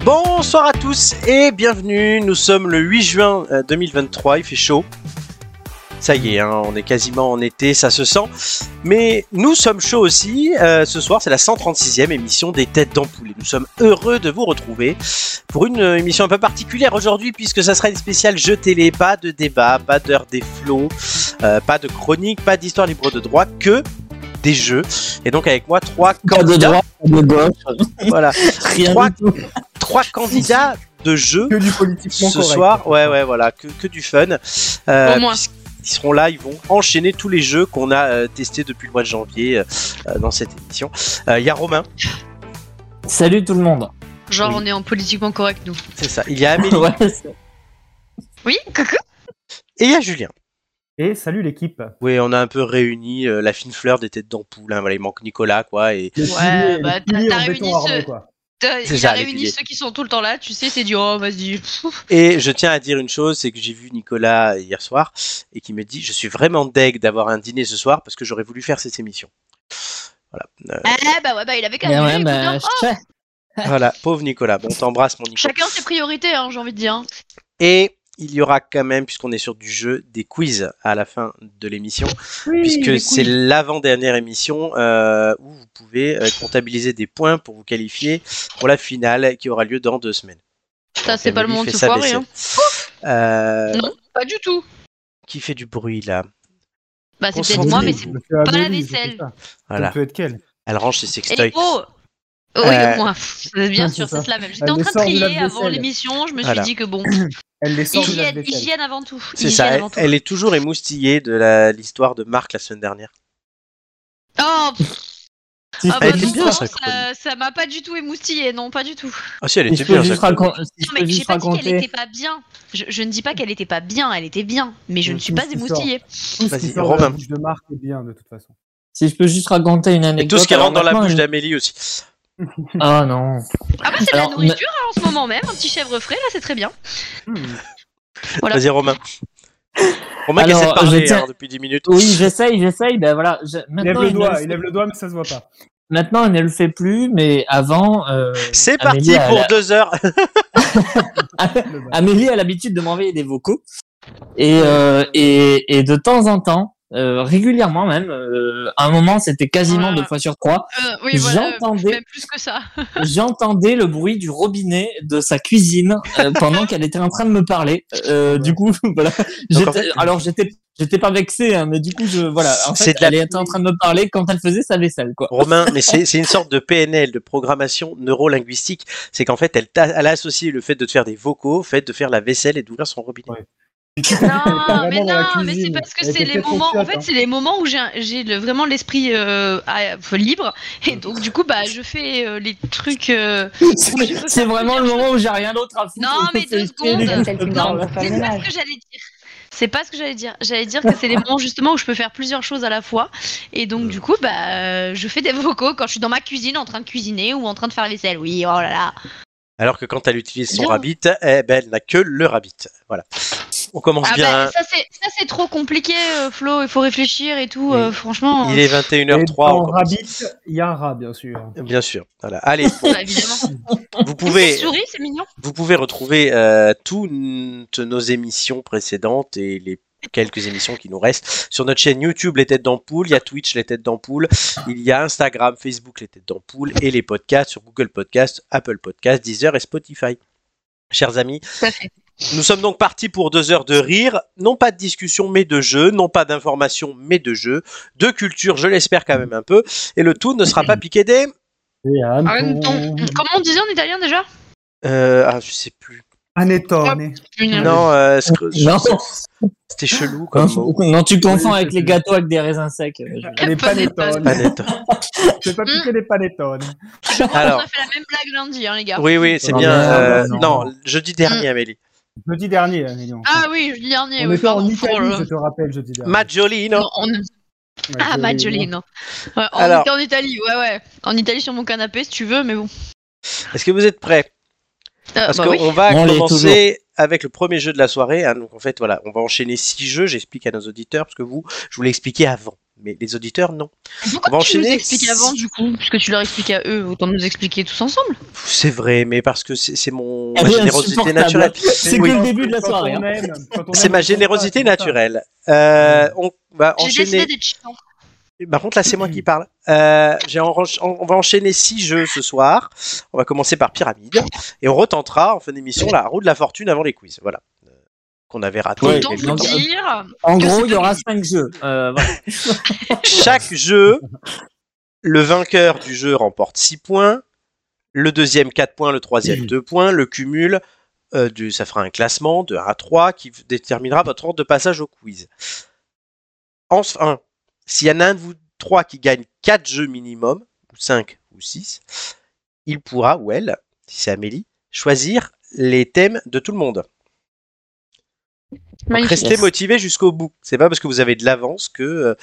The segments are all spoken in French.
Bonsoir à tous et bienvenue. Nous sommes le 8 juin euh, 2023. Il fait chaud. Ça y est, hein, on est quasiment en été, ça se sent. Mais nous sommes chauds aussi. Euh, ce soir, c'est la 136e émission des Têtes d'Ampoule. Et Nous sommes heureux de vous retrouver pour une euh, émission un peu particulière aujourd'hui, puisque ça sera une spéciale jeu télé. Pas de débat, pas d'heure des flots, euh, pas de chronique, pas d'histoire libre de droit, que des jeux. Et donc avec moi, trois Pas de candidats. droite, pas de gauche, Voilà, rien Trois- du tout. trois candidats de jeu que du politiquement ce correct. soir, ouais, ouais, voilà, que, que du fun. Euh, Au moins. Ils seront là, ils vont enchaîner tous les jeux qu'on a euh, testés depuis le mois de janvier euh, euh, dans cette émission. Euh, Il y a Romain, Salut tout le monde. Genre, Oui. on est en politiquement correct, nous. c'est ça. Il y a Amélie Ouais, c'est- Oui, coucou. et il y a Julien. Et salut l'équipe. Oui, on a un peu réuni euh, la fine fleur des têtes d'ampoule. hein, voilà, il manque Nicolas, quoi. Et Les Ouais, piliers- bah, les piliers t'as en réuni béton ce- armé, quoi. T'as- C'est Il ça, a les réuni piliers. ceux qui sont tout le temps là, tu sais, c'est du oh, vas-y. Et je tiens à dire une chose, c'est que j'ai vu Nicolas hier soir et qui me dit je suis vraiment deg d'avoir un dîner ce soir parce que j'aurais voulu faire cette émission. Voilà, euh, Eh bah ouais, bah il avait quand Mais même. ouais, eu, bah, écoute, hein. je sais. voilà, pauvre Nicolas. Bon, t'embrasse mon Oh, Nicolas. chacun ses priorités, hein, j'ai envie de dire. hein. Et il y aura quand même, puisqu'on est sur du jeu, des quiz à la fin de l'émission, puisque c'est l'avant-dernière émission euh, où vous pouvez euh, comptabiliser des points pour vous qualifier pour la finale qui aura lieu dans deux semaines. Ça, c'est pas le Amélie moment de fait se sa foirer. vaisselle. Hein. Euh, Non. Pas du tout. qui fait du bruit là Bah, c'est Concentré. peut-être moi, mais c'est c'est. pas la vaisselle. Ça Voilà. peut être quelle Elle range ses Eh sextoys. oh Oui, Euh, au moins. Bien sûr, c'est c'est ça. cela même. Elle J'étais en train de descend du trier avant lave-vaisselle. l'émission, je me Voilà. suis dit que bon, Elle les sort du hygiène, lave-vaisselle. hygiène avant tout. C'est Hygiène ça, elle, avant tout. elle est toujours émoustillée de la- l'histoire de Marc la semaine dernière. Oh, pff, ah bah Elle était non, bien, non, sa ça- ça m'a pas du tout émoustillé, non, pas du tout. Ah si, elle Si était je peux bien. juste sa chronique. racon- si Non, je peux mais j'ai juste pas dit qu'elle raconter. était pas bien. Je, je ne dis pas qu'elle était pas bien, elle était bien, mais je ne suis Tout pas ce qui émoustillée. Tout ce Vas-y, qui sort de la Romain. bouche de Marc est bien de toute façon. Si je peux juste raconter une Et anecdote. tout ce qui rentre dans la alors bouche maintenant, d'Amélie aussi. je- Ah non. Ah bah c'est de la Alors, nourriture hein, en ce moment même, un petit chèvre frais là, c'est très bien. Hmm. Voilà. Vas-y Romain. Romain qui Alors, essaie de je parler tiens- hein, depuis 10 minutes. Oui, j'essaye, j'essaye. Ben voilà. je- Il lève Maintenant, le il ne le doigt, fait- il lève le doigt, mais ça se voit pas. maintenant, elle ne le fait plus, mais avant. euh, C'est parti Amélie a pour la- deux heures. Le Ah, bas. Amélie a l'habitude de m'envoyer des vocaux. Et, euh, et, et de temps en temps, euh, régulièrement même, euh, à un moment, c'était quasiment Voilà. deux fois sur trois, Euh, oui, voilà, J'entendais- même plus que ça. j'entendais le bruit du robinet de sa cuisine euh, pendant qu'elle était en train de me parler. Euh, du coup, voilà. Donc, en J'étais- fait- alors j'étais, j'étais pas vexé, hein, mais du coup, je, voilà. En C'est fait, de la- elle était en train de me parler quand elle faisait sa vaisselle, quoi. Romain, mais c'est c'est une sorte de PNL, de programmation neurolinguistique. C'est qu'en fait, elle, t'a- elle a associé le fait de te faire des vocaux, au fait de faire la vaisselle et d'ouvrir son robinet. Ouais. Non, mais vraiment dans la non, mais c'est cuisine. parce que Elle c'est les était peut-être moments. En ouverte, fait, hein. c'est les moments où j'ai un- j'ai le- vraiment l'esprit euh, à- enfin, libre, et donc du coup bah je fais euh, les trucs. euh, C'est, c'est vraiment le moment où j'ai rien d'autre à foutre. Non, mais deux C'est- secondes. c'est- Celle qui Non, parle. là. Pas C'est mal. pas ce que j'allais dire. C'est pas ce que j'allais dire. J'allais dire que c'est les moments justement où je peux faire plusieurs choses à la fois. Et donc, du coup, bah, euh, je fais des vocaux quand je suis dans ma cuisine en train de cuisiner ou en train de faire la vaisselle. Oui, oh là là. Alors que quand elle utilise son Non. rabbit, eh ben, elle n'a que le rabbit. Voilà. On commence Ah bien. bah, hein. ça, c'est, ça, c'est trop compliqué, euh, Flo. Il faut réfléchir et tout. Oui. euh, franchement. hein. Il est Et 21h03. dans on commence. Rabbit, il y a un rat, bien sûr. Bien sûr. Voilà. Allez, euh, bah, évidemment. vous Pouvez... pouvez, Souris, c'est mignon. vous pouvez retrouver euh, toutes nos émissions précédentes et les quelques émissions qui nous restent sur notre chaîne YouTube Les Têtes d'Ampoule, il y a Twitch Les Têtes d'Ampoule, il y a Instagram, Facebook Les Têtes d'Ampoule et les podcasts sur Google Podcast, Apple Podcast, Deezer et Spotify. Chers amis, Tout à fait. nous sommes donc partis pour deux heures de rire, non pas de discussion mais de jeu, non pas d'information mais de jeu, de culture, je l'espère quand même un peu, et le tout ne sera pas piqué des... Et un ton. Comment on disait en italien déjà Euh, ah, je sais plus. Un étonné. Non, euh, scr- Non, c'était chelou comme mot. non, non, tu confonds avec les gâteaux avec des raisins secs. euh, Les Panettone. panettones. Panettone. Je vais pas Hum. piquer des panettones. Alors, On a fait la même blague lundi, hein, les gars. oui, oui, c'est Ah, bien. merde, euh, non. non. jeudi Mm. dernier, Amélie. Jeudi dernier, Amélie. Ah oui, jeudi dernier. On oui, était en pardon, pour Italie, le- je te rappelle, jeudi dernier. Maggiolino. Non, on- Ah, Maggiolino. Ouais, on Alors- était en Italie, ouais, ouais. En Italie sur mon canapé, si tu veux, mais bon. Est-ce que vous êtes prêts Euh, Parce bah oui. qu'on va On l'est commencer avec le premier jeu de la soirée. hein. Donc, en fait, voilà, on va enchaîner six jeux. J'explique à nos auditeurs parce que vous, je vous l'ai expliqué avant. mais les auditeurs, non. Pourquoi On va tu nous enchaîner. expliques avant du coup Puisque tu leur expliques à eux, autant nous expliquer tous ensemble. Pff, C'est vrai, mais parce que c'est c'est mon Elle ma est générosité insupportable. naturelle. C'est Oui. que le début de la Quand soirée. on hein. aime- quand on C'est aime, on ma fait ça, générosité c'est ça. naturelle. Euh, on va J'ai décidé enchaîner. d'être chiant. Par contre, là, c'est moi qui parle. Euh, j'ai enrange- on on va enchaîner six jeux ce soir. On va commencer par Pyramide et on retentera en fin d'émission la roue de la fortune avant les quiz. Voilà, Euh, qu'on avait raté. Ouais, autant mais vous bon. donc, euh, dire. En Que gros, c'est il y aura cinq jeux. Euh, voilà. Chaque jeu, le vainqueur du jeu remporte 6 points, le deuxième 4 points, le troisième 2 points, le cumul, euh, du, ça fera un classement de 1 à 3 qui v- déterminera votre ordre de passage au quiz. Enfin, s'il y en a un de vous trois qui gagne 4 jeux minimum, ou 5 ou 6, il pourra, ou elle, si c'est Amélie, choisir les thèmes de tout le monde. Donc, Magnifique. restez motivé jusqu'au bout. C'est pas parce que vous avez de l'avance que. euh,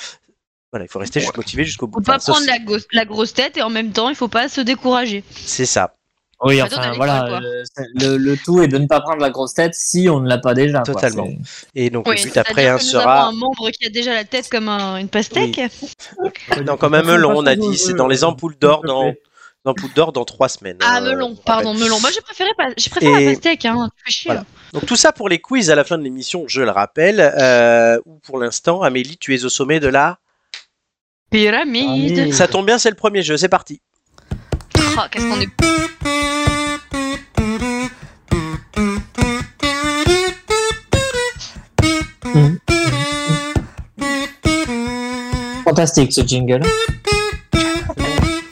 voilà, il faut rester juste motivé jusqu'au bout. Faut pas Enfin, sauf- prendre la, go- la grosse tête et en même temps, il faut pas se décourager. C'est ça, Oui, Attends, enfin Alex, voilà, toi, euh, c'est- le, le tout est de ne pas prendre la grosse tête si on ne l'a pas déjà. quoi. Totalement. C'est- et donc Oui, le but c'est-à-dire après hein, que nous avons sera. un membre qui a déjà la tête comme un- une pastèque. Non, quand même, melon, on a dit, c'est dans les ampoules d'or S'il te dans, plaît. dans ampoules d'or dans trois semaines. Ah, hein, melon, on pardon, rappelle. melon. Moi, j'ai préféré, pas... j'ai préféré Et- la pastèque, hein. Tu fais chier, Voilà. là. Donc tout ça pour les quiz à la fin de l'émission, je le rappelle. Euh, où pour l'instant, Amélie, tu es au sommet de la. Pyramide. Ah Pyramide. Ça tombe bien, c'est le premier jeu, c'est parti. Oh, qu'est-ce qu'on est. Fantastique ce jingle.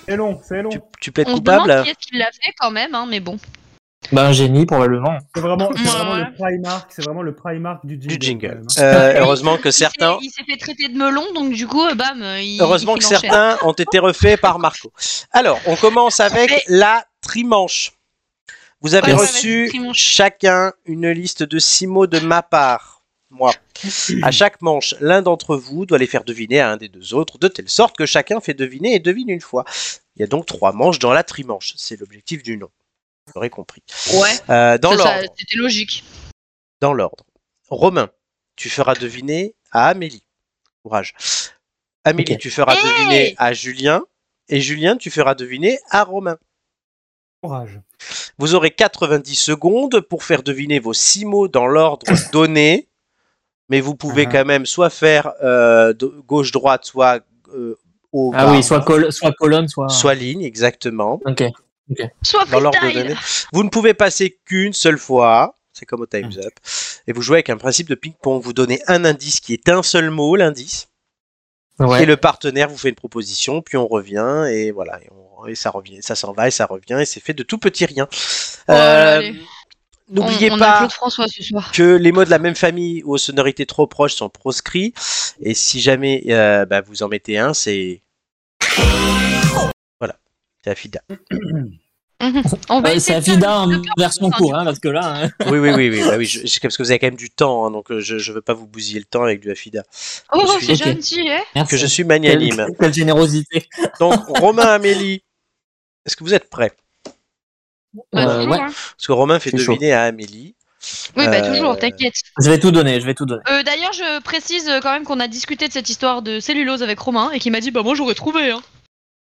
C'est long, c'est long. Tu, tu plaides On se coupable demande qui est-ce qui l'a fait quand même, hein, mais bon. Ben, un génie probablement. C'est vraiment, c'est Ouais. vraiment le Primark, c'est vraiment le Primark du jingle. du quand jingle. même, hein. Euh, heureusement que certains Il s'est il s'est fait traiter de melon, donc du coup, euh, bam. Il, Heureusement il que enchaîne. certains ont été refaits par Marco. Alors, on commence avec Mais- la trimanche. Vous avez Ouais, ouais, vas-y, reçu trimanche. chacun une liste de six mots de ma part. Moi. À chaque manche, l'un d'entre vous doit les faire deviner à un des deux autres, de telle sorte que chacun fait deviner et devine une fois. Il y a donc trois manches dans la trimanche. C'est l'objectif du nom. Vous l'aurez compris. Ouais, Euh, dans ça, ça, l'ordre. c'était logique. Dans l'ordre. Romain, tu feras deviner à Amélie. Courage. Amélie, Ok. tu feras Hey deviner à Julien. Et Julien, tu feras deviner à Romain. Courage. Vous aurez 90 secondes pour faire deviner vos six mots dans l'ordre donné. Mais vous pouvez Ah. quand même soit faire euh, de- gauche-droite, soit euh, haut, Ah bas, oui, soit, col- soit colonne, soit. soit ligne, exactement. Ok. Soit Dans l'ordre donné. freestyle. Vous ne pouvez passer qu'une seule fois. C'est comme au Time's Up. Et vous jouez avec un principe de ping-pong. Vous donnez un indice qui est un seul mot, l'indice. Ouais. Et le partenaire vous fait une proposition, puis on revient, et voilà, et, on- et ça revient, ça s'en va, et ça revient, et c'est fait de tout petit rien. Euh, Oh là, allez. N'oubliez On- On a pas Claude François ce soir. que les mots de la même famille ou aux sonorités trop proches sont proscrits, et si jamais euh, bah, vous en mettez un, c'est. Voilà, c'est affida. Mhm. On va Ouais, essayer Euh, c'est de faire Afida hein. en le- le- version court, hein, parce que là. hein. Oui, oui, oui, oui, bah oui je- je- parce que vous avez quand même du temps, hein, donc euh, je ne veux pas vous bousiller le temps avec du affida. Oh, Je c'est suis- Ok. gentil, hein. Merci. Que je suis Quelle, magnanime. quelle générosité. Donc, Romain, Amélie, est-ce que vous êtes prêts Bah, Euh, toujours, ouais. hein. Parce que Romain fait C'est chaud. deviner à Amélie. Oui, bah Euh, toujours, t'inquiète. Je vais tout donner, je vais tout donner. Euh, D'ailleurs, je précise euh, quand même qu'on a discuté de cette histoire de cellulose avec Romain et qu'il m'a dit Bah, moi j'aurais trouvé. Hein.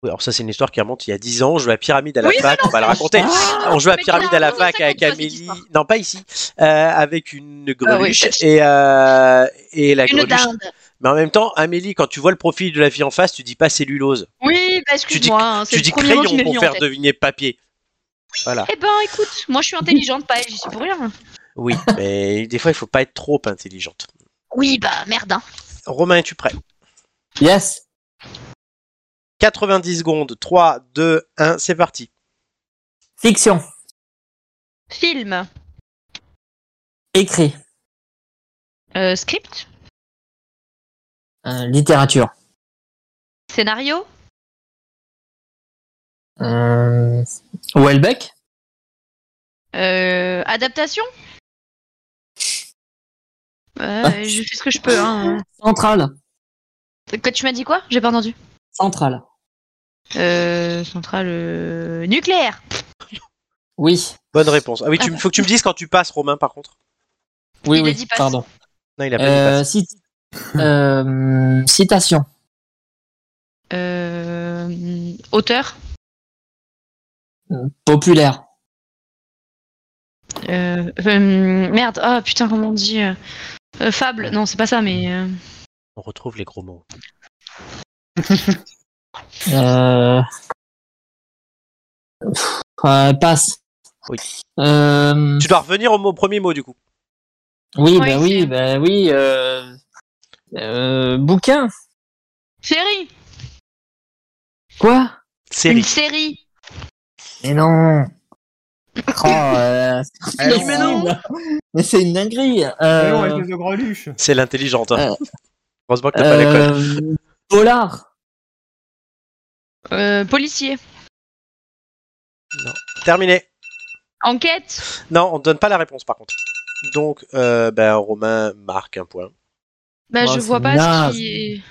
Oui, alors ça c'est une histoire qui remonte il y a 10 ans, on jouait à Pyramide à la Oui, mais fac, on va la raconter. on jouait à Mais tu l'as Pyramide à la raconté fac avec 50 fois, cette Amélie, histoire. non pas ici, euh, avec une greluche peut-être. et, euh, et la Une greluche. dinde. Mais en même temps, Amélie, quand tu vois le profil de la fille en face, tu dis pas cellulose, Oui, bah excuse-moi, hein, c'est tu le dis premier mot qui crayon m'est pour venu en faire tête. deviner papier. Voilà, Eh ben écoute, moi je suis intelligente, pas elle, j'y suis pour rien. oui, mais des fois il faut pas être trop intelligente. Oui, bah merde. hein. Romain, es-tu prêt Yes. 90 secondes, 3, 2, 1, c'est parti. Fiction. Film, Écrit. euh, script, Euh, littérature. scénario, Euh... Welbeck. euh, adaptation. Euh, je fais ce que je peux. Hein. Centrale. Quand tu m'as dit quoi J'ai pas entendu. Centrale. Euh, centrale euh, nucléaire. Oui. Bonne réponse. Ah oui, tu, me- faut que tu me dises quand tu passes, Romain, par contre. Oui, Il a oui. dit passe. Pardon. Euh, Non, il a pas dit passe. Euh, cit- euh, citation. euh, auteur, Populaire. euh, euh, merde, ah putain, comment on dit euh, euh, Fable, non, c'est pas ça, mais. euh, On retrouve les gros mots. Euh... pff, euh, passe. Oui. Euh, Tu dois revenir au, mot- au premier mot du coup. Oui, Ouais, bah c'est- oui, bah oui. Euh... euh, Bouquin. Série Quoi Série. Une série Mais non. Oh, euh, c'est Mais impossible. non. Mais c'est une dinguerie. Mais non, Euh... espèce de greluche. C'est l'intelligente. hein. Heureusement que t'as pas la colle. euh, Polar. euh, Policier Terminé. Enquête Non, on ne donne pas la réponse par contre. Donc, euh, ben, Romain marque un point. Bah, Oh, je c'est vois pas ce naze. qui est-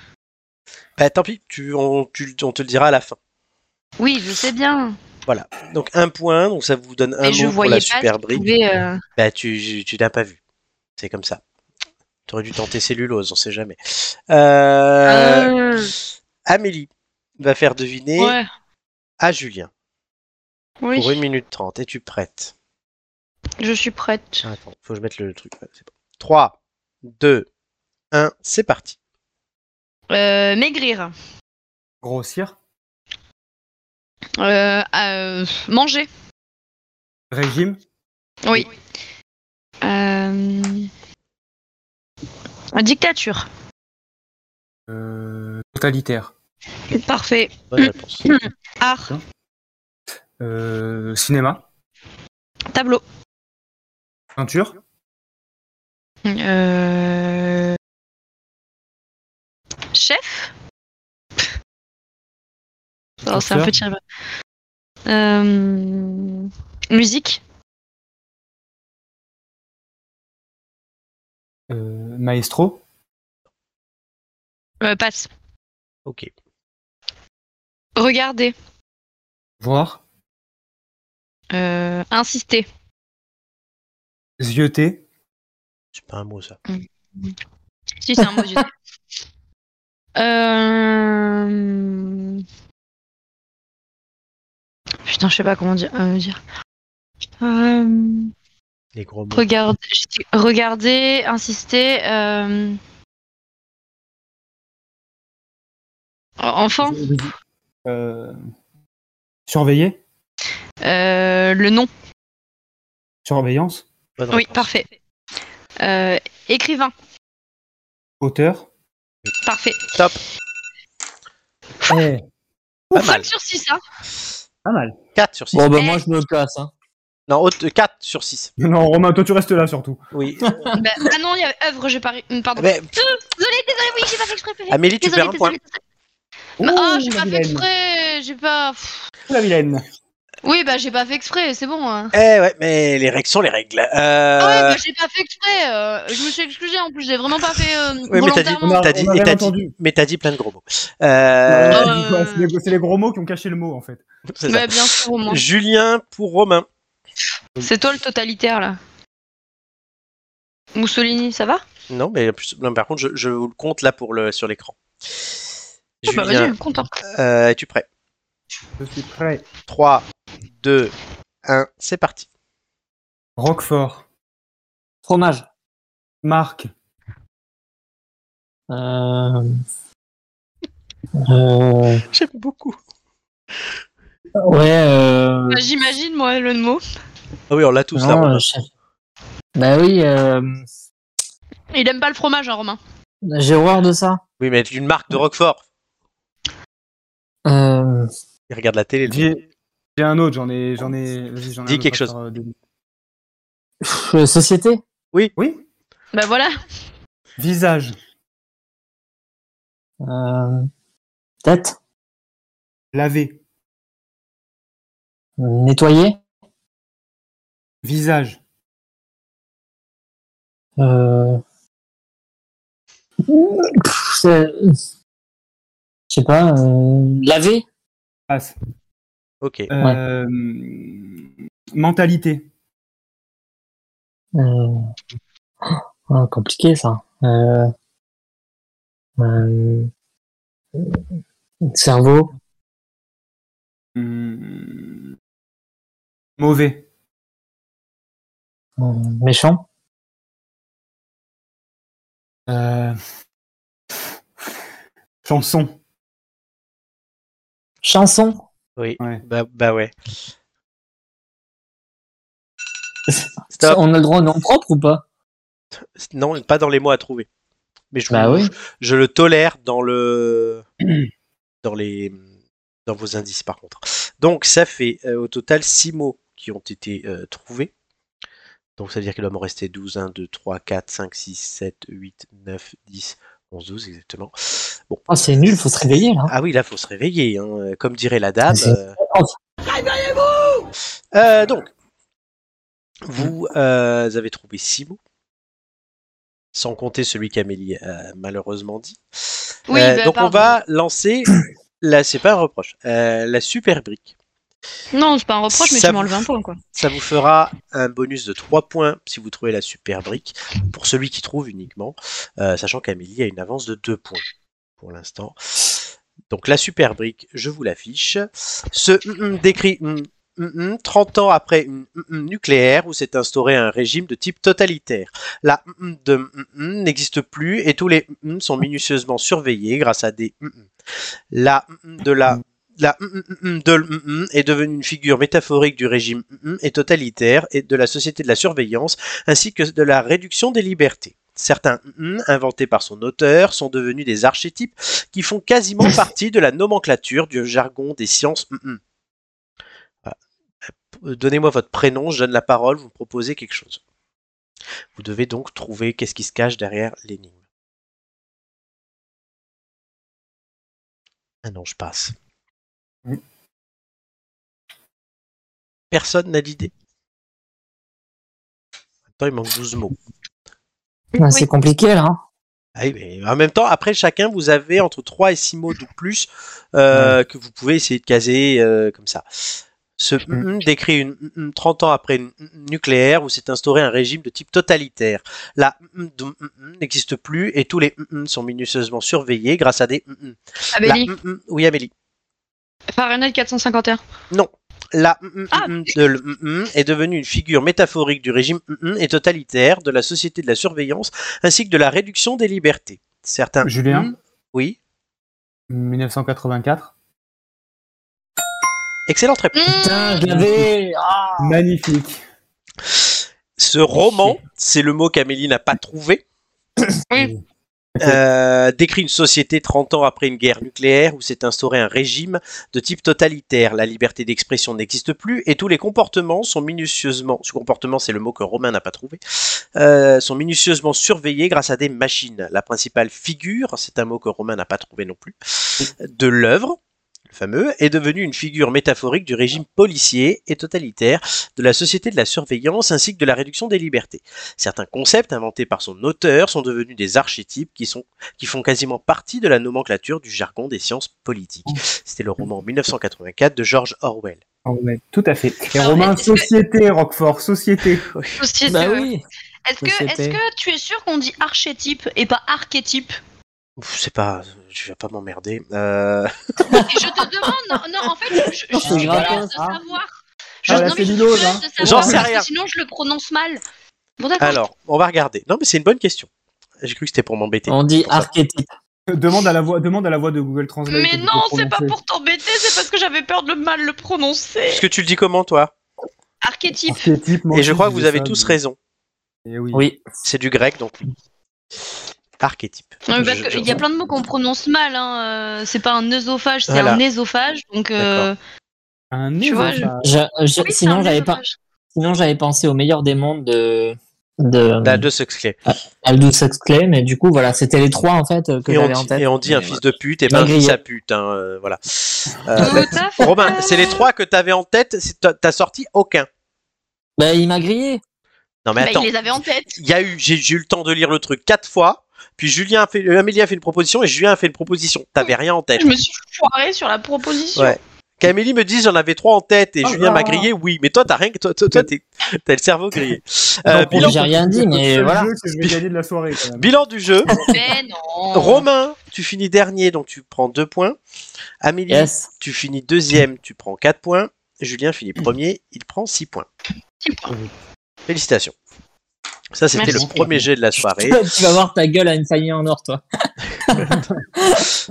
Bah tant pis, tu, on, tu- on te le dira à la fin. Oui, je sais bien. Donc un point, donc ça vous donne un mais je mot pour la voyais pas super ce qui brique. pouvait, euh, Bah tu, tu n'as pas vu. C'est comme ça. T'aurais dû tenter cellulose, on sait jamais. Euh, euh, Amélie va faire deviner Ouais, à Julien oui, pour 1 minute 30. Es-tu prête je suis prête. Attends, faut que je mette le truc. Ouais, c'est bon. 3, 2, 1, c'est parti. Euh, maigrir. Grossir. Euh, euh, manger. Régime. Oui. Euh, Dictature. Euh, totalitaire. Parfait. Bonne réponse. Mm. Art. Euh, cinéma. Tableau. Peinture. Euh, Chef. Oh, c'est un Chanteur. peu tiré. Euh, Musique. Euh, maestro. Euh, passe. Ok. Regarder. Voir. Euh, insister. Zioter. C'est pas un mot ça. Si, c'est un mot, je sais. Euh... Putain, je sais pas comment dire. euh, dire. Euh, Les gros mots. regarde- j'ai dit Regarder, insister. euh, Enfant, Euh, surveiller. euh, le nom. Surveillance. Bonne Oui, réponse. parfait. Euh, écrivain, Auteur. parfait. Eh, Pas mal. 5 sur 6, hein pas mal. 4 sur 6. Bon, bah Eh. moi je me casse. Hein. Non, 4 sur 6. Non, Romain, toi, tu restes là surtout. Oui. Bah, ah non, il y a œuvre, j'ai pas. ré- Pardon. Mais, Désolé, désolé, oui, j'ai pas fait exprès. Félix. Amélie, tu Désolé, perds un désolé, point. désolé. Bah, ah, Ouh, j'ai la pas fait vilaine. exprès, j'ai pas. pff. Ouh, La vilaine. Oui, bah j'ai pas fait exprès, c'est bon. hein. Eh ouais, mais les règles sont les règles. Euh, Ah ouais, bah j'ai pas fait exprès. euh, je me suis excusée en plus, j'ai vraiment pas fait euh, Oui, mais t'as dit, volontairement. On a- t'as dit, on a et t'as bien dit- entendu. mais t'as dit plein de gros mots. Euh, Ouais. Euh, euh, c'est les- C'est les gros mots qui ont caché le mot en fait. c'est ça. Ouais, bien sûr, au moins. Julien pour Romain. C'est toi le totalitaire là. Mussolini, ça va Non, mais en plus- non, par contre, je, je vous le compte là pour le, sur l'écran. Ah Bah Julien, vas-y, content. euh, es-tu prêt Je suis prêt. 3, 2, 1, c'est parti. Roquefort. Fromage. Marc. Euh... Euh... J'aime beaucoup. Ouais. Euh... Bah, J'imagine moi le mot. Ah oui, on l'a tous là. non, Romain. euh, chef. Bah oui. Euh... Il aime pas le fromage, hein, Romain. J'ai horreur de ça. Oui, mais une marque de Roquefort. Euh... Il regarde la télé. lui. J'ai j'ai un autre, j'en ai. J'en ai. vas-y, j'en ai Dis un autre quelque à chose. faire, euh, deviner. pff, société. Oui. Bah voilà. Visage. Euh... Tête. Lavé. Nettoyer. Visage. Euh... pff, c'est- Je sais pas. Euh... Laver. Passe. Ok. Euh, Mentalité. Euh... ah, compliqué ça. Euh... Euh... Cerveau. Hmm. Mauvais. hum, Méchant. Euh, Chanson. Chanson. Oui. Ouais. Bah, bah ouais. Stop. On a le droit au nom propre ou pas Non, pas dans les mots à trouver. Mais je, Bah oui. je le tolère dans le dans les dans vos indices par contre. Donc ça fait euh, au total 6 mots qui ont été euh, trouvés. Donc ça veut dire qu'il doit m'en rester 12, 1, 2, 3, 4, 5, 6, 7, 8, 9, 10, 11, 12 exactement. Bon. Oh, c'est nul, faut se réveiller là. Ah oui, là faut se réveiller, hein. comme dirait la dame. hein. C'est- euh. Euh, donc, vous euh, avez trouvé six mots, sans compter celui qu'Amélie a malheureusement dit. Oui, Euh, bah, donc on pardon. va lancer, la, c'est pas un reproche, euh, la super brique. Non, c'est pas un reproche, mais Ça tu m'enlèves un point, quoi. Ça vous fera un bonus de 3 points si vous trouvez la super brique, pour celui qui trouve uniquement, euh, sachant qu'Amélie a une avance de 2 points pour l'instant. Donc la super brique, je vous l'affiche. Ce hum, hum décrit hum, hum, hum, 30 ans après hum, hum, hum nucléaire où s'est instauré un régime de type totalitaire. La hum, hum de hum, hum n'existe plus et tous les hum, hum sont minutieusement surveillés grâce à des hum, hum. La hum, hum de la la hum, hum, hum de hum, hum est devenue une figure métaphorique du régime hum, hum et totalitaire et de la société de la surveillance ainsi que de la réduction des libertés. Certains hum, hum inventés par son auteur sont devenus des archétypes qui font quasiment partie de la nomenclature du jargon des sciences. hum, hum. Voilà. Euh, Donnez-moi votre prénom, je donne la parole, vous me proposez quelque chose. Vous devez donc trouver qu'est-ce qui se cache derrière l'énigme. Ah non, je passe. Mm. Personne n'a d'idée. Attends, il manque 12 mots. Ah, C'est Oui. compliqué là. Ah oui, mais en même temps, après chacun, vous avez entre 3 et 6 mots de plus euh, que vous pouvez essayer de caser euh, comme ça. Ce mm, mm décrit une mm, mm 30 ans après une mm, mm nucléaire où s'est instauré un régime de type totalitaire. La mm, mm de mm, mm n'existe plus et tous les mm, mm sont minutieusement surveillés grâce à des mm, mm. La Amélie, mm, mm- oui, Amélie. bah, Fahrenheit 451. La mm, mm, Ah. mm, de le mm, mm est devenue une figure métaphorique du régime mm, mm et totalitaire, de la société de la surveillance, ainsi que de la réduction des libertés. Certains. Julien mm, oui. 1984. Excellente Mmh. réponse. Hum, Putain, je l'avais. Ah. Magnifique. Ce roman, c'est le mot qu'Amélie n'a pas trouvé, Oui. euh, décrit une société 30 ans après une guerre nucléaire où s'est instauré un régime de type totalitaire. La liberté d'expression n'existe plus et tous les comportements sont minutieusement, ce comportement c'est le mot que Romain n'a pas trouvé, euh, sont minutieusement surveillés grâce à des machines. La principale figure, c'est un mot que Romain n'a pas trouvé non plus, de l'œuvre, le fameux, est devenue une figure métaphorique du régime policier et totalitaire de la société de la surveillance ainsi que de la réduction des libertés. Certains concepts inventés par son auteur sont devenus des archétypes qui, sont, qui font quasiment partie de la nomenclature du jargon des sciences politiques. C'était le Mmh. roman 1984 de George Orwell. Ah ouais, tout à fait. Ah Et Alors, Romain, est-ce que- société, Roquefort, société. Société, Bah ouais. oui. Est-ce que, Société. est-ce que tu es sûr qu'on dit archétype et pas archétype Ouf, C'est pas, je vais pas m'emmerder. Euh, Et Je te demande, non, non, en fait, je, je, Oh, c'est suis grave, curieuse de hein. savoir. Ah, là, non, mais c'est je suis Lilo, curieuse là. de savoir, J'en sais parce que rien. Sinon, je le prononce mal. Bon, d'accord. alors, on va regarder. Non, mais c'est une bonne question. J'ai cru que c'était pour m'embêter. On dit Pour ça. archétype. Demande à la voix, demande à la voix de Google Translate. mais de non, prononcer. c'est pas pour t'embêter, c'est parce que j'avais peur de mal le prononcer. Parce que tu le dis comment, toi Archétype. Archétype, Et je manqué, crois que dis vous avez ça, tous mais- raison. Eh oui. Oui. C'est du grec, donc. Archétype. Non, mais parce Je- que je- il y a plein de mots qu'on prononce mal. Hein. euh, C'est pas un œsophage, c'est Voilà. un ésophage. Donc, euh, Un Tu vois, je- ésophage. Je- je- Ah oui, c'est sinon un j'avais pas. œsophage. Sinon j'avais pensé au meilleur des mondes de de Là, deux sexes clés. Aldous Huxley, mais du coup voilà, c'était les trois en fait euh, que Et on, j'avais dit, en tête. et on dit un Mais fils de pute et pas un Malgré- fils à pute. hein, euh, voilà. Euh, Tout à fait. Romain, c'est les trois que t'avais en tête, c'est- t'as- t'as sorti aucun. Bah, il m'a grillé. Non mais Bah, attends, il les avait en tête. il y a eu, j'ai j'ai eu le temps de lire le truc quatre fois, puis Julien a fait, euh, Amélie a fait une proposition et Julien a fait une proposition. T'avais rien en tête. Je me suis foirée sur la proposition. Ouais. Qu'Amélie me dise j'en avais trois en tête et Oh Julien m'a là. grillé, oui, mais toi t'as rien que toi, toi, toi, t'es- t'as le cerveau grillé. Euh, Donc, bilan, J'ai rien dit, C'est le mais seul voilà. jeu que je vais gagner de la soirée. quand même. bilan du jeu. Mais non. Romain, tu finis dernier, donc tu prends deux points. Amélie, Yes. tu finis deuxième, tu prends quatre points. Julien finit Mm. premier, il prend six points. Félicitations. Ça, c'était Merci. le premier jet de la soirée. tu vas voir ta gueule à une famille en or, toi. Eh,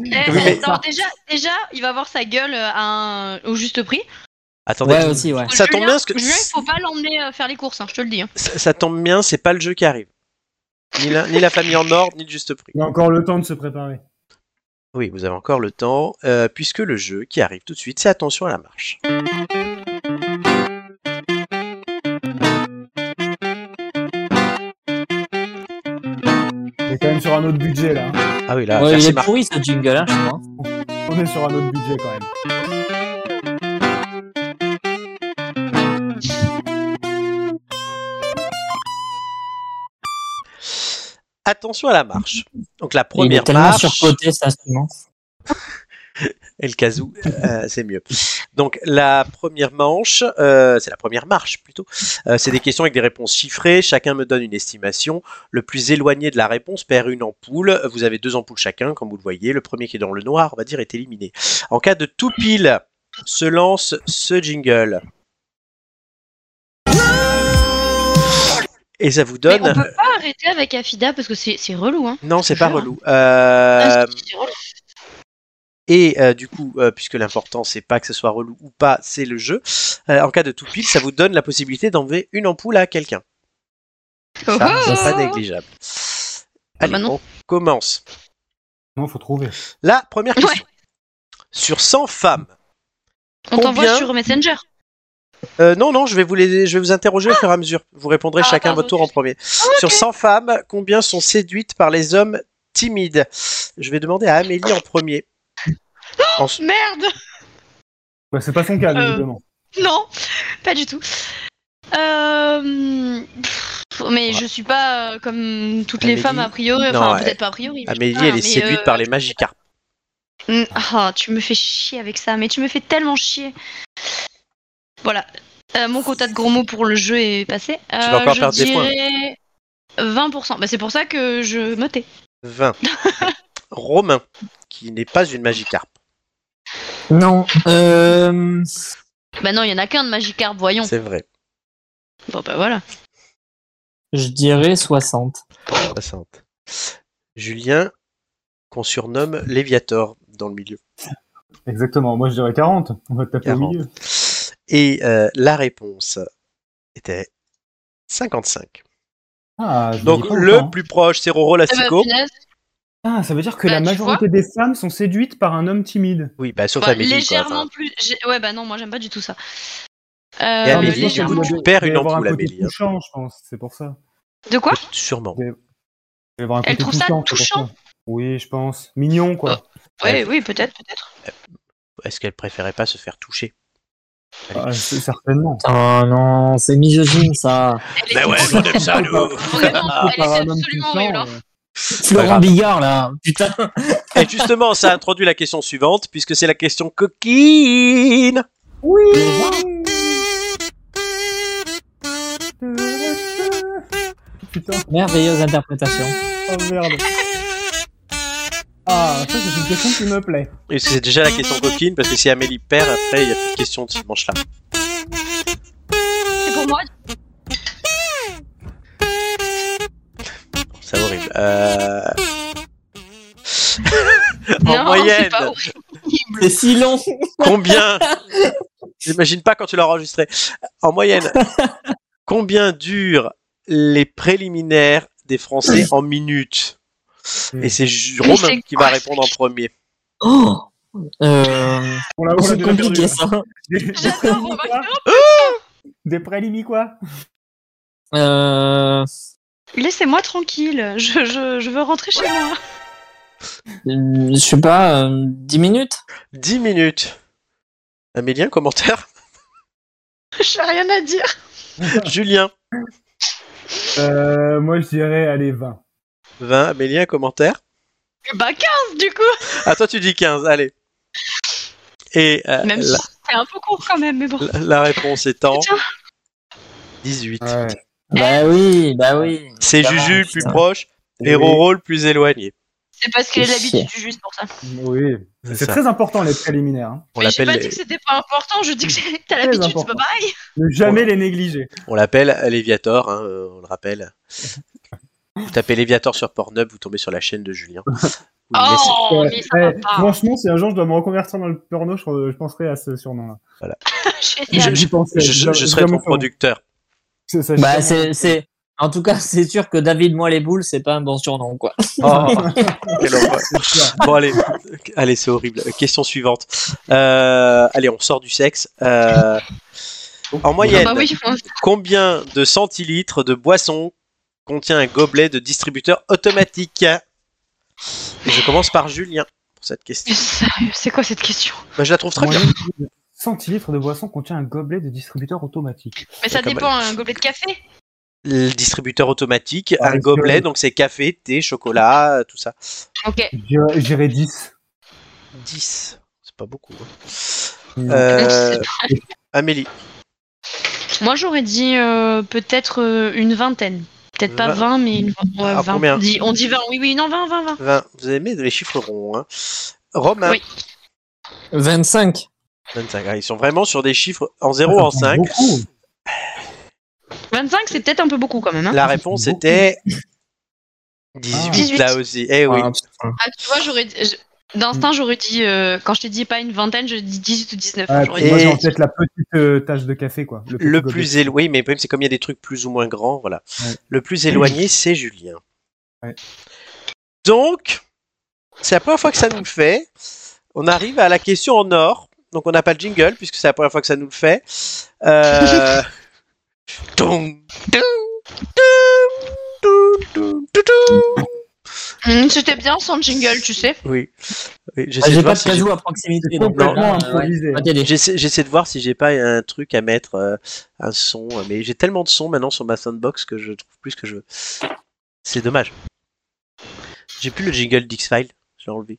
mais- attends, déjà, déjà, il va avoir sa gueule euh, à un- au juste prix. Attendez, Ouais, aussi, ouais. Ça tombe Julien- bien, ce que- Julien, il faut pas l'emmener euh, faire les courses, hein, je te le dis. hein. ça, ça tombe bien, c'est pas le jeu qui arrive. Ni la, ni la famille en or, ni le juste prix. Il a encore le temps de se préparer. Oui, vous avez encore le temps, euh, puisque le jeu qui arrive tout de suite, c'est attention à la marche. On est quand même sur un autre budget là. hein. Ah oui, là, ouais, il merci est Marc. pourri ce jingle, hein, je crois. On est sur un autre budget quand même. Attention à la marche. Donc la il est première tellement marche. surcoté, cet instrument. Et le casou, euh, c'est mieux. Donc la première manche, euh, c'est la première marche plutôt. Euh, c'est des questions avec des réponses chiffrées. Chacun me donne une estimation. Le plus éloigné de la réponse perd une ampoule. Vous avez deux ampoules chacun, comme vous le voyez. Le premier qui est dans le noir, on va dire, est éliminé. En cas de tout pile, se lance ce jingle. Et ça vous Mais donne. on peut pas arrêter avec Afida parce que c'est c'est relou. Hein. Non, c'est pas Jure. relou. Euh, Ah, c'est relou. Et euh, du coup, euh, puisque l'important c'est pas que ce soit relou ou pas, c'est le jeu. euh, en cas de tout pile, ça vous donne la possibilité d'enlever une ampoule à quelqu'un. Ça, Oh, oh, c'est pas oh. négligeable. Allez, bah non. on commence. Non, faut trouver. La première question. Sur 100 femmes. On t'envoie Combien sur Messenger. Euh, non, non, je vais vous les, je vais vous interroger au fur et à mesure. Vous répondrez Ah, chacun à pardon. Ah, votre tour en premier. Sur 100 femmes, combien sont séduites par les hommes timides Je vais demander à Amélie en premier. Oh, Ensuite- Merde Bah, c'est pas son cas, Euh. évidemment. Non, pas du tout. Euh, pff, Mais je suis pas euh, comme toutes les Amélie- femmes a priori, Non, enfin ouais. peut-être pas a priori. mais Amélie, putain, elle est mais, séduite euh, par les magicarpes. mm, Ah, tu me fais chier avec ça, mais tu me fais tellement chier. Voilà, Euh, mon quota de gros mots pour le jeu est passé. Euh, Tu vas encore perdre des points. 20%. Bah, c'est pour ça que je me tais. 20. Romain, qui n'est pas une magicarpe. Non. Euh... Bah non, il y en a qu'un de Magikarp, voyons. C'est vrai. Bon bah voilà. Je dirais 60. 60. Julien, qu'on surnomme Léviator dans le milieu. Exactement. Moi, je dirais 40. On va te taper 40. au milieu. Et euh, la réponse était 55. Ah, je Donc dis pas le encore, hein. plus proche, c'est Roro Ah bah, Lassico. punaise. Ah, ça veut dire que Bah, la tu majorité des femmes sont séduites par un homme timide. Oui, bah, sauf Bah, Amélie. quoi, légèrement enfin. plus. j'ai- Ouais bah non, moi j'aime pas du tout ça. Et Euh, Amélie, du légèrement coup, plus- tu perds Il va une y avoir un ampoule, côté Amélie. hein. touchant, je pense. C'est pour ça. De quoi Sûrement. Il va y avoir un Elle côté trouve ça c'est pour touchant. Oui, je pense. Mignon, quoi. Ouais, oui, peut-être, peut-être. Est-ce qu'elle préférait pas se faire toucher Oh. Ah, c'est- certainement. Oh non, c'est misogyne ça. Elle est Bah ouais, absolument- on aime ça, nous. Vraiment, elle Par est un homme absolument touchant, nulle, hein. euh, Florent grave. Bigard là, putain. Et justement, ça introduit la question suivante, puisque c'est la question coquine. Putain, Merveilleuse interprétation. oh merde. Ah, ça c'est une question qui me plaît. Et c'est déjà la question coquine, parce que si Amélie perd, après, il n'y a plus de question de ce manche-là. C'est pour moi. C'est horrible. Euh, En non, moyenne. c'est pas horrible. C'est si long. Combien J'imagine pas quand tu l'as enregistré. En moyenne, combien durent les préliminaires des Français en minutes Et c'est ju- Mais Romain c'est qui va quoi répondre en premier. Oh euh, Ah, On l'a- on l'a c'est déjà compliqué perdu, hein. ça. Des, des J'adore, prélimis, on va- quoi Des prélimis, quoi Euh, Laissez-moi tranquille, je, je, je veux rentrer chez moi. je sais pas, euh, 10 minutes 10 minutes. Amélien, commentaire J'ai rien à dire. Julien. euh, Moi je dirais, allez, 20. 20. Amélien, commentaire Bah 15 du coup Ah, toi, tu dis 15. Allez. Et euh, Même si la, c'est un peu court quand même, mais bon. la- la réponse étant Tiens. 18. Bah oui, bah oui. C'est Évidemment, Juju le plus putain. proche et Oui. Roro le plus éloigné. C'est parce qu'il a Fait l'habitude du jus, c'est pour ça. Oui. ça. C'est très important les préliminaires. hein. On mais j'ai l'appelle pas dit que c'était pas important, je dis que j'ai- t'as l'habitude, c'est pas important. pareil. Ne jamais les négliger. On l'appelle Léviator, hein, euh, on le rappelle. Vous tapez Léviator sur Pornhub, vous tombez sur la chaîne de Julien. Vous laissez- Oh, Ouais, mais ça va ouais, pas. Franchement, si un jour je dois me reconvertir dans le porno, je, je penserai à ce surnom-là. Génial. Ah Je- J'y pensais, Je, je- je serai ton vraiment- producteur. C'est- ça, Bah, j'ai- c'est, c'est, en tout cas, c'est sûr que David Moi les boules, c'est pas un bon surnom, quoi. Oh, quelle horreur. clair. Bon, allez, allez c'est horrible. Question suivante. Euh, allez, on sort du sexe. Euh, en Ah moyenne, bah oui, on- combien de centilitres de boisson contient un gobelet de distributeur automatique Et Je commence par Julien pour cette question. mais sérieux, c'est quoi cette question Bah, je la trouve très bien. Moyenne de centilitres de boisson contient un gobelet de distributeur automatique. Mais ça Comme- dépend, un gobelet de café Le distributeur automatique, Ah, un est-ce gobelet, que- donc c'est café, thé, chocolat, euh, tout ça. Ok. J'irai j'irai 10. 10. C'est pas beaucoup. hein. Non. Euh, Amélie, Moi j'aurais dit euh, peut-être euh, une vingtaine. Peut-être pas Vingt. 20, mais une vingt. Ouais, Ah, 20. combien On dit, on dit 20, oui, oui, non, 20, 20, 20. 20. Vous aimez les chiffres ronds. Hein. Romain, Oui. 25. 25. Ah, ils sont vraiment sur des chiffres en 0 en 5. Beaucoup. 25, c'est peut-être un peu beaucoup quand même. Hein. La réponse était 18, 18. là aussi. Eh oui. Ah, putain. Ah, tu vois, j'aurais dit- je- D'instinct, j'aurais dit, euh, quand je t'ai dit pas une vingtaine, je dis 18 ou 19. Ouais, j'aurais Et- dit. Ah, Moi, j'ai en tête la petite euh, tache de café, quoi. Le petit plus éloigné, mais le problème, c'est comme il y a des trucs plus ou moins grands, voilà. Ouais. Le plus éloigné, c'est Julien. Ouais. Donc, c'est la première fois que ça nous le fait. On arrive à la question en or. Donc, on n'a pas le jingle, puisque c'est la première fois que ça nous le fait. Euh... Toum, toum, toum, toum, toum, toum. Hum, C'était bien sans jingle, tu sais. Oui. Oui, Ah, j'essaie de j'ai pas voir de si j'ai- cajou à proximité. gobelet. donc, Complètement euh, ouais. improvisé. Ah, t'es des- J'essaie j'essaie de voir si j'ai pas un truc à mettre, euh, un son, euh, mais j'ai tellement de sons maintenant sur ma soundbox que je trouve plus ce que je veux. C'est dommage. J'ai plus le jingle d'X-File, j'ai enlevé.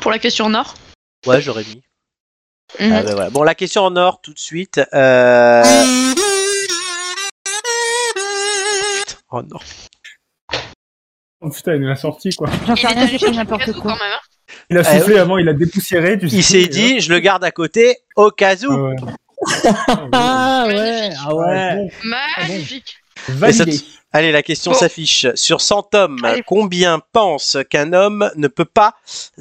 Pour la question Nord. Ouais, j'aurais mis. Mhm. Ah, bah, voilà. Bon, la question en or, tout de suite. euh, En or. Oh, putain, il nous l'a sorti, quoi. J'en Il sais est rien, allé je chercher fais le n'importe cadeau quoi. quand même. hein. Il a Ah, soufflé avant, il a dépoussiéré. Tu sais, Il s'est dit, je le garde à côté au cas où. Ah ouais. Ah, ouais, Magnifique. ah ouais. hein. Magnifique. Mais Validé. ça- Allez, la question Bon. s'affiche. Sur 100 hommes, Allez. combien pense qu'un homme ne peut pas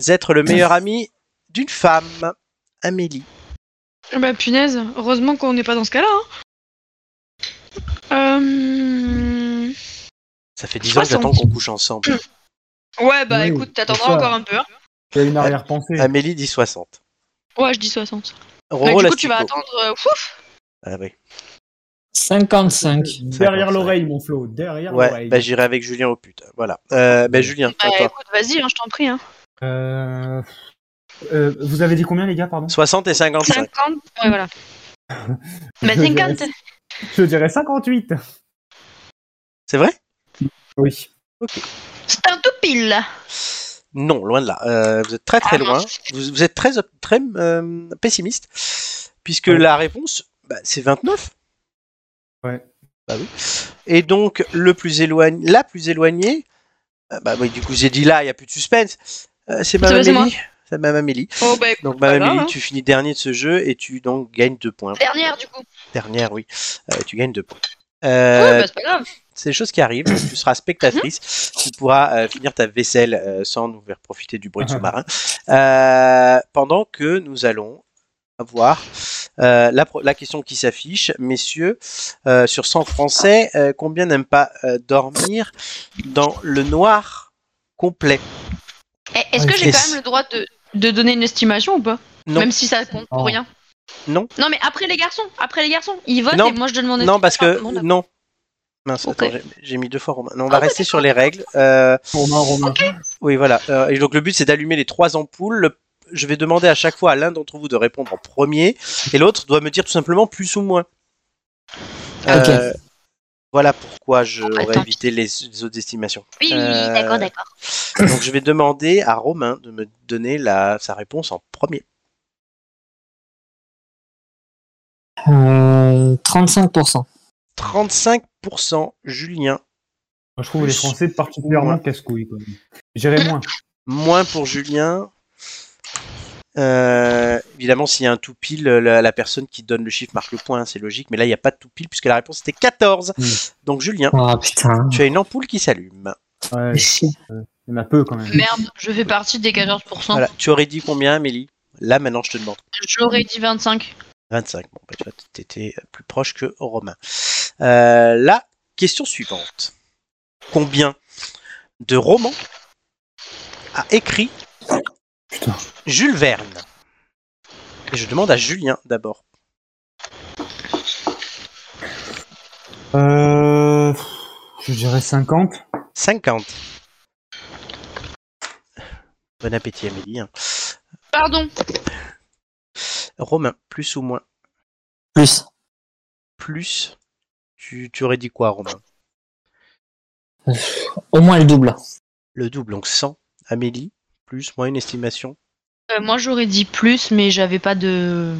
être le meilleur ami d'une femme Amélie. Bah punaise, heureusement qu'on n'est pas dans ce cas-là. hein. Euh, Ça fait 10 ans que j'attends qu'on couche ensemble. Ouais, bah Oui, écoute, c'est t'attendras ça. encore un peu. hein. Il y a une arrière-pensée. Amélie dit 60. Ouais, je dis 60. Bah, Roro du coup, Lastico. tu vas attendre. euh, ouf Ah oui. 55. Derrière l'oreille, mon Flo. Derrière Ouais, l'oreille. bah j'irai avec Julien au pute. Voilà. Euh, bah Julien, à Bah toi. écoute, vas-y, hein, je t'en prie. Hein. Euh, euh, vous avez dit combien, les gars, pardon 60 et 55. 50, ouais, voilà. Bah 50 Je dirais 58. C'est vrai Oui. C'est un tout pile Non, loin de là. Euh, vous êtes très très Ah, loin. mince. Vous, vous êtes très, op- très euh, pessimiste. Puisque Ouais. la réponse, bah, c'est 29. Ouais. Bah oui. Et donc, le plus éloigné, la plus éloignée, euh, bah oui, du coup, j'ai dit là, il n'y a plus de suspense. Euh, c'est Mme C'est- c'est moi. Amélie. C'est Mme Amélie. Oh bah écoute, Donc, pas Mme grave, Amélie, hein. tu finis dernier de ce jeu et tu donc gagnes 2 points. dernière du coup. Dernière, oui. Euh, tu gagnes 2 points. Ouais, Euh, bah c'est pas grave. c'est des choses qui arrivent. Tu seras spectatrice. tu pourras euh, finir ta vaisselle euh, sans nous faire profiter du bruit sous-marin. Euh, pendant que nous allons avoir euh, la, pro- la question qui s'affiche, messieurs, euh, sur 100 Français, euh, combien n'aiment pas euh, dormir dans le noir complet Eh, Est-ce que Ouais, j'ai c'est- quand même le droit de, de donner une estimation ou pas Non. Même si ça compte pour Non. rien. Non. Non mais après les garçons, après les garçons, ils votent Non. et moi je donne mon estimation. bah, Non, parce à que tout le monde. non. Mince, Ok. attends, j'ai- j'ai mis deux fois Romain. Non, on va Ah ouais, rester sur les règles. Euh, Romain, Romain. Oui, voilà. Euh, et donc le but, c'est d'allumer les trois ampoules. Le- Je vais demander à chaque fois à l'un d'entre vous de répondre en premier, et l'autre doit me dire tout simplement plus ou moins. Euh, Voilà pourquoi bah, j'aurais tant évité les, les autres estimations. Oui, oui, oui, Euh, d'accord, d'accord. Donc je vais demander à Romain de me donner la, sa réponse en premier. Euh, 35%. 35% Julien, Moi, je trouve les Français particulièrement casse-couilles. quand même. J'irai moins. Moins pour Julien. Euh, évidemment, s'il y a un tout pile, la, la personne qui donne le chiffre marque le point, hein, c'est logique. Mais là, il n'y a pas de tout pile puisque la réponse était 14. Mm. Donc, Julien, Oh putain. tu as une ampoule qui s'allume. Ouais, Chier. il y en a peu quand même. Merde, je fais partie des 14%. Voilà. Tu aurais dit combien, Amélie Là, maintenant, je te demande. J'aurais dit 25. 25. Bon, bah, tu vois, t'étais plus proche que Romain. Euh, la question suivante. Combien de romans a écrit Putain. Jules Verne Et je demande à Julien d'abord. Euh, je dirais 50. 50. Bon appétit, Amélie. hein. Pardon. Romain, plus ou moins Plus. Plus tu, tu aurais dit quoi, Romain Au moins le double. Le double, donc 100. Amélie, plus, moins une estimation Euh, moi, j'aurais dit plus, mais j'avais pas de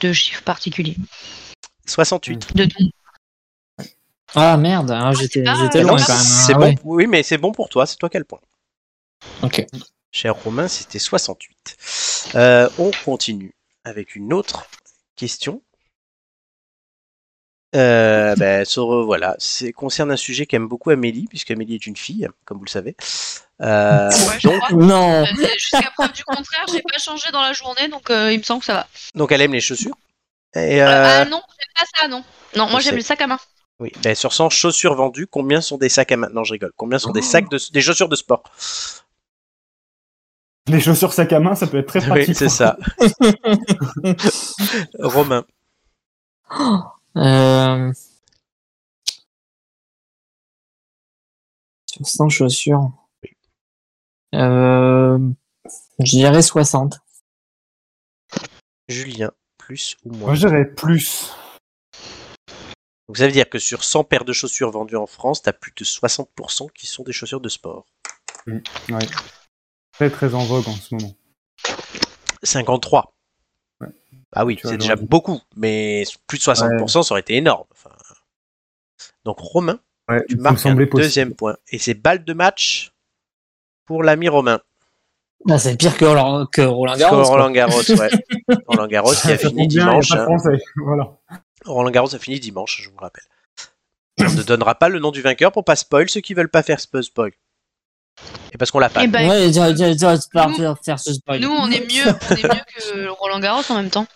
de chiffre particulier. 68. De don. Ah merde, hein, j'étais Ah, j'étais c'est loin Non, quand même. hein. c'est Ah bon. ouais. Oui, mais c'est bon pour toi. C'est toi qui as le point. Ok. Cher Romain, c'était 68. Euh, on continue avec une autre question. Euh, ben, se re- voilà, c'est concerne un sujet qu'aime beaucoup Amélie, puisque Amélie est une fille, comme vous le savez. Euh, Ouais, je donc, crois. Non. Euh, Jusqu'à preuve du contraire, j'ai pas changé dans la journée, donc euh, il me semble que ça va. donc elle aime les chaussures. Et, Euh, euh, Ah non, j'aime pas ça, non. Non, moi je j'aime sais. le sac à main. oui, ben, sur 100 chaussures vendues, combien sont des sacs à main Non, je rigole. Combien sont des Oh. sacs de, des chaussures de sport Les chaussures sac à main, ça peut être très pratique. hein. Oui, c'est ça. Romain, Euh... Sur 100 chaussures. Euh... Je dirais 60. Julien, plus ou moins Moi, je dirais plus. Donc ça veut dire que sur 100 paires de chaussures vendues en France, t'as plus de 60% qui sont des chaussures de sport. Ouais. Très très en vogue en ce moment. 53. Ouais. Ah oui, Tu vois, c'est déjà j'aurais dit. beaucoup, mais plus de 60%, ça aurait été énorme. Enfin, Donc Romain, Ouais, tu il me marques un semblait possible. deuxième point. Et c'est balle de match pour l'ami Romain. Ah, c'est pire que Roland, que Roland Garros. Comme Ah, quoi. Roland Garros, ouais. Roland Garros qui a Ça fini tombe bien, il y a dimanche. pas de hein. français. Voilà. Roland Garros a fini dimanche, je vous rappelle. On ne donnera pas le nom du vainqueur pour pas spoil ceux qui veulent pas faire spo- spoil. Et parce qu'on l'a pas. Eh ben, Ouais, dire, dire, dire, faire- Nous- faire- faire ce spoil. nous on est mieux, on est mieux que Roland Garros en même temps.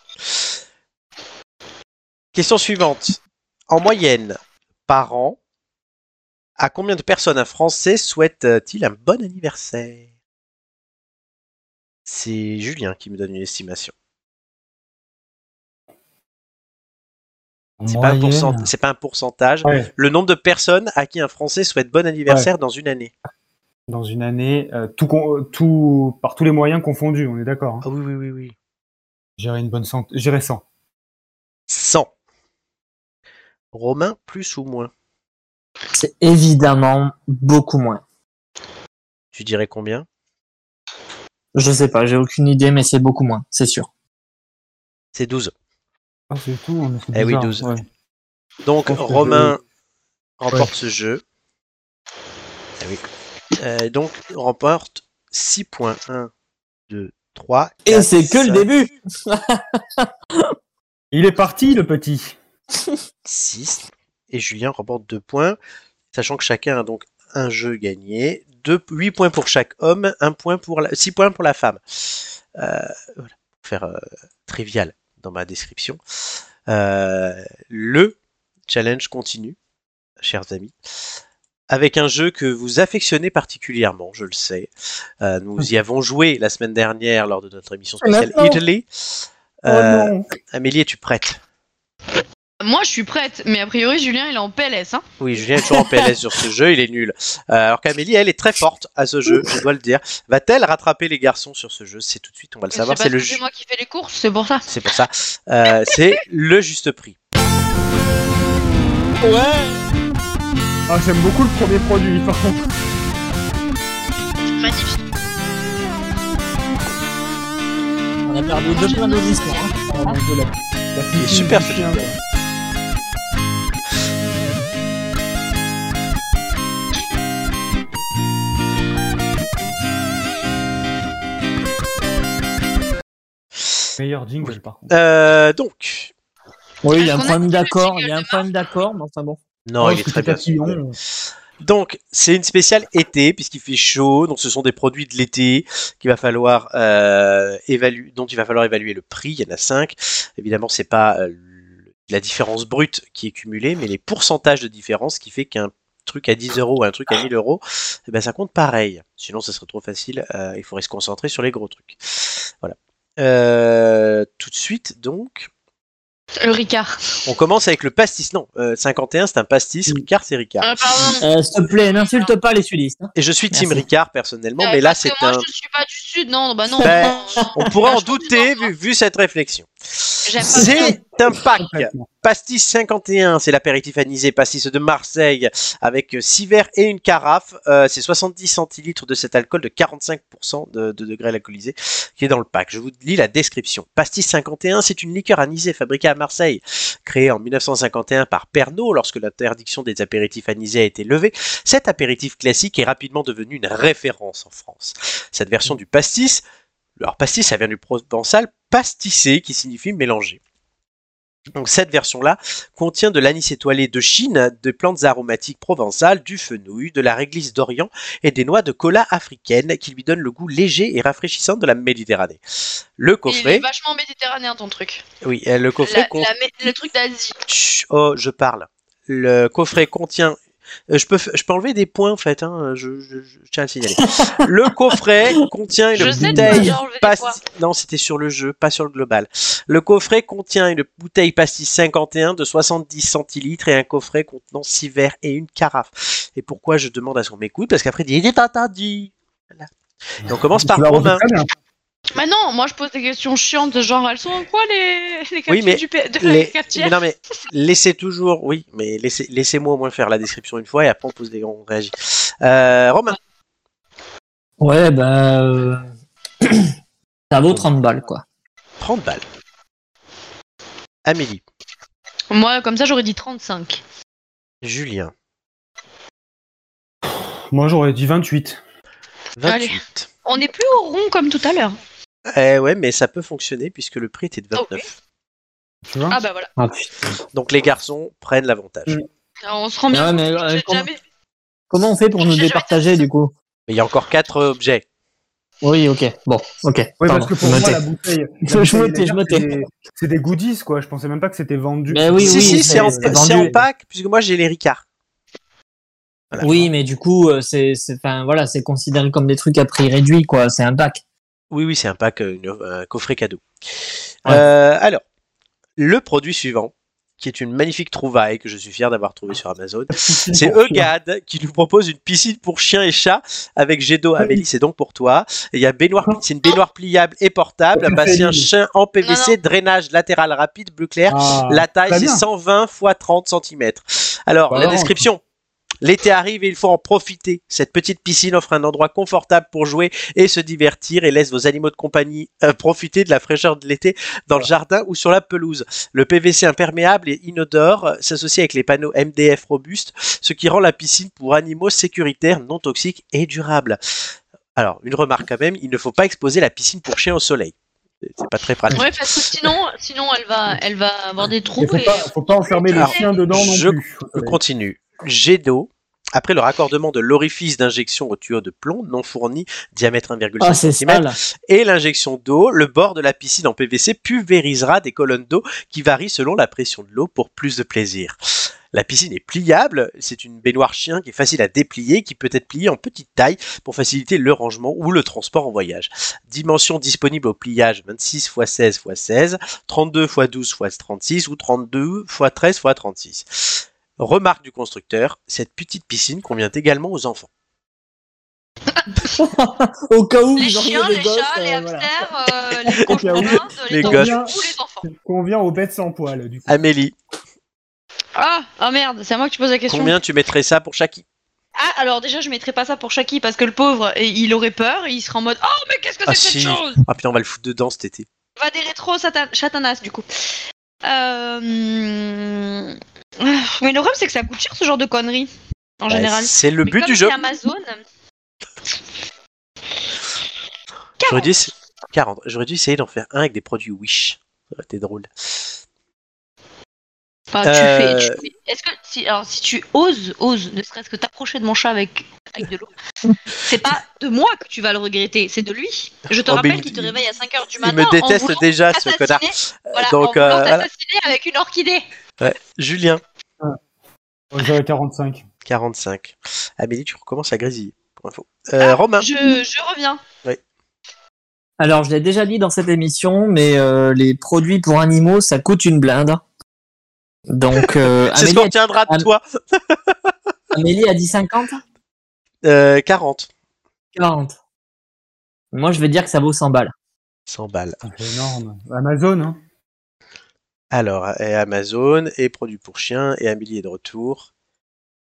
Question suivante. En moyenne, par an, à combien de personnes un Français souhaite-t-il un bon anniversaire C'est Julien qui me donne une estimation. C'est pas, un pourcent- c'est pas un pourcentage. Ouais. Le nombre de personnes à qui un Français souhaite bon anniversaire dans une année. Dans une année, euh, tout, con- euh, tout, par tous les moyens confondus, on est d'accord. hein. Ah oui, oui, oui, oui. J'irais une bonne cent... J'irais 100. 100. Romain, plus ou moins C'est évidemment beaucoup moins. Tu dirais combien Je sais pas, j'ai aucune idée, mais c'est beaucoup moins, c'est sûr. C'est 12. Ah, c'est tout. on est- c'est Eh oui, bizarre, 12. ouais. Donc Je pense que Romain remporte Ouais. ce jeu. Ah oui. Euh, donc remporte 6 points. 1, 2, 3. Et c'est que le début Il est parti, le petit. 6. Et Julien remporte 2 points, sachant que chacun a donc un jeu gagné. 8 points pour chaque homme, 1 point pour la, 6 points pour la femme. Euh, voilà, pour faire euh, trivial dans ma description. Euh, le challenge continue, chers amis, avec un jeu que vous affectionnez particulièrement, je le sais. Euh, nous y avons joué la semaine dernière lors de notre émission spéciale Maintenant. Italy. Ah, Oh Euh, non. Amélie, es-tu prête Moi je suis prête, mais a priori Julien il est en PLS. Hein. Oui, Julien est toujours en PLS sur ce jeu, il est nul. Euh, alors qu'Amélie, elle est très forte à ce jeu, je dois le dire. Va-t-elle rattraper les garçons sur ce jeu C'est tout de suite, on va le savoir. c'est C'est parce le que ju- c'est moi qui fais les courses, c'est pour ça. c'est pour ça. Euh, c'est le juste prix. Ouais Ah, j'aime beaucoup le premier produit, par contre. Magnifique. On a perdu Ah, deux points d'audisme. Oh, mon Dieu, la- la Il est fille super du ce chien, jeu. quoi. Meilleur jingle, par contre. Euh, donc, hein. Oui, il y Est-ce a un qu'on a problème dit le d'accord, jingle il y a un de problème d'accord, mais enfin bon. non, il est très bien. Papillon, celui-là. euh, Donc, c'est une spéciale été, puisqu'il fait chaud. Donc, ce sont des produits de l'été qu'il va falloir euh, évaluer, dont il va falloir évaluer le prix. Il y en a cinq. Évidemment, c'est pas euh, le- la différence brute qui est cumulée, mais les pourcentages de différence qui fait qu'un truc à 10 euros ou un truc à 1000 euros, eh ben, ça compte pareil. Sinon, ça serait trop facile. euh, il faudrait se concentrer sur les gros trucs. Voilà. Euh, tout de suite, donc, Le Ricard. on commence avec le pastis. Non, euh, 51, c'est un pastis. Ricard, c'est Ricard. Ah, pardon. Euh, S'il te plaît, n'insulte pas les sudistes. hein. Et je suis Tim Merci. Ricard personnellement, Euh, mais là parce que c'est moi, un. je suis pas du sud, non, bah non. Ben, On pourrait en Je comprends. douter vu, vu cette réflexion. J'aime pas C'est un pack. Pastis 51, c'est l'apéritif anisé pastis de Marseille avec 6 verres et une carafe. Euh, c'est 70 centilitres de cet alcool de 45% de, de degré alcoolisé qui est dans le pack. Je vous lis la description. Pastis 51, c'est une liqueur anisée fabriquée à Marseille, créée en 1951 par Pernod lorsque l'interdiction des apéritifs anisés a été levée. Cet apéritif classique est rapidement devenu une référence en France. Cette version du pastis, alors pastis, ça vient du provençal pastissé qui signifie mélanger. Donc cette version-là contient de l'anis étoilé de Chine, de plantes aromatiques provençales, du fenouil, de la réglisse d'Orient et des noix de cola africaines qui lui donnent le goût léger et rafraîchissant de la Méditerranée. Le Il est coffret, vachement méditerranéen ton truc. oui, euh, le coffret La- con- la mé- le truc d'Asie. Chut, oh, je parle. Le coffret contient. euh, Je peux, f- je peux enlever des points en fait, hein, je, je- je tiens à le signaler. Le coffret contient une Je sais, tu bouteille vas enlever des pas- poids. Non, c'était sur le jeu, pas sur le global. Le coffret contient une bouteille pastis 51 de 70 centilitres et un coffret contenant 6 verres et une carafe. Et pourquoi je demande à ce qu'on m'écoute Parce qu'après, il dit, il est interdit. Voilà. Et on commence par Tu l'as refait Romain. très bien. Bah non, moi je pose des questions chiantes, genre elles sont en quoi les, les capsules mais du P- de la Les- cafetière Mais non, mais laissez toujours, oui, mais laissez- laissez-moi au moins faire la description une fois et après on pose des on réagit. Euh, Romain, Ouais, bah. euh, ça vaut 30 balles, quoi. 30 balles. Amélie, Moi comme ça j'aurais dit 35. Julien, Moi, j'aurais dit 28. 28. On n'est plus au rond comme tout à l'heure. Eh ouais, mais ça peut fonctionner puisque le prix était de 29. Tu vois Ah bah voilà. Ah, putain. Donc les garçons prennent l'avantage. Mm. Alors, on se rend bien Ouais, compte mais, que euh, j'ai comment- jamais- Comment on fait pour nous J'ai jamais départager, du coup Mais il y a encore 4 objets. Oui, ok. Bon, ok. Oui, pardon. parce que pour Noté. moi, la bouteille. la Je bouteille me tais, je me laser, c'est des- C'est des goodies, quoi. Je pensais même pas que c'était vendu. Mais oui, si, oui, si, mais c'est en, c'est c'est vendu. en pack puisque moi j'ai les Ricard. Voilà. Oui, mais du coup, euh, c'est, c'est, enfin, voilà, c'est considéré comme des trucs à prix réduit, quoi. C'est un pack. Oui, oui, c'est un pack, euh, une- un coffret cadeau. Ouais. Euh, alors, le produit suivant, qui est une magnifique trouvaille que je suis fier d'avoir trouvé sur Amazon, c'est Eugad qui nous propose une piscine pour chiens et chats avec jet d'eau. Amélie, c'est donc pour toi. Et il y a baignoire, Ah. c'est une baignoire pliable et portable, un bassin chien en PVC, drainage latéral rapide, bleu clair. Ah, La taille, Pas c'est bien. 120 x 30 cm. Alors, Pas la mal. description. L'été arrive et il faut en profiter. Cette petite piscine offre un endroit confortable pour jouer et se divertir et laisse vos animaux de compagnie euh, profiter de la fraîcheur de l'été dans le jardin ou sur la pelouse. Le PVC imperméable et inodore euh, s'associe avec les panneaux MDF robustes, ce qui rend la piscine pour animaux sécuritaire, non toxique et durable. Alors, une remarque quand même, il ne faut pas exposer la piscine pour chiens au soleil. C'est- C'est pas très pratique. Ouais parce que sinon sinon elle va elle va avoir des trous Il faut et pas, faut pas enfermer les Alors, chiens dedans non je- plus. Je continue. Jet d'eau. Après le raccordement de l'orifice d'injection au tuyau de plomb non fourni, diamètre 1,5 Ah, c'est ça, cm, là. et l'injection d'eau, le bord de la piscine en PVC pulvérisera des colonnes d'eau qui varient selon la pression de l'eau pour plus de plaisir. La piscine est pliable, c'est une baignoire chien qui est facile à déplier, qui peut être pliée en petite taille pour faciliter le rangement ou le transport en voyage. Dimension disponible au pliage 26 x 16 x 16, 32 x 12 x 36 ou 32 x 13 x 36. Remarque du constructeur, cette petite piscine convient également aux enfants. Au cas où les vous auriez chiens, des les gosses, chats, euh, les voilà. hamsters, euh, les Au cas où, cochons, les, les tortues gosses. ou les enfants. Convient aux bêtes sans poil, du coup. Amélie, Ah, ah merde, c'est à moi que tu poses la question. combien tu mettrais ça pour Chaki Ah, alors déjà, je mettrais pas ça pour Chucky parce que le pauvre, eh, il aurait peur, et il serait en mode Oh, mais qu'est-ce que c'est Ah, que cette si. chose Ah putain, on va le foutre dedans cet été. Va des rétro satan- chatanas, du coup. Euh... Mais le problème, c'est que ça coûte cher ce genre de conneries, en Bah, général. C'est le Mais but comme du c'est jeu. Amazon. J'aurais dit, c'est- 40. J'aurais dû essayer d'en faire un avec des produits Wish. Ça aurait été drôle. Enfin, tu Euh, fais. tu fais- Est-ce que si, alors, si tu oses, oses, ne serait-ce que t'approcher de mon chat avec, avec de l'eau, c'est pas de moi que tu vas le regretter, c'est de lui. Je te Oh, mais rappelle il- qu'il te réveille à 5h du Il matin. me en déteste voulant déjà, ce t'assassiner. connard. Voilà, Donc, en voulant euh, voilà. t'assassiner avec une orchidée. Julien, Ah. J'aurais 45. 45. Amélie, tu recommences à grésiller. Pour info. Euh, Romain, Ah, Je, je reviens. Alors, je l'ai déjà dit dans cette émission, mais euh, les produits pour animaux, ça coûte une blinde. Donc, euh, c'est ce qu'on Amélie, tiendra de Am- toi. Amélie a dit 50 Euh, 40. 40. Moi, je vais dire que ça vaut 100 balles. 100 balles. C'est énorme. Amazon, hein. Alors, et Amazon, et produits pour chiens, et Amélie est de retour.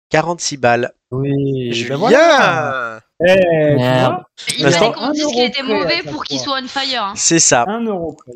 46 balles. Oui. Julien ben voilà. Hein Eh, tu Merde. vois, Il L'instant- fallait qu'on Un me dise euro qu'il était près à mauvais chaque pour qu'il fois. soit on fire. hein. C'est ça. un euro près.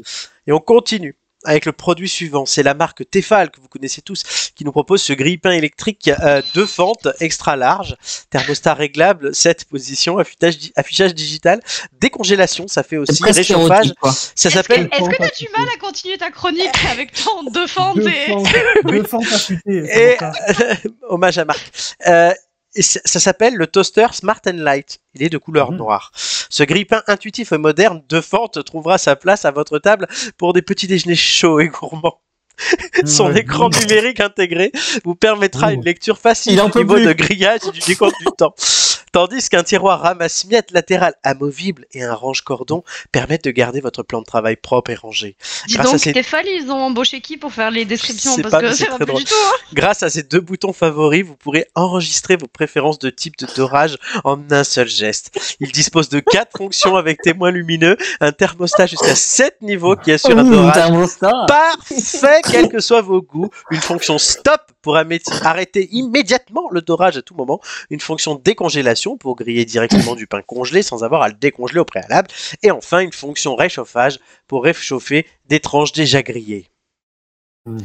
Et on continue avec le produit suivant. C'est la marque Tefal, que vous connaissez tous, qui nous propose ce grille-pain électrique euh, deux fentes, extra large, thermostat réglable, 7 positions, affichage, di- affichage digital, décongélation, ça fait C'est aussi presque réchauffage. érotique, quoi. Ça Est-ce que s'appelle... est-ce que t'as du mal à continuer ta chronique avec ton deux fentes Deux et- fentes- Deux fentes affûtées. Et c'est pour ça. hommage à Marc. Euh, et ça ça s'appelle le toaster Smart and Light. Il est de couleur Mhm. noire. Ce grille-pain intuitif et moderne de fente trouvera sa place à votre table pour des petits déjeuners chauds et gourmands. Son Ouais. écran numérique intégré vous permettra Ouh. une lecture facile Il en du peut niveau plus. de grillage et du décompte du temps. Tandis qu'un tiroir ramasse-miettes latéral amovible et un range-cordon permettent de garder votre plan de travail propre et rangé. Dis Grâce à donc, ces- Stéphane, ils ont embauché qui pour faire les descriptions sais Parce pas, mais que Ah, c'est ça va très plus drôle. du tout. hein. Grâce à ces deux boutons favoris, vous pourrez enregistrer vos préférences de type de dorage en un seul geste. Il dispose de quatre fonctions avec témoin lumineux, un thermostat jusqu'à 7 niveaux qui assure un Mmh, dorage thermostat. parfait, quels que soient vos goûts. Une fonction stop pour amé- arrêter immédiatement le dorage à tout moment. Une fonction décongélation pour griller directement du pain congelé sans avoir à le décongeler au préalable. Et enfin, une fonction réchauffage pour réchauffer des tranches déjà grillées. Mm.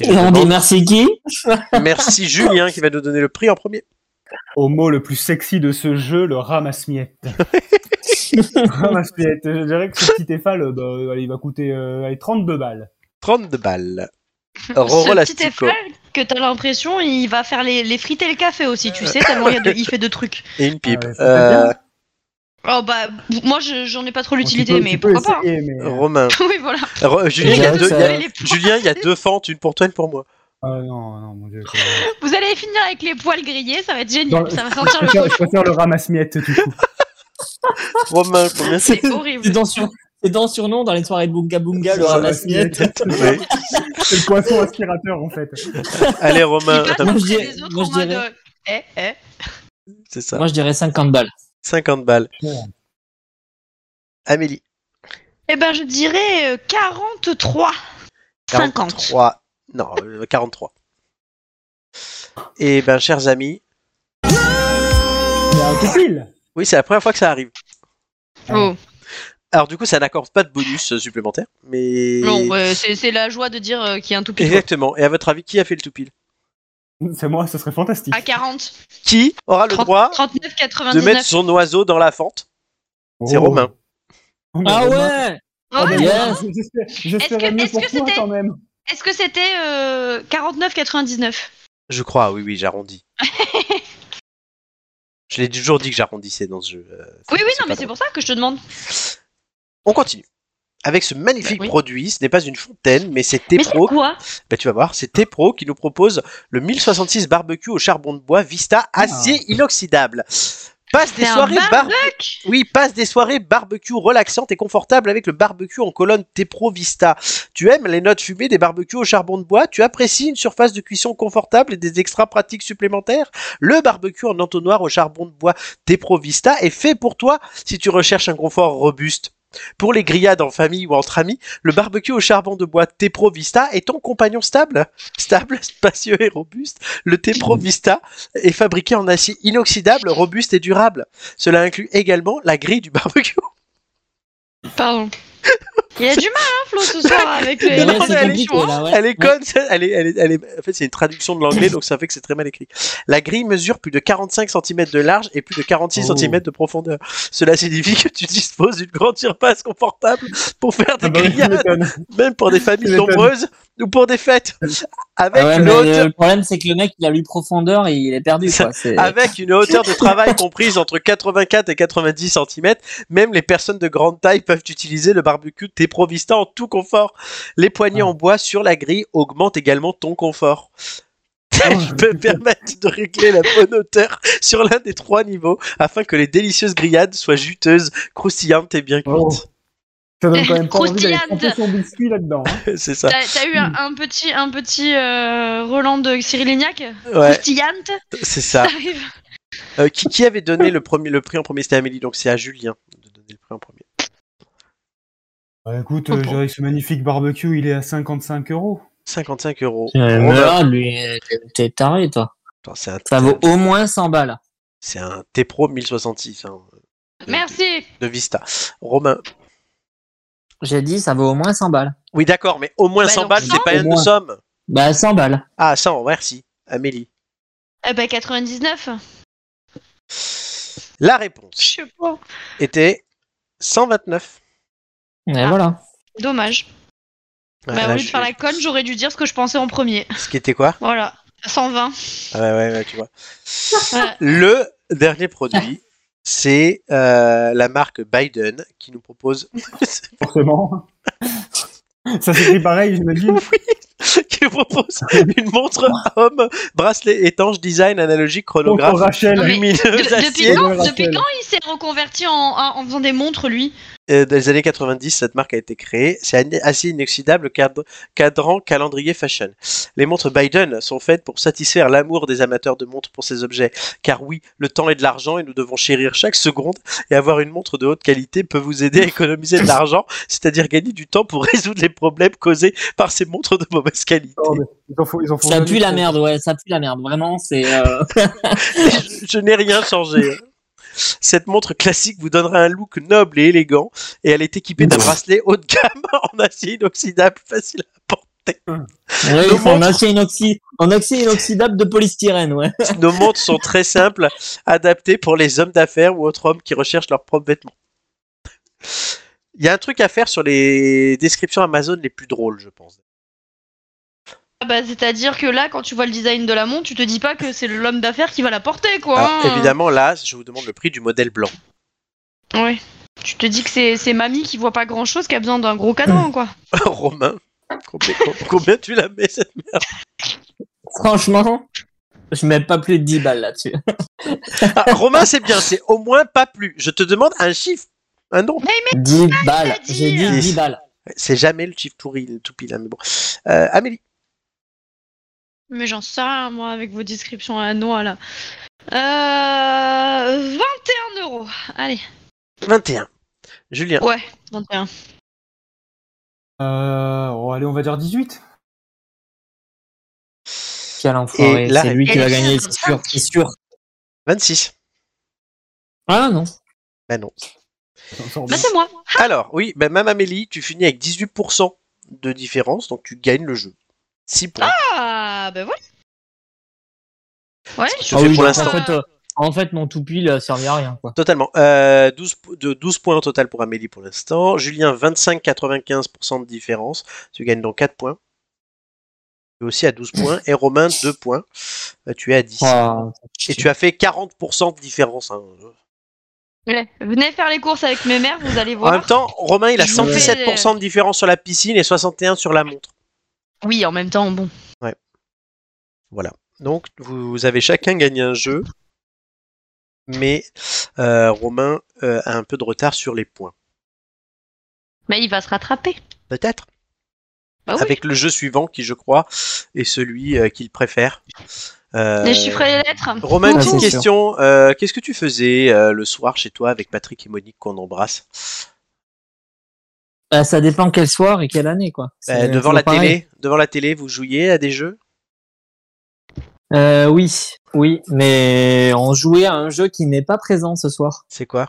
Et je Et on dit demande- merci qui merci Julien qui va nous donner le prix en premier. Au mot le plus sexy de ce jeu, le ramasse-miette. ramasse-miette. Je dirais que ce petit Tefal, bah, allez, il va coûter euh, allez, 32 balles. 32 balles. Ce Roro petit Lastico. Tefal que t'as l'impression il va faire les, les frites et le café aussi, tu sais, tellement il, y a de- il fait de trucs. Et une pipe. Ah ouais, ça fait Euh, Oh bah, moi je- j'en ai pas trop Bon, tu l'utilité, peux- mais tu peux pourquoi pas hein. essayer, mais, euh, Romain. Oui, voilà. Ro- Julien, il y a J'avoue, deux- il y a- ça- Les poils- Julien, il y a deux fentes, une pour toi, une pour moi. ah, non, non, mon dieu. c'est- Vous allez finir avec les poils grillés, ça va être Dans génial. le- Ça va Je sentir le préfère, je préfère le ramasse-miette du coup. Romain, combien C'est horrible. C'est dans, sur... c'est dans surnom dans les soirées de Bunga Bunga, le Ouais, ramasse-miettes. Oui. C'est le poisson aspirateur en fait. Allez, Il Romain, passe t'as- Moi, je auprès dirais- des autres moi, en je mode. dirais- euh, Eh, eh. c'est ça. Moi, je dirais 50 balles. 50 balles. Amélie, Eh ben je dirais euh, 43. 50. 43. Non, euh, 43. Et ben, chers amis, C'est un coup pile. oui, c'est la première fois que ça arrive. Oh. Alors, du coup, ça n'accorde pas de bonus euh, supplémentaire, mais. Non, ouais, c'est c'est la joie de dire euh, qu'il y a un tout petit. Exactement. Et à votre avis, qui a fait le tout pile C'est moi, ce serait fantastique. À 40. Qui aura le 30 droit 39, de mettre 99. son oiseau dans la fente c'est Oh. Romain. Oh, mais Ah Romain. ouais Ah ouais, ben, yes. hein. Romain, j'espère- J'espérais Est-ce que- mieux est-ce pour que toi c'était- quand même. Est-ce que c'était euh, 49,99 Je crois, Ah oui, oui, j'arrondis. Je l'ai toujours dit que j'arrondissais dans ce jeu. euh, Oui, oui, non, pas mais drôle. c'est pour ça que je te demande. On continue. Avec ce magnifique Bah oui. produit, ce n'est pas une fontaine, mais c'est Mais c'est T-Pro. quoi Bah, tu vas voir, c'est T-Pro qui nous propose le 1066 barbecue au charbon de bois Vista acier inoxydable. Passe des C'est un soirées bar- barbec oui, passe des soirées barbecue relaxantes et confortables avec le barbecue en colonne T-Pro Vista. Tu aimes les notes fumées des barbecues au charbon de bois Tu apprécies une surface de cuisson confortable et des extras pratiques supplémentaires Le barbecue en entonnoir au charbon de bois T-Pro Vista est fait pour toi si tu recherches un confort robuste. Pour les grillades en famille ou entre amis, le barbecue au charbon de bois T-Pro Vista est ton compagnon stable. Stable, spacieux et robuste, le T-Pro Vista est fabriqué en acier inoxydable, robuste et durable. Cela inclut également la grille du barbecue. Pardon. Il a du mal, hein, Flo, ce soir, avec les, Bah ouais, non, les mais elle est émotions, hein. là, ouais. Elle est conne, ça- elle est, elle est- elle est- en fait c'est une traduction de l'anglais donc ça fait que c'est très mal écrit. La grille mesure plus de 45 cm de large et plus de 46 Oh. cm de profondeur. Cela signifie que tu disposes d'une grande surface confortable pour faire des Ah bah oui, tu grillades, m'étonnes. même pour des familles Tu m'étonnes. nombreuses ou pour des fêtes. Avec Ah ouais, une mais hauteur, le problème, c'est que le mec, il a lu profondeur et il est perdu. Ça- quoi. C'est- avec une hauteur de travail comprise entre 84 et 90 cm, même les personnes de grande taille peuvent utiliser le barbecue de tes provistas en tout confort. Les Ah. poignées en bois sur la grille augmentent également ton confort. Oh. Je peux permettre de régler la bonne hauteur sur l'un des trois niveaux afin que les délicieuses grillades soient juteuses, croustillantes et bien Oh. cuites. Ça donne quand même pas envie d'aller Croustillante. tremper son biscuit là-dedans. hein. C'est ça. T'as t'as eu un, un petit, un petit euh, Roland de Cyril Lignac Ouais, Ah. Croustillante c'est ça. T'arrives. Euh, qui, qui avait donné le, premier, le prix en premier C'était Amélie, donc c'est à Julien de donner le prix en premier. Bah, écoute, euh, j'ai- avec ce magnifique barbecue, il est à 55 euros. 55 euros. Euh, Bon, bah, voilà, lui, euh, t'es taré, toi. attends, c'est un- Ça vaut au moins 100 balles. C'est un T-Pro 1066 hein, de, Merci de Vista. Romain. J'ai dit, ça vaut au moins 100 balles. Oui, d'accord, mais au moins Bah 100 non, balles, c'est non. pas Au une moins. somme. Bah, 100 balles. Ah, 100, merci. Amélie. Eh ben 99 La Je réponse sais pas. était 129. Et Ah. voilà. Dommage. Ouais, bah, là, au lieu de je- faire la conne, j'aurais dû dire ce que je pensais en premier. Ce qui était quoi Voilà. 120. Ah ouais, ouais, ouais, tu vois. Ouais. Le dernier produit, c'est euh, la marque Biden qui nous propose Forcément. Ça s'écrit pareil, j'imagine. qui nous propose une montre à homme, bracelet étanche, design analogique, Contre chronographe, Rachel. Oui. De- lumineuse, depuis acier. quand, Rappel. depuis quand il s'est reconverti en, en, en faisant des montres, lui Euh, dans les années 90, cette marque a été créée. C'est an- assez inoxydable, cadre- cadran, calendrier, fashion. Les montres Biden sont faites pour satisfaire l'amour des amateurs de montres pour ces objets. Car oui, le temps est de l'argent et nous devons chérir chaque seconde. Et avoir une montre de haute qualité peut vous aider à économiser de l'argent, c'est-à-dire gagner du temps pour résoudre les problèmes causés par ces montres de mauvaise qualité. Oh, mais ils en font- ils en font Ça jamais pue la trop. merde, ouais, ça pue la merde. Vraiment, c'est. euh, je, je n'ai rien changé. hein. Cette montre classique vous donnera un look noble et élégant et elle est équipée d'un bracelet haut de gamme en acier inoxydable facile à porter. ouais, Nos ils font en montres- acier inoxy- en acier inoxydable de polystyrène, ouais. Nos montres sont très simples, adaptées pour les hommes d'affaires ou autres hommes qui recherchent leurs propres vêtements. Il y a un truc à faire sur les descriptions Amazon les plus drôles, je pense. Ah bah, C'est-à-dire que là, quand tu vois le design de la montre, tu te dis pas que c'est l'homme d'affaires qui va la porter, quoi. Alors, hein. Ah, évidemment, là, je vous demande le prix du modèle blanc. Ouais. Tu te dis que c'est c'est mamie qui voit pas grand chose qui a besoin d'un gros cadran, quoi. Romain, combien, combien tu la mets cette Franchement, je mets pas plus de 10 balles là-dessus. Ah, Romain, c'est bien, c'est au moins pas plus. Je te demande un chiffre, un nombre. 10 balles, dit, j'ai hein. dit 10 balles. C'est jamais le chiffre pourri, le tout pile, hein, mais bon. Euh, Amélie, Mais j'en sais rien, moi, avec vos descriptions à noix, là. Euh... 21 euros. Allez, 21. Julien, 21. Euh, oh, allez, on va dire 18. Quel enfoiré, Et la c'est lui qui réponse- va gagner, c'est sûr, c'est sûr. 26. Ah non. Bah non. On sort Bah de- c'est moi. Alors, oui, bah, même Amélie, tu finis avec 18% de différence, donc tu gagnes le jeu. 6 points. Ah, bah voilà. Ouais, que je tu Ah fais oui, pour donc, l'instant. En fait, euh, en fait, mon toupie ne servait à rien, quoi. Totalement. Euh, 12, po- de 12 points au total pour Amélie pour l'instant. Julien, 25-95% de différence. Tu gagnes donc 4 points. Tu es aussi à 12 points. Et Romain, 2 points. Euh, tu es à 10. Oh, Et tu as fait 40% de différence. hein. Ouais, Venez faire les courses avec mes mères, vous allez En voir. même temps, Romain, il a Je vous 117% de différence sur la piscine et 61% sur la montre. Oui, en même temps, bon. Donc, vous avez chacun gagné un jeu, mais euh, Romain euh, a un peu de retard sur les points. Mais il va se rattraper. Peut-être Bah oui. Avec le jeu suivant, qui, je crois, est celui euh, qu'il préfère. Euh, Les chiffres et les lettres. Romain, Ouh. Ah, petite c'est sûr. question. euh, Qu'est-ce que tu faisais euh, le soir chez toi avec Patrick et Monique qu'on embrasse Bah, ça dépend quel soir et quelle année, quoi. Euh, C'est Devant la toujours pareil. télé, devant la télé, vous jouiez à des jeux Euh, oui, oui, mais on jouait à un jeu qui n'est pas présent ce soir. C'est quoi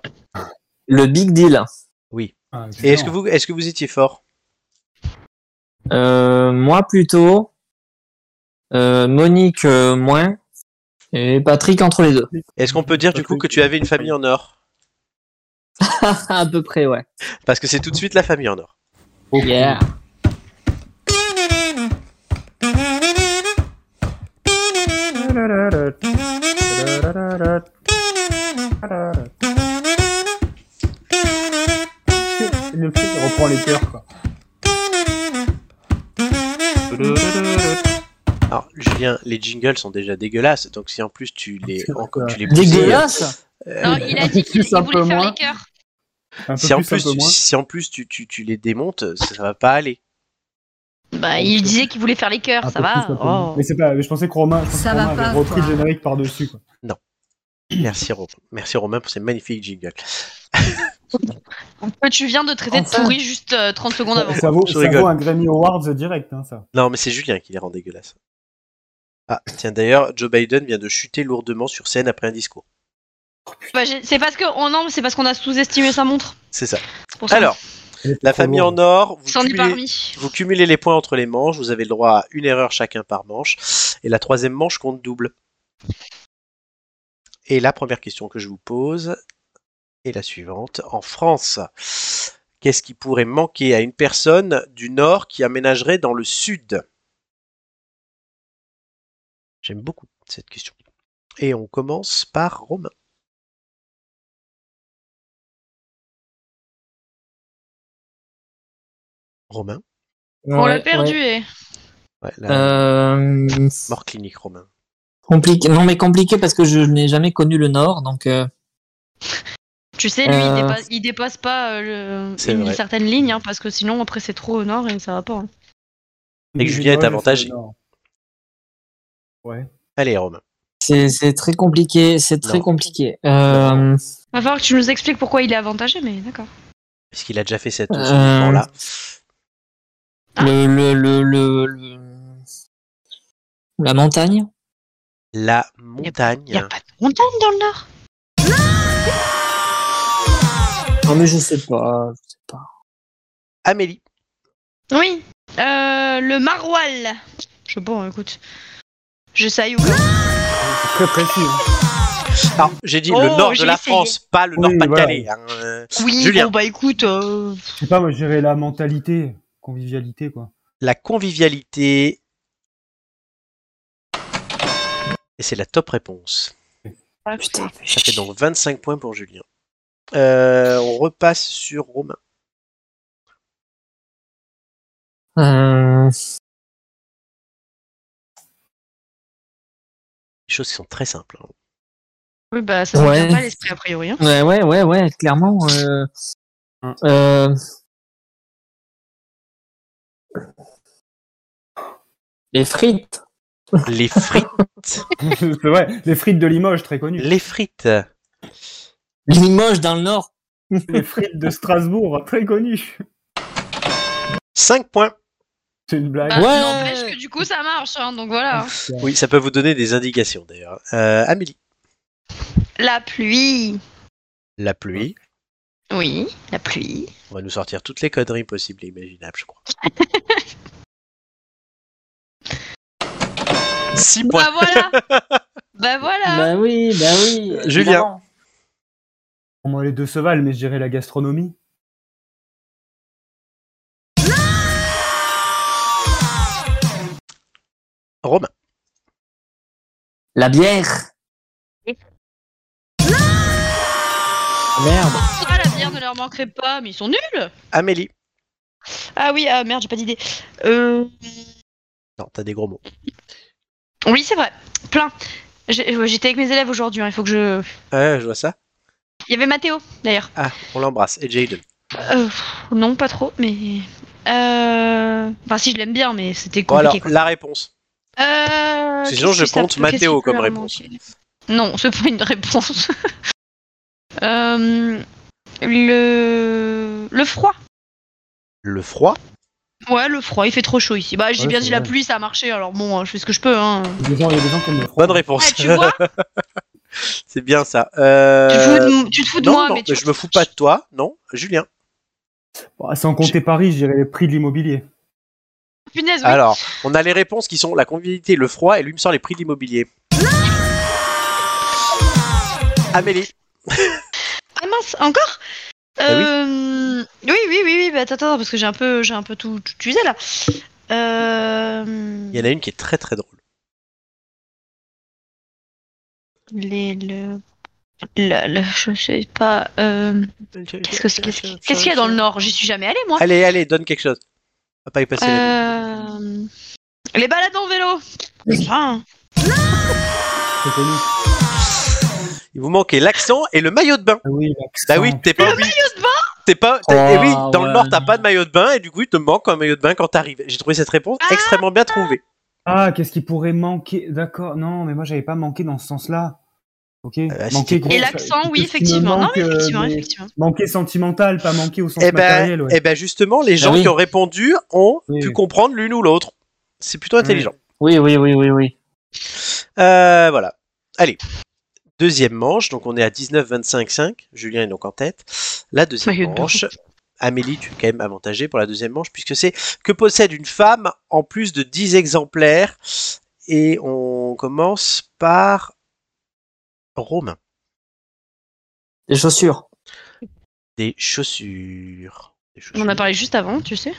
Le Big Deal. Ah, Et est-ce excellent. que vous, est-ce que vous étiez fort Euh, moi plutôt. Euh, Monique euh, moins. Et Patrick entre les deux. Est-ce qu'on peut dire Bah, du coup que tu avais une famille en or à peu près, ouais. Parce que c'est tout de suite la famille en or. Yeah. Le truc il reprend les cœurs, quoi. Alors Julien, les jingles sont déjà dégueulasses, donc si en plus tu les, C'est en- vrai. tu les pousses- Dégueulasse euh, Non, il a dit qu'il Plus il un peu voulait faire moins. les cœurs. Un peu si en plus, un plus, peu tu- moins. si en plus tu, tu, tu les démontes, ça, ça va pas aller. Bah, il disait qu'il voulait faire les cœurs, Un ça peu va. Ah, plus, un peu Oh. moins. Mais c'est pas. mais Je pensais que Romain, je pensais Ça que va Romain pas, avait repris quoi. le générique par dessus. Quoi. Merci Romain, merci Romain pour ces magnifiques jingles. Que Tu viens de traiter Ah. Enfin. de pourri juste euh, 30 secondes avant. Ça vaut, Je ça rigole. vaut un Grammy Awards direct, hein, ça. Non, mais c'est Julien qui les rend dégueulasses. Ah, tiens d'ailleurs, Joe Biden vient de chuter lourdement sur scène après un discours. Bah, j'ai- c'est parce que oh non, mais c'est parce qu'on a sous-estimé sa montre. C'est ça. C'est pour ça. Alors, la famille en or, vous s'en est cumulez, parmi. vous cumulez les points entre les manches, vous avez le droit à une erreur chacun par manche, et la troisième manche compte double. Et la première question que je vous pose est la suivante. En France, qu'est-ce qui pourrait manquer à une personne du nord qui aménagerait dans le sud J'aime beaucoup cette question. Et on commence par Romain. Romain On Ouais, l'a perdu. ouais. eh. Ouais, la Euh, mort clinique, Romain. compliqué. Non, mais compliqué parce que je n'ai jamais connu le Nord, donc. euh, Tu sais, lui, Euh. il, dépasse, il dépasse pas euh, le- C'est une vrai. certaine ligne, hein, parce que sinon, après, c'est trop au nord et ça va pas. hein. Et que Julien est avantagé. Ouais. Allez, Romain. C'est c'est très compliqué, c'est très Non. compliqué. Euh, Va falloir que tu nous expliques pourquoi il est avantagé, mais d'accord. Parce qu'il a déjà fait cette Euh, là le, le, le, le- le- La montagne La Il y a montagne. pas de montagne dans le nord. Non, Ah, mais je sais pas. Je sais pas. Amélie. Oui. Euh, le maroilles. Je sais pas, hein, écoute. Je sais où. C'est très précis. hein. Alors, Ah, j'ai dit Oh, le nord de j'ai la essayé. France, pas le Oui, Nord-Pas-de-Calais. hein, euh, Oui, Julien. bon, bah écoute. euh, Je sais pas, moi, je dirais la mentalité, convivialité, quoi. La convivialité. Et c'est la top réponse. voilà, Putain, Ça fait donc 25 points pour Julien. Euh, on repasse sur Romain. Euh, Les choses qui sont très simples. hein. Oui, bah ça ne Ouais. vient pas à l'esprit a priori. hein. Ouais, ouais, ouais, ouais, clairement. Euh... Hein. euh, Les frites. Les frites. c'est vrai, les frites de Limoges, très connues. les frites. Limoges dans le Nord. Les frites de Strasbourg, très connues. 5 points. C'est une blague. Bah, Ouais. N'empêche que du coup ça marche, hein, donc voilà. Oui, ça peut vous donner des indications d'ailleurs. Euh, Amélie. La pluie. La pluie. Oui, la pluie. On va nous sortir toutes les conneries possibles et imaginables, je crois. 6 points. Bah voilà Bah voilà Bah oui, bah oui. Euh, Julien. évidemment. Pour moi, les deux se valent, mais je dirais la gastronomie. Romain. La bière. Oui. Merde. Ah, la bière ne leur manquerait pas, mais ils sont nuls Amélie. Ah oui, ah merde, j'ai pas d'idée. Euh... Non, t'as des gros mots. Oui, c'est vrai. Plein. J'ai- euh, ouais, J'étais avec mes élèves aujourd'hui, hein, il faut que je... Ouais, Euh, je vois ça. Il y avait Mathéo, d'ailleurs. Ah, on l'embrasse. Et Jaden. Euh, pff, non, pas trop, mais... Euh... Enfin, si, je l'aime bien, mais c'était Bon, alors, compliqué, quoi. la réponse. Euh... Sinon, qu'est-ce je que ça compte peut- qu'est-ce Mathéo qui peut comme leur réponse. manquer Non, c'est pas une réponse. Euh, Le... Le froid. Le froid. Ouais, le froid, il fait trop chaud ici. Bah, j'ai Ouais, bien c'est dit la vrai. pluie, ça a marché, alors bon, hein, je fais ce que je peux. Hein. Il y a des gens, il y a des gens qui aiment le froid. Bonne réponse. Eh, tu vois, C'est bien ça. tu, te Euh... fous de- tu te fous de non, moi, Euh, non, mais tu... je me fous pas de toi. Non, Julien. Bon, Bah, sans compter Paris, je dirais les prix de l'immobilier. Punaise, oui. Alors, on a les réponses qui sont la convivialité, le froid, et lui me sort les prix de l'immobilier. Amélie. Ah mince, encore Ah oui. Euh, oui. oui, oui, oui, bah, attends, attends, parce que j'ai un peu, j'ai un peu tout, tout tué, là. Euh, Il y en a une qui est très très drôle. les, le, le- le- je sais pas. euh, qu'est-ce que c'est- qu'est-ce qu'il qu'est-ce qu'il y a dans le Nord J'y suis jamais allée, moi. Allez, allez, donne quelque chose. On va pas y passer Ah, la nuit. Euh, les balades en vélo. Ah, Enfin, C'est connu. Il vous manquait l'accent et le maillot de bain. Ah oui, Bah oui, t'es pas obligé. de bain T'es pas. t'es- Oh, eh oui, Ah, dans le ouais. Nord, t'as pas de maillot de bain et du coup, il te manque un maillot de bain quand t'arrives. J'ai trouvé cette réponse Ah extrêmement bien trouvée. Ah, qu'est-ce qui pourrait manquer D'accord, non, mais moi j'avais pas manqué dans ce sens-là. Ok. bah, si manquer t'es- gros, et ça- l'accent, oui, qu'est-ce qui me effectivement. Non, manque, mais euh, effectivement, mais effectivement. Manquer sentimental, pas manquer au sens Et ben, matériel. ouais. Ah eh ben justement, les gens oui. qui ont répondu ont Oui. pu comprendre l'une ou l'autre. C'est plutôt intelligent. Oui, oui, oui, oui, oui. Euh, voilà. Allez. Deuxième manche, donc on est à 19, 25, 5. Julien est donc en tête. La deuxième Maillot de bain. manche. Amélie, tu es quand même avantagée pour la deuxième manche, puisque c'est que possède une femme en plus de 10 exemplaires. Et on commence par Romain. Des chaussures. Des chaussures. Des On en a chaussures. parlé juste avant, tu sais.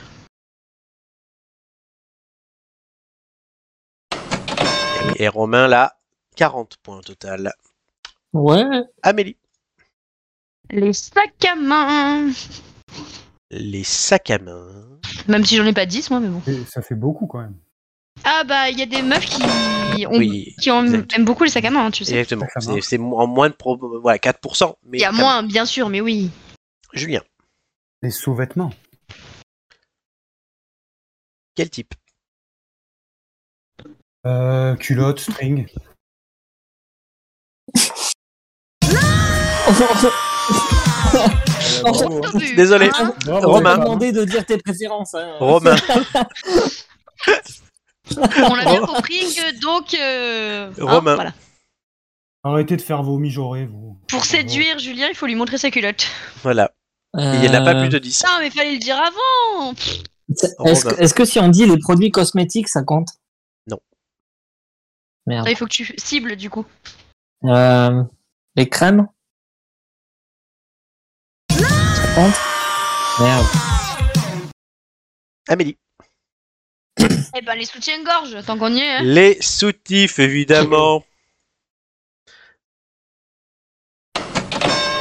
Et Romain, là, 40 points au total. Ouais. Amélie. Les sacs à main. Les sacs à main. Même si j'en ai pas 10, moi, eh mais bon. Et Ça fait beaucoup quand même. Ah bah, il y a des meufs qui, ont- Oui, qui ont- exact. aiment beaucoup les sacs à main, hein, tu sais. Exactement. Ça C'est marche. c'est mo- en moins de pro- voilà, 4%. Mais Il y a quand moins, bien sûr, mais oui. même. Julien, Les sous-vêtements. quel type Euh, culotte, string. Euh, bravo, Oh, Ah, Désolé. hein, Romain. demandé de dire tes préférences. hein. Romain. On l'a bien Ro- compris que donc. euh, hein, Romain. voilà. Arrêtez de faire vos mijaurés, vous. Pour séduire Julien, il faut lui montrer sa culotte. Voilà. Et Il n'y en a pas plus de 10. Non, mais fallait le dire avant. Pff, Euh, Est-ce que, est-ce que si on dit les produits cosmétiques, ça compte Non. Ah. Merde. Il faut que tu cibles du coup. Euh, les crèmes Ça compte Merde. Amélie. Eh ben, les soutiens-gorge, tant qu'on y est. hein. Les soutifs, évidemment.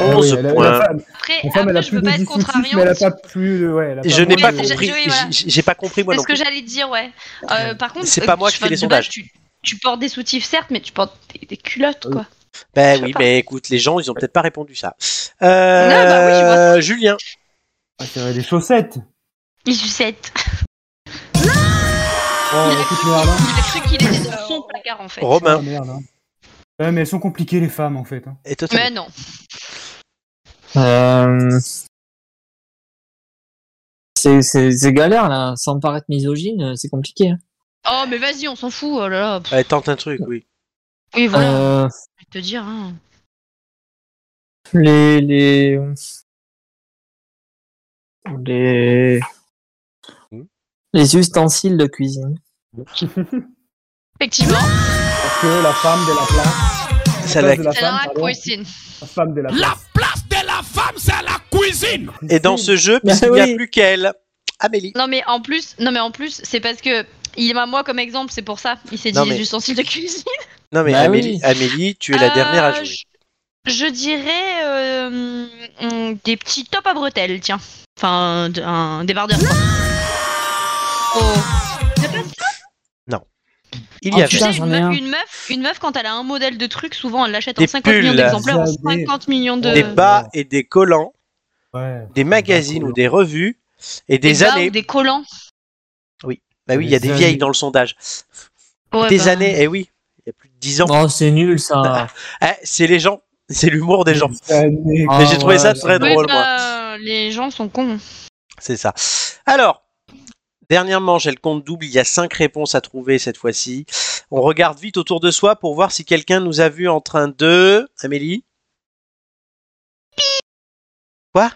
Ah 11 la, points. femme, Après, la femme, Eh, après, elle a je veux plus de pas être 10 contrariante. mais elle a pas plus de. Ouais, elle a Je n'ai Oui, pas mais c'est- compris. oui, voilà. j'ai- J'ai pas compris moi C'est non ce que plus. j'allais dire, ouais. Euh, par contre, C'est pas euh, moi qui enfin, fais les de sondages. base, Tu, tu portes des soutifs, certes, mais tu portes des, des Euh. culottes, quoi. Ben je oui, sais pas. mais écoute, les gens, ils ont peut-être pas répondu ça. Non, bah oui, je vois Euh, Julien. Ah, c'est vrai, des chaussettes. Les sucettes. Oh, Il a écoute, cru merde, hein. J'ai cru qu'il était dans son placard, en fait. Romain. Ah, merde, hein. Ouais, mais elles sont compliquées, les femmes, en fait. hein. Et totalement. Mais non. Euh, C'est c'est- c'est galère là, sans paraître misogyne, euh, c'est compliqué. hein. Oh, mais vas-y, on s'en fout. Oh là là. Pff, Allez, tente un truc, oui. Oui, voilà, Euh, je vais te dire. hein. les, les. Les. Hmm. Les ustensiles de cuisine. Effectivement, Parce que la femme de la place. Ça la l'a- place de la c'est dans femme, la pardon, cuisine. la femme de la La place. place de la femme, c'est la cuisine. Et dans ce jeu, Bah il n'y a oui. plus qu'elle. Amélie. Non, mais en plus, non, mais en plus, c'est parce que il m'a moi comme exemple, c'est pour ça. Il s'est dit Non, mais- les ustensiles de cuisine. Non mais Bah Amélie, oui. Amélie, tu es la Euh, dernière à jouer. Je, je dirais euh, hum, des petits tops à bretelles, tiens. Enfin, d- un débardeur. quoi. Oh. T'as pas ça Il Oh, y avait. Ah, Tu Putain, sais, j'en une ai un. meuf, une, meuf, une meuf, quand elle a un modèle de truc, souvent elle l'achète en Des 50 millions pulls. d'exemplaires, en Des- 50 millions de. des Euh, bas non. et des collants, Ouais. Ah, des bah, magazines hein. ou des revues et des, bas années. ou Des collants. Bah oui, il y a des Des vieilles années. dans le sondage. Ouais, des bah. années, eh oui, il y a plus de 10 ans. Oh, c'est nul ça. Eh, c'est les gens, c'est l'humour des gens. Année, Ah, Mais j'ai trouvé ouais, ça très j'adore. Ouais, drôle, moi. bah, les gens sont cons. C'est ça. Alors, dernièrement, j'ai le compte double. Il y a cinq réponses à trouver cette fois-ci. On regarde vite autour de soi pour voir si quelqu'un nous a vu en train de. Amélie Quoi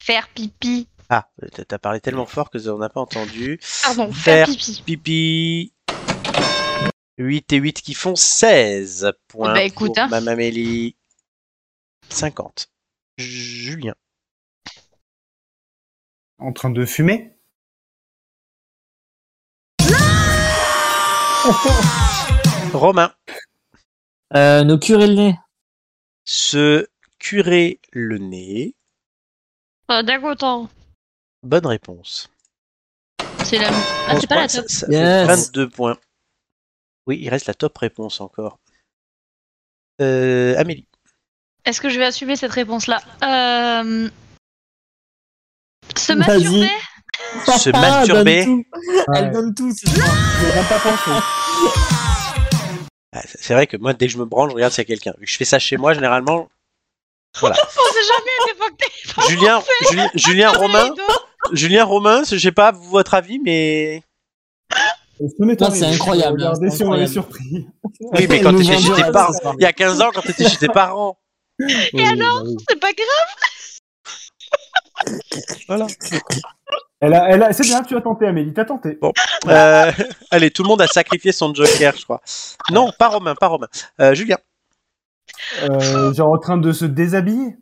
Faire pipi. Ah, t'as- t'as parlé tellement fort que on n'a pas entendu. Pardon, faire, Faire pipi. Pipi 8 et 8 qui font 16 points Bah, écoute, pour hein. Madame Amélie. 50. Julien. En train de fumer Romain. Euh, nous curer le nez. Se curer le nez. Euh, Dagotan. Bonne réponse. C'est la. Ah, Onze c'est pas la points, top. ça- ça fait Yes. 22 points. Oui, il reste la top réponse encore. Euh, Amélie. Est-ce que je vais assumer cette réponse-là Euh, Se Vas-y. Se masturber. Ah, elle donne masturber tout. Elle Ouais. donne tout, c'est ça. J'aurais pas pensé. Ah, c'est- c'est vrai que moi, dès que je me branle, je regarde s'il y a quelqu'un. Vu que je fais ça chez moi, généralement. On sait jamais à l'époque des- Julien, Ju- Julien Romain, Julien Romain, je sais pas votre avis, mais Ça m'étonne, Non, c'est je- incroyable, Regardez c'est si on avait incroyable. surpris. oui, mais quand Nous t'étais chez vendons tes la parents, leçon. il y a 15 ans, quand t'étais chez tes parents. Et alors C'est pas grave. elle a, elle a... C'est bien, tu as tenté, Amélie, t'as tenté. Euh, allez, tout le monde a sacrifié son joker, je crois. Non, pas Romain, pas Romain. Euh, Julien. Euh, genre en train de se déshabiller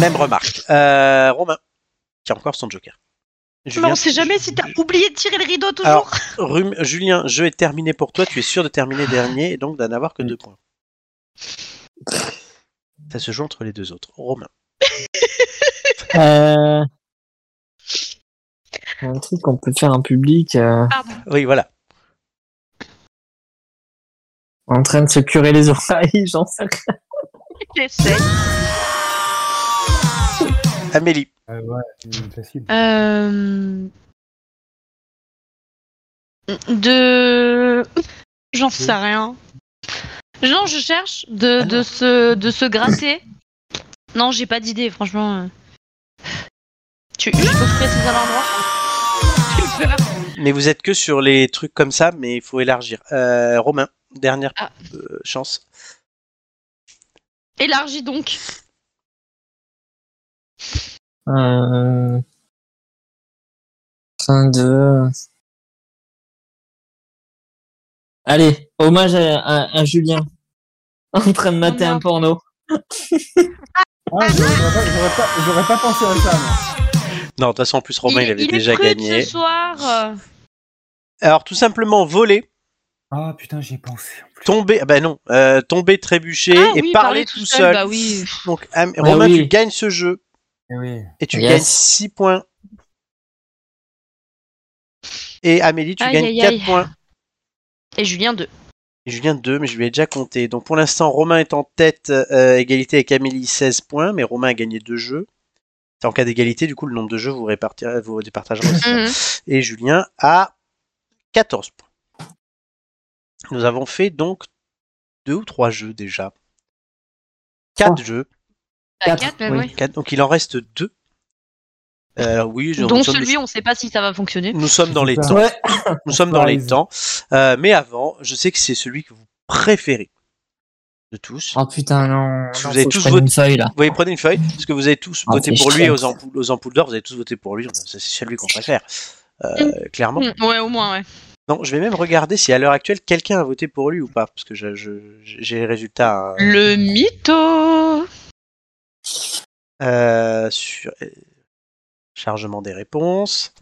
Même remarque. Euh, Romain, qui a encore son joker. Julien, Mais on sait jamais si t'as oublié de tirer le rideau toujours. Alors, Rum- Julien, jeu est terminé pour toi. Tu es sûr de terminer dernier et donc d'en avoir que deux points. Ça se joue entre les deux autres. Romain. Euh... Un truc qu'on peut faire en public, euh, Oui, voilà. en train de se curer les oreilles, j'en sais rien. J'essaie. Amélie. Euh, Ouais, c'est facile. Euh... De. J'en sais rien. Non, je cherche de, de, se, de se gratter. Non, j'ai pas d'idée, franchement. euh. Tu, je coffrais sous un endroit. Tu le feras. Mais vous êtes que sur les trucs comme ça, mais il faut élargir. Euh, Romain, dernière Ah. euh, chance. Élargis donc. Euh... Train de. euh, Allez, hommage à, à- à Julien. En train de mater Oh non. un porno. Ah, j'aurais pas, j'aurais pas- j'aurais pas pensé à ça. moi. Non, de toute façon, en plus, Romain, il, avait est déjà prude gagné. ce soir. euh. Alors, tout simplement, voler, Ah putain, j'y ai pensé. tomber, ah bah non, euh, tomber, trébucher Ah et oui, parler tout seul. Bah oui. Donc, Am- Ah Romain, oui. tu gagnes ce jeu. Eh oui. Et tu Yes. gagnes 6 points. Et Amélie, tu Aïe, gagnes aïe, 4 aïe. points. Et Julien de. Et Julien 2, mais je lui ai déjà compté. Donc pour l'instant, Romain est en tête, euh, égalité avec Amélie, 16 points, mais Romain a gagné 2 jeux. C'est en cas d'égalité, du coup, le nombre de jeux, vous, répartirez, vous départagerez aussi. Mhm. Et Julien a 14 points. Nous avons fait donc 2 ou 3 jeux déjà. 4 jeux. Bah, Quatre, quatre, même, oui. ouais. Quatre- donc il en reste 2. Euh, oui, je- nous Dont sommes- celui, on sait pas si ça va fonctionner. nous sommes dans les temps. Ouais. Nous sommes dans les Surprise. temps. Euh, mais avant, je sais que c'est celui que vous préférez de tous. Oh putain, non. Vous non, avez faut que je tous prenne voté- une feuille là. Vous voyez, prenez une feuille, parce que vous avez tous Ah, voté c'est pour lui chiant. aux ampoules, aux ampoules d'or, vous avez tous voté pour lui, Ça, c'est celui qu'on préfère, euh, clairement. Mm, Ouais, au moins, ouais. Non, je vais même regarder si à l'heure actuelle quelqu'un a voté pour lui ou pas, parce que je- je- j'ai les résultats hein, Le mytho. euh, sur euh, chargement des réponses.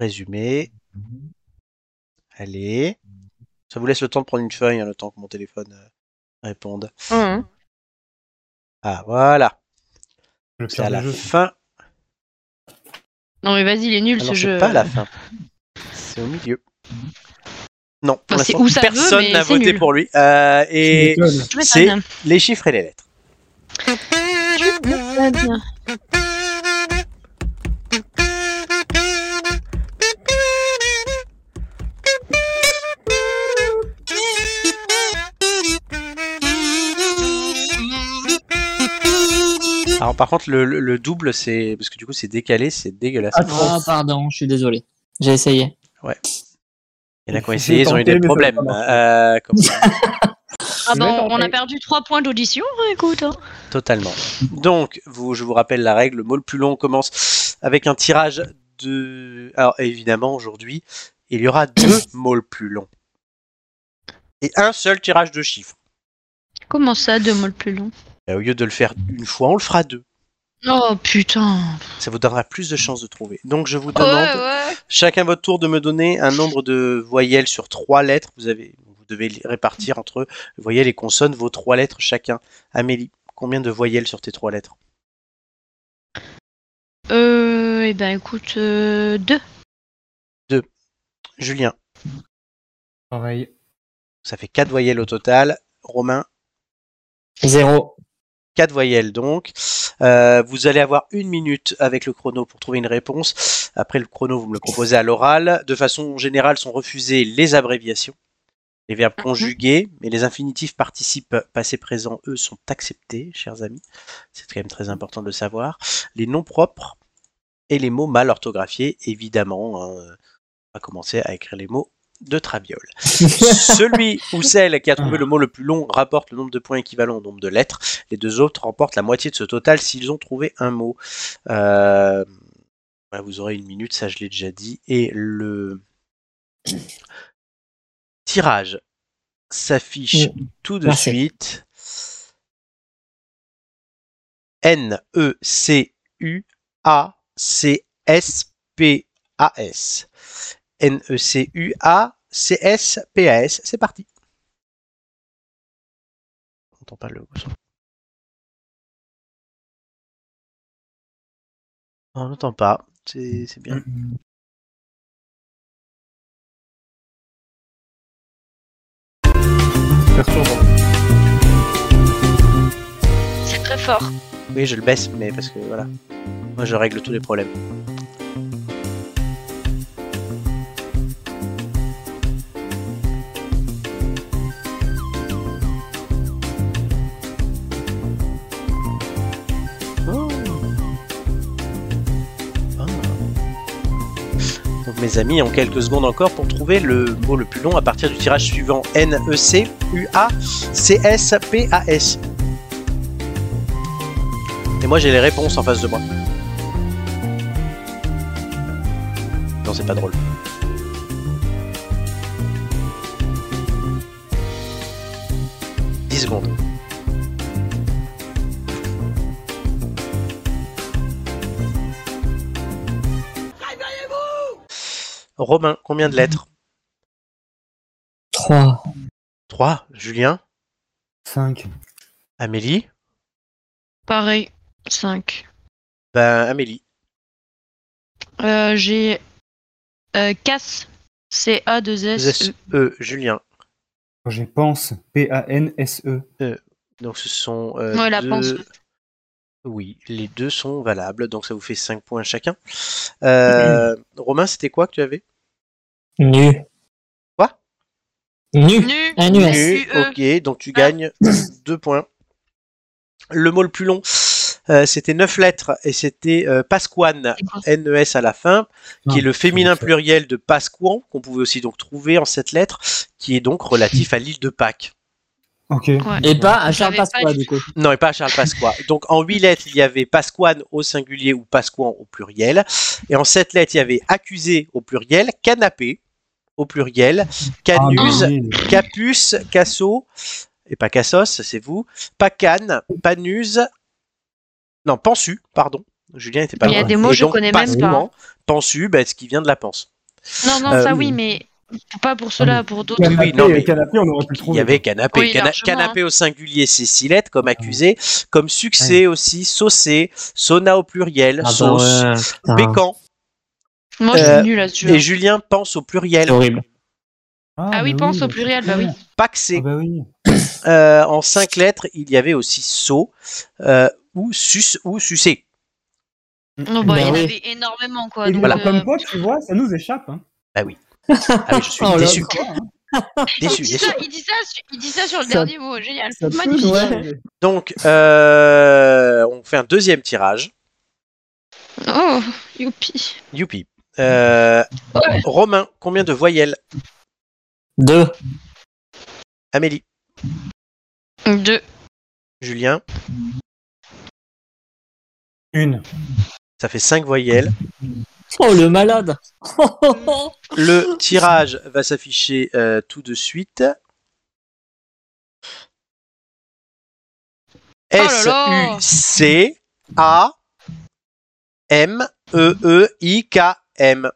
Résumé. Allez. Ça vous laisse le temps de prendre une feuille, hein, le temps que mon téléphone euh, réponde. Hein. Ah, voilà. Le C'est pire à des la jeux. fin. Non mais vas-y, il est nul Alors, ce Ah c'est jeu. pas à la fin. C'est au milieu. Non, pour Enfin, c'est l'instant, où ça veut, personne mais n'a c'est voté nul. pour lui. Euh, et Tu m'étonnes. Je m'étonne. les chiffres et les lettres. Alors, par contre, le, le- le double, c'est. Parce que du coup, Ah, Oh, c'est décalé, c'est dégueulasse. Attends. Ah, pardon, je suis désolé. J'ai essayé. Il y en a qui ont J'ai essayé, ils ont eu tenté, des mais ça problèmes. n'a pas euh, comme- Ah Je bah, vais on- on a tenter. perdu 3 points d'audition, hein, écoute. hein. Totalement. Donc, vous, je vous rappelle la règle, le mot le plus long commence avec un tirage de... Alors, évidemment, aujourd'hui, il y aura deux mots le plus longs. Et un seul tirage de chiffres. Comment ça, deux mots le plus long Et au lieu de le faire une fois, on le fera deux. Oh putain. Ça vous donnera plus de chances de trouver. Donc, je vous Ouais, demande, ouais. chacun votre tour, de me donner un nombre de voyelles sur trois lettres. Vous, avez... vous devez les répartir entre voyelles et consonnes, vos trois lettres chacun. Amélie, combien de voyelles sur tes trois lettres Euh, et ben écoute, euh, deux. Julien Pareil. Ça fait 4 voyelles au total. Romain, Zéro. 4 voyelles donc. Euh, vous allez avoir une minute avec le chrono pour trouver une réponse. Après le chrono, vous me le proposez à l'oral. De façon générale, sont refusées les abréviations, les verbes conjugués, mais les infinitifs participes passé présent, eux, sont acceptés, chers amis. C'est quand même très important de le savoir. Les noms propres et les mots mal orthographiés, évidemment. hein. On va commencer à écrire les mots de Trabiol. Celui ou celle qui a trouvé le mot le plus long rapporte le nombre de points équivalent au nombre de lettres. Les deux autres remportent la moitié de ce total s'ils ont trouvé un mot. Euh, voilà, vous aurez une minute, ça je l'ai déjà dit. Et le tirage s'affiche tout de Merci. suite. E N-E-C-U-A-C-S-P-A-S. E N-E-C-U-A-C-S-P-A-S. C'est parti. On entend pas le son. On n'entend pas. C'est c'est bien. Perturbant. C'est très fort. Oui, je le baisse, mais parce que voilà. Moi, je règle tous les problèmes. Oh. Ah. Donc, mes amis, en quelques secondes encore pour trouver le mot le plus long à partir du tirage suivant E N-E-C-U-A-C-S-P-A-S. Et moi j'ai les réponses en face de moi. Non, c'est pas drôle. « 10 secondes. Romain, combien de lettres Trois. 3. Julien 5. Amélie Pareil, 5. Ben, Amélie. Euh, j'ai euh, CAS, C-A-2-S. E. Julien. J'ai pense. P-A-N-S-E. Donc ce sont. euh, Ouais, la deux- pense. Oui, les deux sont valables, donc ça vous fait 5 points chacun. Euh, Romain, c'était quoi que tu avais Nu. Quoi Nu. Nu. Un US. Nu, SUE. Ok, donc Ah. tu gagnes 2 points. Le mot le plus long, euh, c'était 9 lettres et c'était euh, Pasquane, C'est quoi NES à la fin, qui Ah, est le féminin c'est ça. pluriel de Pasquan, qu'on pouvait aussi donc trouver en cette lettre, qui est donc relatif à l'île de Pâques. Ok. Ouais. Et pas à Charles J'avais pas Pasqua, du du coup. Non, et pas Charles Pasqua. Donc en huit lettres, il y avait Pasquane au singulier ou Pasquan au pluriel. Et en sept lettres, il y avait accusé au pluriel, canapé au pluriel, canuse, Ah, mais- capus, casso, et pas cassos, c'est vous, pacane, panuse, non, pensu, pardon. Julien n'était pas Il y a loin. des mots, Et je donc, connais même Pasquan, Pensu, ben, ce qui vient de la pense. Non, non, Euh, ça oui, mais pas pour cela, pour d'autres. oui, Canapé, non, mais- canapé, on aurait pu le Il trouver. y avait canapé. Oui, Cana- largement, canapé au singulier, c'est six lettres comme accusé, comme succès aussi, saucé, sauna au pluriel, Ah sauce, bah ouais, putain, bécan. Moi, je Euh, suis nulle à ce jeu. Et Julien pense au C'est pluriel, horrible. Ah oui, bah pense au pluriel, bah oui. paxé. Ah bah oui. Euh, en cinq lettres, il y avait aussi saut euh, ou sus ou sucé. Mm. Non, bah, Bah il y en oui. avait énormément, quoi. Et donc, voilà. euh, Comme quoi, tu vois, ça nous échappe. Hein. Ah oui, je suis Oh là déçu, déçu, il, dit déçu. ça, il, dit ça, sur- il dit ça sur le Ça- dernier mot, génial. Ça peut Magnifique. nous arriver. Donc, euh, on fait un deuxième tirage. Oh, youpi. Youpi. Euh, Ouais. Romain, combien de voyelles Deux. Amélie, Deux. Julien, Une. ça fait 5 voyelles. Oh, le malade Oh, Le tirage va s'afficher euh, tout de suite. Oh là là E, S-U-C-A-M-E-E-I-K-M.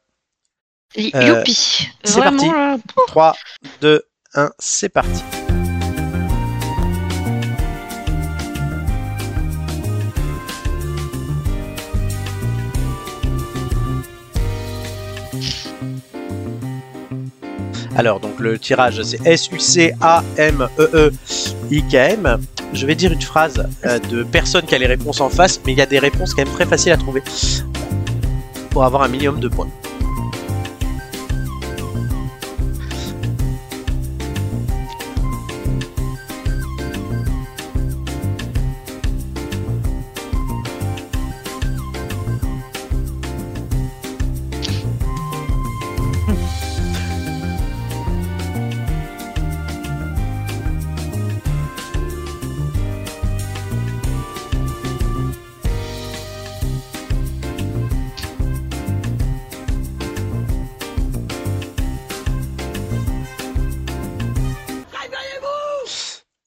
Y- Euh, Youpi. c'est Vraiment, parti. là. 3, 2, 1, c'est parti. Alors, donc le tirage, c'est E S-U-C-A-M-E-E-I-K-M. Je vais dire une phrase euh, de personne qui a les réponses en face, mais il y a des réponses quand même très faciles à trouver pour avoir un minimum de points.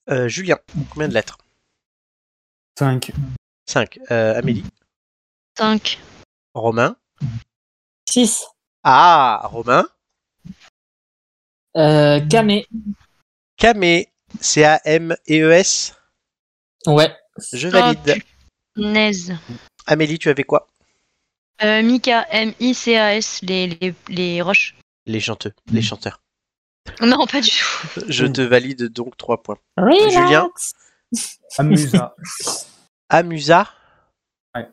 Euh, Julien, combien de lettres 5. 5. Amélie. 5. Romain. Six. Ah, Romain. Euh, camé. Camé. C-A-M-E-E-S. Ouais. E Je valide. Oh, Naise. Amélie, tu avais quoi Euh, Mika, M-I-C-A-S, les, les, les roches. Les chanteux. Les chanteurs. Non, pas du tout. Je Mm. te valide donc 3 points. Relax. Julien Amusa. Amusa. Ouais.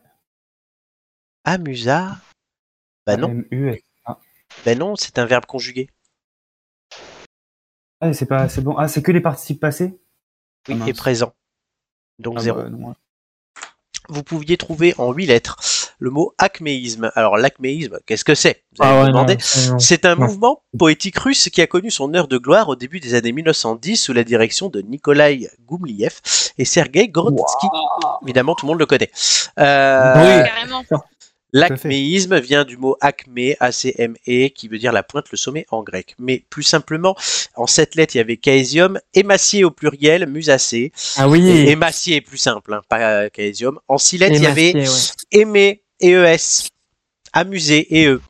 Amusa. Bah non, M-U-S. bah non, c'est un verbe conjugué. Ah, c'est pas, c'est bon. Ah, c'est que les participes passés Oui, Ah, mince. et présent. Donc Ah, 0. bah, non, ouais. Vous pouviez trouver en 8 lettres le mot acméisme. Alors l'acméisme, qu'est-ce que c'est Vous allez Ah me ouais, non, demander. c'est non. C'est un Non. mouvement poétique russe qui a connu son heure de gloire au début des années 1910 sous la direction de Nikolaï Goumliev et Sergei Gorodsky. Évidemment, tout le monde le connaît. Euh, Carrément. L'acméisme vient du mot acmé, A-C-M-E, E, qui veut dire la pointe, le sommet en grec. Mais plus simplement, en cette lettre, il y avait caesium, émacié au pluriel, musacé. Ah oui. Et émacié est plus simple, hein, pas euh, caesium. En six lettres, il y avait Émacié, ouais. aimer, EES, amuser, E et eux.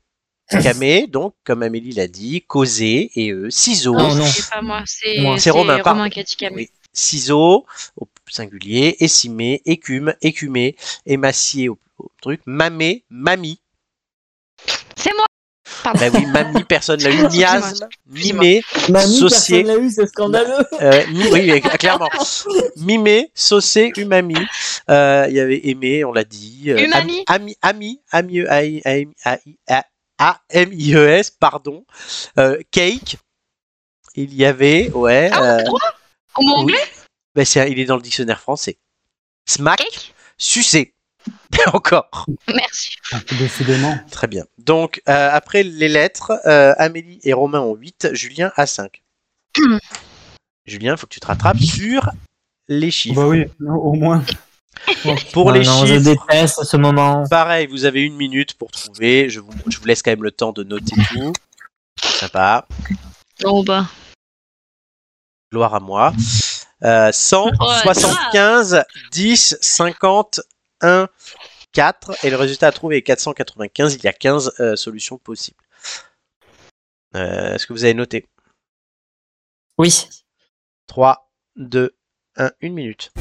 Camé, donc, comme Amélie l'a dit, causer, et eux, ciseaux, Non, non. C'est pas moi, c'est Moi. C'est Romain, pardon. qui a dit Camé. Oui. ciseaux, au singulier, écimé, écume, écumé, émacier, au, au truc, mamé, mamie. C'est moi. Pardon. Bah oui, mamie, personne l'a eu, miasme, mimé, Mamie, Socié. personne l'a eu, c'est scandaleux. euh, mi- oui, oui, clairement, mimé, saucé, umami, Euh, il y avait aimé, on l'a dit, euh, Umami. ami, ami, ami, ami, ami, ami, ami, A-M-I-E-S, pardon, Euh, cake, il y avait, ouais, Ah, on a euh, droit Au mot oui. anglais Ben, c'est- il est dans le dictionnaire français. Smack, Cake sucer. Encore. Merci. Ah, Décidément. Très bien. Donc, euh, après les lettres, euh, Amélie et Romain ont 8, Julien a 5. Hmm. Julien, il faut que tu te rattrapes sur les chiffres. Bah oui, non, au moins. Pour Ah les non, je chiffres, déteste ce moment. pareil, vous avez une minute pour trouver. Je vous, je vous laisse quand même le temps de noter tout. Sympa. Non, bah. Gloire à moi. Euh, 175, 10, 50, 1, 4. Et le résultat à trouver est 495. Il y a 15 euh, solutions possibles. Euh, Est-ce que vous avez noté Oui. 3, 2, 1, 1 minute.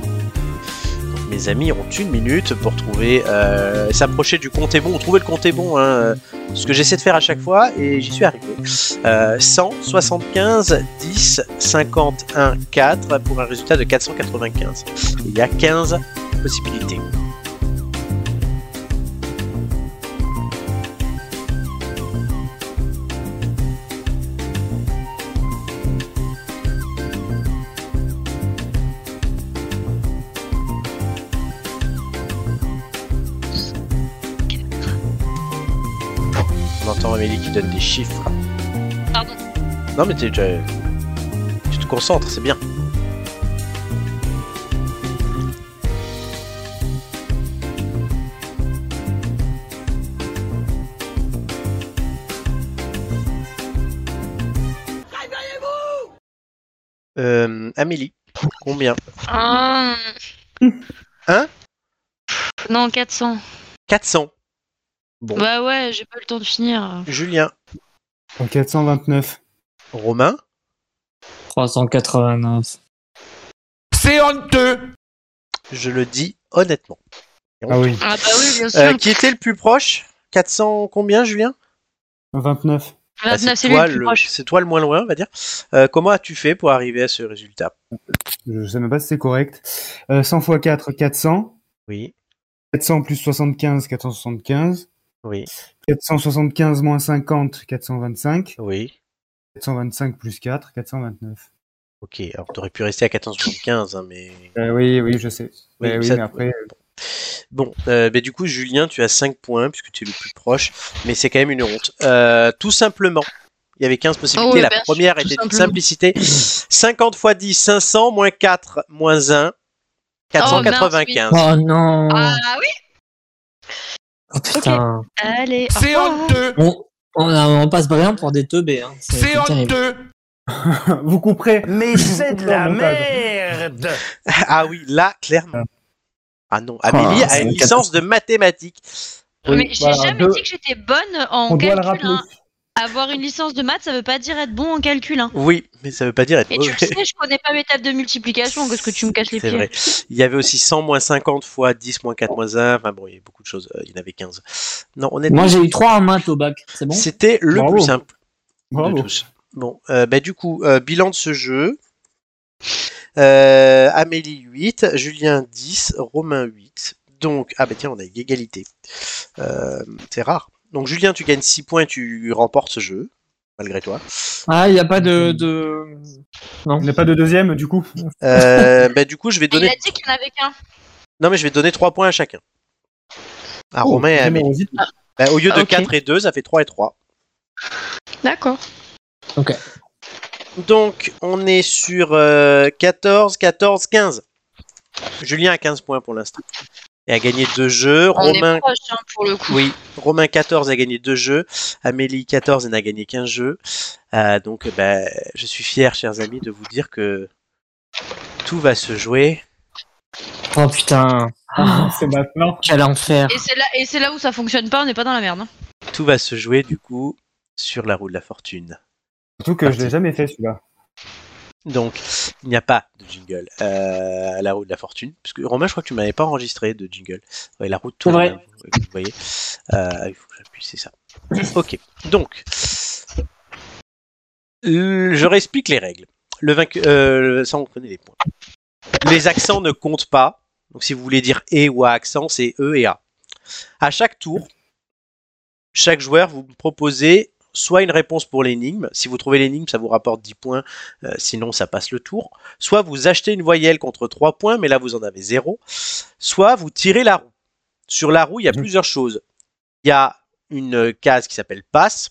Donc, Mes amis ont une minute pour trouver, euh, s'approcher du compte est bon, ou trouver le compte est bon, hein, euh, ce que j'essaie de faire à chaque fois et j'y suis arrivé. Euh, 100, 75, 10, 51, 4 pour un résultat de 495. Il y a 15 possibilités. j'entends Amélie qui donne des chiffres. Pardon. Non, mais t'es déjà. Tu te concentres, c'est bien. Euh, Amélie, combien Ah. Hein Non, 400. 400. Bon. Bah ouais, j'ai pas eu le temps de finir. Julien, 429. Romain, 389. C'est honteux. je le dis honnêtement. Ah oui, Ah bah oui, bien sûr. Euh, qui était le plus proche 400 combien, Julien 29. Bah, 29, Ah, c'est c'est lui toi, le plus le- proche. c'est toi le moins loin, on va dire. Euh, comment as-tu fait pour arriver à ce résultat Je sais même pas si c'est correct. Euh, 100 x 4, 400. Oui, 400 plus 75, 475. oui, 475 moins 50, 425. oui. 425 plus 4, 429. Ok, alors t'aurais pu rester à 1475, hein, mais... Euh, oui, oui, je sais. Oui, Euh, oui, ça- mais après, euh, Bon, euh, bah, du coup, Julien, tu as 5 points, puisque tu es le plus proche, mais c'est quand même une honte. Euh, tout simplement, il y avait 15 possibilités, Oh, ouais, la bien sûr, première tout était d'une simplement. simplicité. 50 x 10, 500, moins 4, moins 1, 495. Oh non Ah oui Oh, putain Allez, au C'est revoir. honteux. on, on, euh, on passe pas bien pour des teubés. Hein. C'est C'est c'est terrible. honteux. vous couperez. Mais c'est de la Au montage. merde ah oui, là, clairement. Ah non, Amélie c'est a une une licence de mathématiques. Mais j'ai voilà, jamais deux. dit que j'étais bonne en On doit le calcul. rappeler. hein. Avoir une licence de maths, ça veut pas dire être bon en calcul. Hein. Oui, mais ça veut pas dire être Et tu le mauvais. sais, je connais pas mes tables de multiplication, qu'est-ce que tu me caches les C'est pieds vrai. Il y avait aussi 100 moins 50 fois 10 moins 4 moins 1. Enfin bon, il y a beaucoup de choses. Euh, Il y en avait 15. Non, honnêtement, Moi j'ai eu 3 en maths au bac, c'est bon c'était le Bravo. plus simple de Bravo. tous. Bon, euh, bah, du coup, euh, bilan de ce jeu. Euh, Amélie 8, Julien 10, Romain 8. Donc, ah bah tiens, on a une égalité. Euh, c'est rare. Donc Julien, tu gagnes 6 points, tu remportes ce jeu, malgré toi. Ah, il n'y a pas de. de... On n'est pas de deuxième, du coup. Euh, bah, du coup, je vais Il donner... a dit qu'il y en avait qu'un. Non, mais je vais donner 3 points à chacun. À Oh, Romain et à Amélie. générosité. Bah, au lieu de Ah, Ok. 4 et 2, ça fait 3 et 3. D'accord. Donc, on est sur euh, 14, 14, 15. Julien a 15 points pour l'instant. Et a gagné 2 jeux. On Romain, est proche hein, pour le coup. oui, Romain 14 a gagné 2 jeux. Amélie 14 n'a gagné qu'un jeu. Euh, donc, euh, bah, je suis fier, chers amis, de vous dire que tout va se jouer. Oh putain Ah, c'est maintenant. Quel enfer Et c'est là, et c'est là où ça fonctionne pas, on n'est pas dans la merde. hein. Tout va se jouer, du coup, sur la roue de la fortune. Surtout que je l'ai jamais fait, celui-là. Donc, il n'y a pas de jingle euh, à la roue de la fortune. Parce que Romain, je crois que tu m'avais pas enregistré de jingle. Ouais, la roue tourne. vrai. hein, vous, vous voyez. Euh, il faut que j'appuie, c'est ça. Ok. Donc, euh, je réexplique les règles. Le vaincu- euh, ça, on connaît les points. Les accents ne comptent pas. Donc, si vous voulez dire et ou à accent, c'est e et a. À chaque tour, chaque joueur vous proposez soit une réponse pour l'énigme. Si vous trouvez l'énigme, ça vous rapporte 10 points. Euh, sinon ça passe le tour. Soit vous achetez une voyelle contre 3 points, mais là vous en avez 0. Soit vous tirez la roue. Sur la roue, il y a Mhm. plusieurs choses. Il y a une euh, case qui s'appelle passe.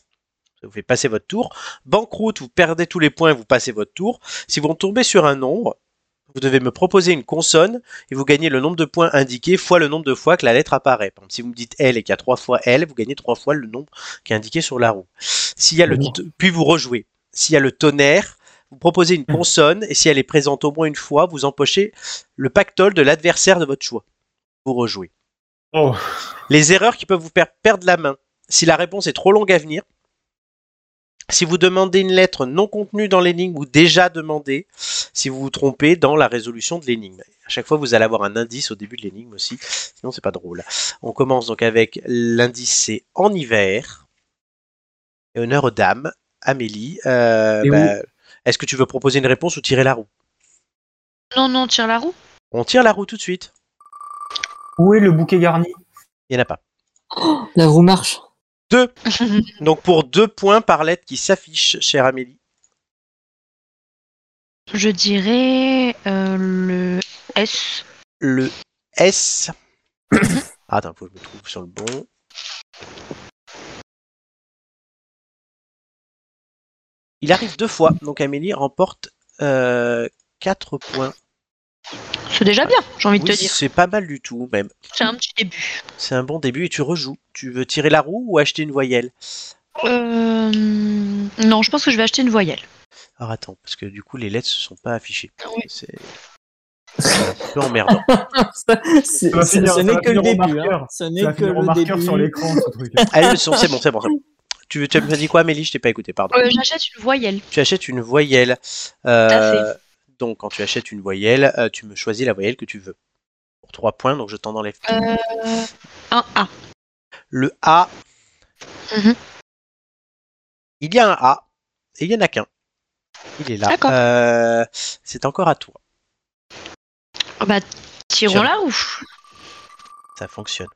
Ça vous fait passer votre tour. Banqueroute, vous perdez tous les points et vous passez votre tour. Si vous tombez sur un nombre, vous devez me proposer une consonne et vous gagnez le nombre de points indiqué fois le nombre de fois que la lettre apparaît. Par exemple, si vous me dites L et qu'il y a 3 fois L, vous gagnez 3 fois le nombre qui est indiqué sur la roue. S'il y a le Lourd. t- puis vous rejouez. S'il y a le tonnerre, vous proposez une consonne et si elle est présente au moins une fois, vous empochez le pactole de l'adversaire de votre choix. Vous rejouez. Oh. Les erreurs qui peuvent vous faire perdre la main. Si la réponse est trop longue à venir, si vous demandez une lettre non contenue dans l'énigme ou déjà demandée, si vous vous trompez dans la résolution de l'énigme. À chaque fois, vous allez avoir un indice au début de l'énigme aussi, sinon c'est pas drôle. On commence donc avec l'indice c'est en hiver. Et honneur aux dames, Amélie. euh, Et bah, Est-ce que tu veux proposer une réponse ou tirer la roue Non, non, tire la roue. On tire la roue tout de suite. Où est le bouquet garni Il n'y en a pas. La roue marche Donc pour deux points par lettre qui s'affiche, chère Amélie. Je dirais euh, le S. Le S. Ah, Attends, faut que je me trouve sur le bon. Il arrive deux fois, donc Amélie remporte 4 points. C'est déjà bien, j'ai envie de Oui, te dire. c'est pas mal du tout, même. C'est un petit début. C'est un bon début et tu rejoues. Tu veux tirer la roue ou acheter une voyelle Euh, Non, je pense que je vais acheter une voyelle. Alors attends, parce que du coup les lettres se sont pas affichées. Oui. C'est c'est un peu emmerdant. C'est- Ça va c'est- finir- Ce ça n'est va que le finir au début. marqueur. hein. Ce Ça va n'est que finir au le marqueur début. sur l'écran, ce truc. Ah, elles le sont, c'est bon, c'est bon, c'est bon. Tu veux, tu m'as dit quoi, Amélie Je t'ai pas écouté, pardon. Euh, J'achète une voyelle. Tu achètes une voyelle. Euh, à donc quand tu achètes une voyelle, euh, tu me choisis la voyelle que tu veux. Pour 3 points, donc je t'en enlève. tout. Euh, Un A. Le A. Mhm. Il y a un A et il y en a qu'un. Il est là. D'accord. Euh, c'est encore à toi. Ah Bah, tirons Tiens. là ou Ça fonctionne.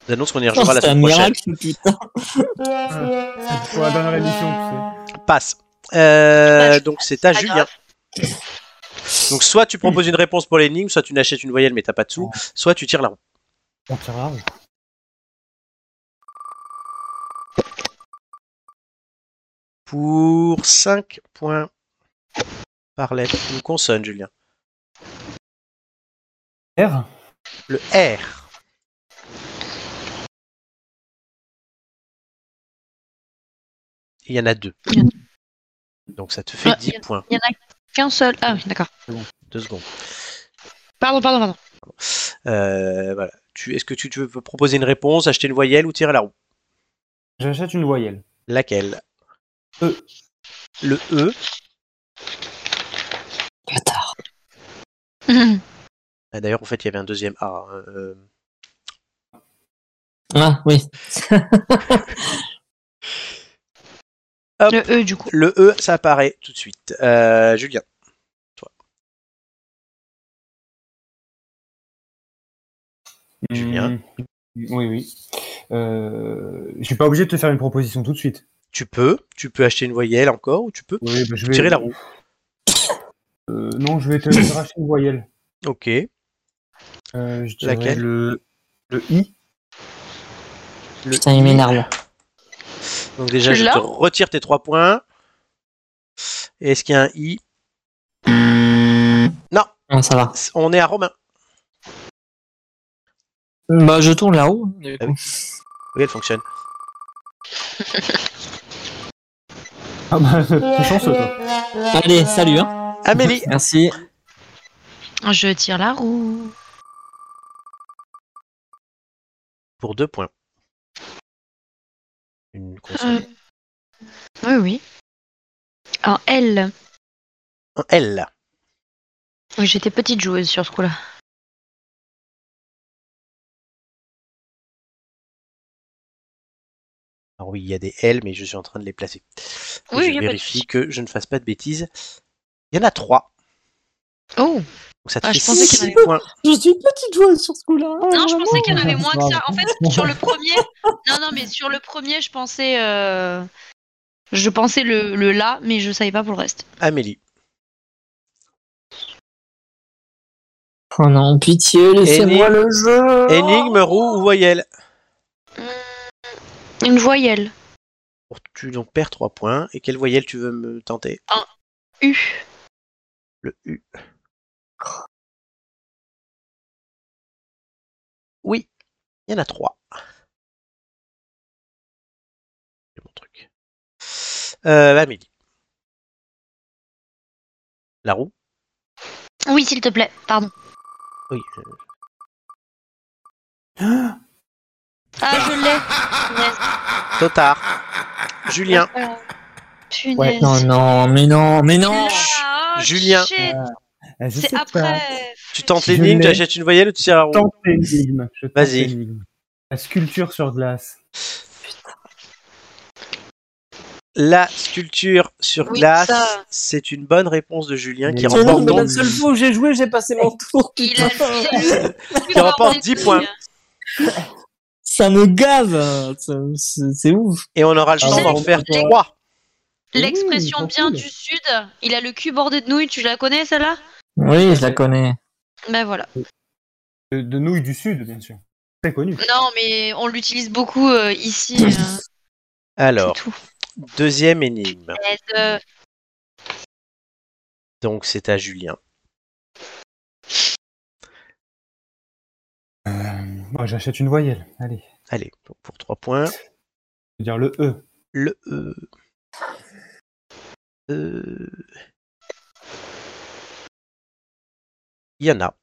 Je vous annonce qu'on y Oh, rejouera la C'est un semaine prochaine. miracle, putain. C'est pour la dernière émission, Passe. Euh, Dommage. donc c'est à Pas Julien. grave. Donc soit tu proposes une réponse pour l'énigme, soit tu n'achètes une voyelle mais t'as pas de sous, soit tu tires la roue. tu sais. On tirage. Pour 5 points par lettre, une consonne, Julien. R. Le R. Il y en a deux. Donc ça te fait Ouais, 10 points. Il y en a qu'un seul. Ah oui, d'accord. Deux secondes. Pardon, pardon, pardon. Euh, voilà. Tu- Est-ce que tu, tu veux proposer une réponse, acheter une voyelle ou tirer la roue J'achète une voyelle. Laquelle E. Le E. Bâtard. Hum, Ah, D'ailleurs, en fait, il y avait un deuxième A. hein, euh, Ah oui. Hop. Le E, du coup. Le E, ça apparaît tout de suite. Euh, Julien. Julien. Mm. Oui, oui. Euh, je suis pas obligé de te faire une proposition tout de suite. Tu peux, tu peux acheter une voyelle encore, ou tu peux Oui, bah, je vais- tirer la roue. Euh, non, je vais te racheter une voyelle. Ok. Euh, je dirais Laquelle le, le I. Putain, il m'énerve. là. Donc déjà, je Là te retire tes trois points. Et Est-ce qu'il y a un I Non, ça va. On est à Romain. Bah, je tourne là-haut. du coup. Oui, elle fonctionne. Ah bah, t'es chanceux, toi. Allez, salut. Hein. Amélie. Merci. Je tire la roue. Pour deux points. Une Euh. Hum. consonne. Oui, oui. Un L. Un L. Oui, j'étais petite joueuse sur ce coup-là. Alors oui, il y a des L, mais je suis en train de les placer. Et Oui, il y je a pas de vérifie souci. que je ne fasse pas de bêtises. Il y en a trois. Oh Donc ça te Ah, fait je pensais six qu'il y en avait- points. Je suis une petite joueuse sur ce coup-là. Oh, Non, je pensais qu'il y en avait c'est moins grave. que ça. En fait, sur le premier, non, non, mais sur le premier, je pensais, euh, je pensais le, le là, mais je savais pas pour le reste. Amélie. Oh non, pitié, laissez-moi le Oh. jeu. Énigme, roue ou voyelle Une voyelle. Pour- Tu donc perds 3 points. Et quelle voyelle tu veux me tenter U. Le U. Oui, il y en a 3. C'est mon truc. Euh, Amélie. La roue Oui, s'il te plaît. Pardon. Oui. euh, Ah, je l'ai. Trop tard. Julien. Euh, punaise. Ouais, Non, non, mais non, mais non. Ah, Julien. shit, Ah, je sais C'est pas. après. Tu tentes Je l'énigme, l'ai. tu achètes une voyelle ou tu tires la roue Tente l'énigme. Je tente Vas-y. l'énigme. La sculpture sur glace. La sculpture sur Oui, glace, ça. c'est une bonne réponse de Julien Mais qui non, C'est remporte, non, mais donc- la seule fois où j'ai joué, j'ai passé mon tour. Il a putain. Qui remporte 10 points. Ça me gave. ça- C'est c'est ouf. et on aura le Ah, temps d'en pardon. faire 3. L'expression Ouh, trop bien cool. du sud, il a le cul bordé de nouilles, tu la connais celle-là Oui, je la connais. Ben voilà. De, Euh, de nouilles du sud, bien sûr. Très connu. Non, mais on l'utilise beaucoup euh, ici. euh, c'est Alors, tout. deuxième énigme. Euh, Donc c'est à Julien. Moi, j'achète une voyelle. Allez. Allez, donc pour 3 points. Je veux dire le E. Le E. Euh. Il y en a.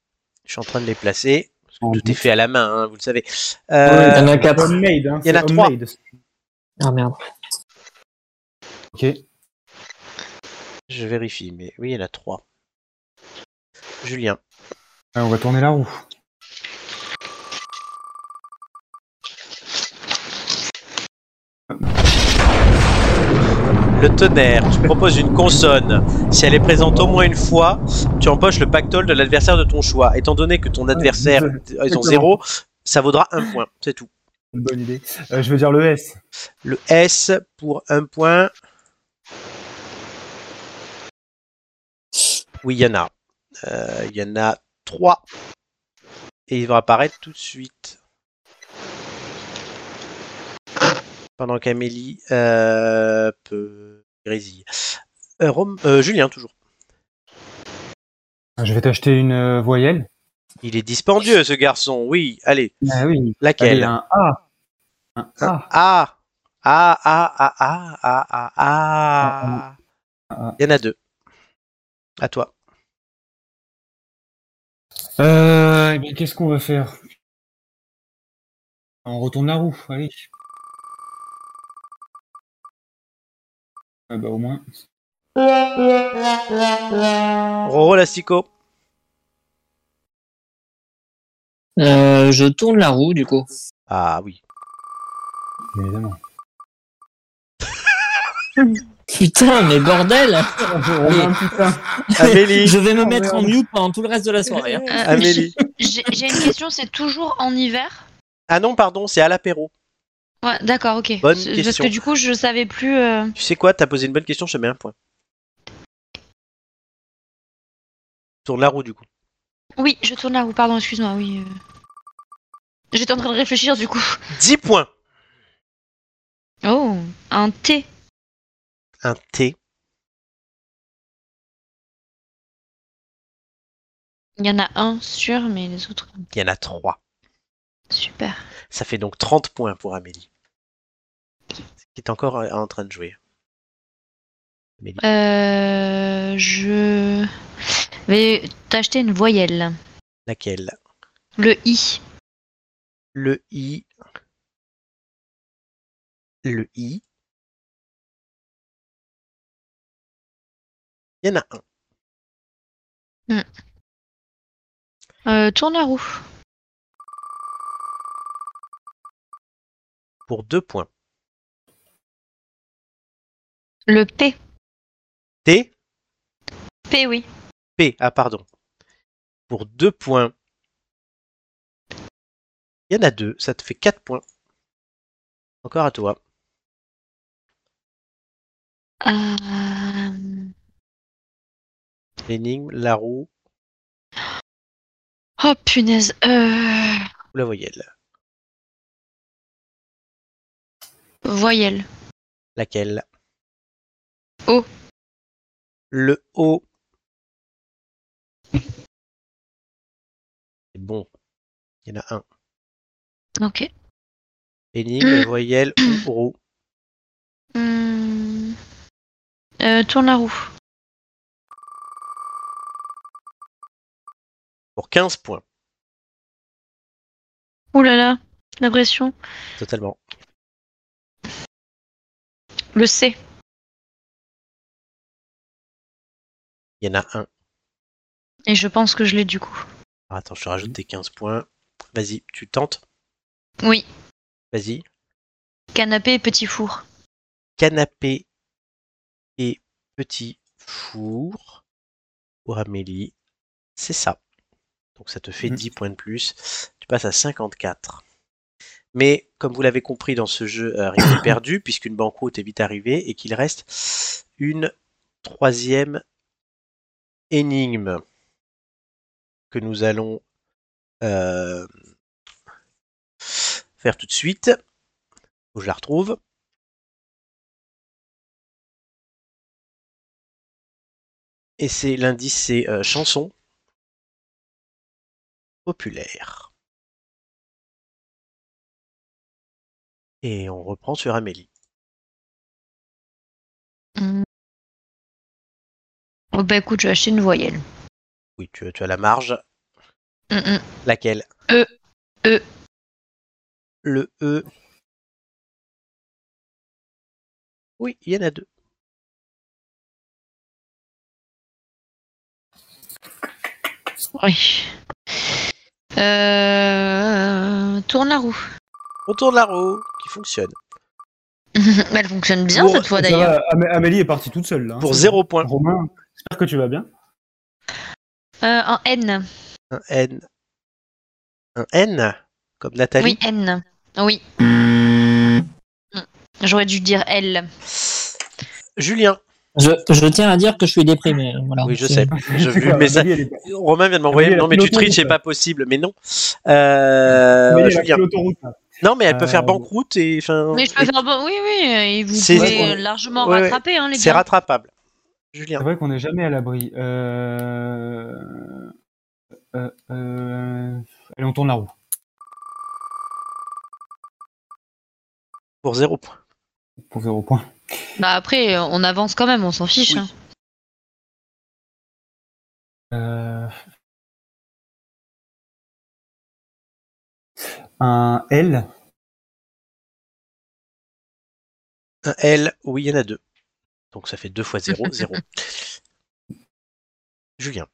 Je suis en train de les placer. Parce que Oh, tout est oui. fait à la main, hein, vous le savez. Il y Euh, en a quatre. Homemade, hein, Il y en a c'est trois. homemade. Ah merde. Ok. je vérifie, mais oui, il y en a 3. Julien. Ah, on va tourner la roue. Le tonnerre, tu proposes une consonne. Si elle est présente au moins une fois, tu empoches le pactole de l'adversaire de ton choix. Étant donné que ton adversaire, ils ont exactement. 0, ça vaudra un point, c'est tout. Une bonne idée. Euh, je veux dire le S. Le S pour un point. Oui, il y en a. Euh, Il y en a trois. Et ils vont apparaître tout de suite. Pendant qu'Amélie euh, peut grésiller. Euh, Rom- euh, Julien, toujours. Je vais t'acheter une euh, voyelle. Il est dispendieux, ce garçon. Oui, allez. Ah oui. Laquelle Allez, un A. Un A. Ah Ah, ah, ah, ah, ah, ah, ah. ah. Il y en a deux. À toi. Euh, eh bien, qu'est-ce qu'on va faire On retourne la roue, allez. Ah bah au moins. Roro Lastico. Euh, je tourne la roue, du coup. Ah oui. Évidemment. Putain, mais bordel Ah, Romain, putain. Amélie. Je vais me Oh, mettre en merde. mute pendant tout le reste de la soirée. hein. Amélie. Euh, J'ai j'ai une question, c'est toujours en hiver Ah non, pardon, c'est à l'apéro. Ouais, d'accord, ok. Bonne C'est- Parce question. que du coup, je savais plus. euh, Tu sais quoi, t'as posé une bonne question, je te mets un point. Tourne la roue du coup. Oui, je tourne la roue, pardon, excuse-moi, oui. euh. J'étais en train de réfléchir du coup. 10 points. Oh, un thé. Un T. Il y en a un sûr, mais les autres, Il y en a 3. super. Ça fait donc 30 points pour Amélie. Qui est encore euh, en train de jouer. Euh, je vais t'acheter une voyelle. Laquelle Le I. Le I. Le I. Il y en a un. Euh, tourne la roue. Pour 2 points. Le P. T. P, oui. P, ah pardon, pour 2 points. Il y en a deux, ça te fait 4 points. Encore à toi. Euh, L'énigme, la roue Oh punaise. Euh... ou la voyelle. Voyelle. Laquelle O. Le O. C'est bon. Il y en a un. Ok. Énigme, voyelle ou roue. Hmm. Euh, tourne la roue. Pour 15 points, Ouh là là, la pression. totalement. Le C. Il y en a un. Et je pense que je l'ai du coup. Alors, attends, je te rajoute tes 15 points. Vas-y, tu tentes. Oui. Vas-y. Canapé et petit four. canapé et petit four pour Amélie. C'est ça. Donc ça te fait Mhm. 10 points de plus. Tu passes à 54. Mais comme vous l'avez compris dans ce jeu, euh, rien n'est perdu puisqu'une banqueroute est vite arrivée et qu'il reste une troisième énigme que nous allons euh, faire tout de suite. Faut que je la retrouve. Et c'est l'indice, c'est euh, chanson populaire. Et on reprend sur Amélie. Hmm. Oh bah écoute, je vais acheter une voyelle. Oui, tu, tu as la marge. Hum, hum. Laquelle E. E. Le E. Oui, il y en a deux. Oui. Euh, Tourne la roue. Autour de la roue, qui fonctionne. Elle fonctionne bien Pour- cette fois Ça d'ailleurs. va, Am- Amélie est partie toute seule. Là, hein. Pour zéro point. Romain, j'espère que tu vas bien. Euh, en N. Un N. Un N Comme Nathalie Oui, N. Oui. Hmm. J'aurais dû dire L. Julien. Je, je tiens à dire que je suis déprimé. hein, Voilà. Oui, je Ah, C'est- sais. J'ai vu le Amélie, message. elle est- Romain vient de m'envoyer. Amélie, Non, mais elle a tu piloté, triches, c'est ça. pas possible. Mais non. Euh, Amélie, elle a Julien. pris l'autoroute. là. Non, mais elle peut Euh, faire banqueroute et. enfin, Mais je peux et- faire bon. Oui, oui. Et vous C'est- pouvez euh, largement Ouais, ouais. rattraper hein, les C'est gars. rattrapable. C'est Julien. vrai qu'on n'est jamais à l'abri. Euh... Euh, euh... Allez, on tourne la roue. Pour zéro point. Pour zéro point. Bah après, on avance quand même, on s'en fiche. Oui. hein. Euh... Un L. Un L. Oui, il y en a deux. Donc ça fait deux fois zéro, zéro. Julien.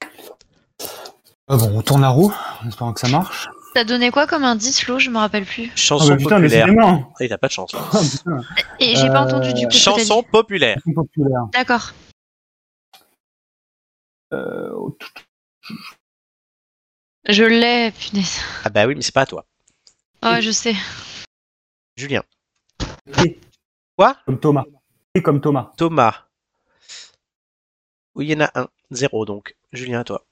Ah bon, on tourne la roue, en espérant que ça marche. T'as donné quoi comme indice, Flo Je me rappelle plus. Chanson bah putain, mais c'est populaire. gênant Ah, Il n'a pas de chance. Ah, putain, Et j'ai pas Euh, entendu du coup. ce que t'as dit. Chanson populaire. c'est populaire. D'accord. Euh... oh, Je l'ai, punaise. Ah, Ah bah oui, mais c'est pas à toi. Ouais, je sais. Julien. T. Quoi Comme Thomas. T comme Thomas. Thomas. Oui, il y en a un. Zéro, donc. Julien, à toi.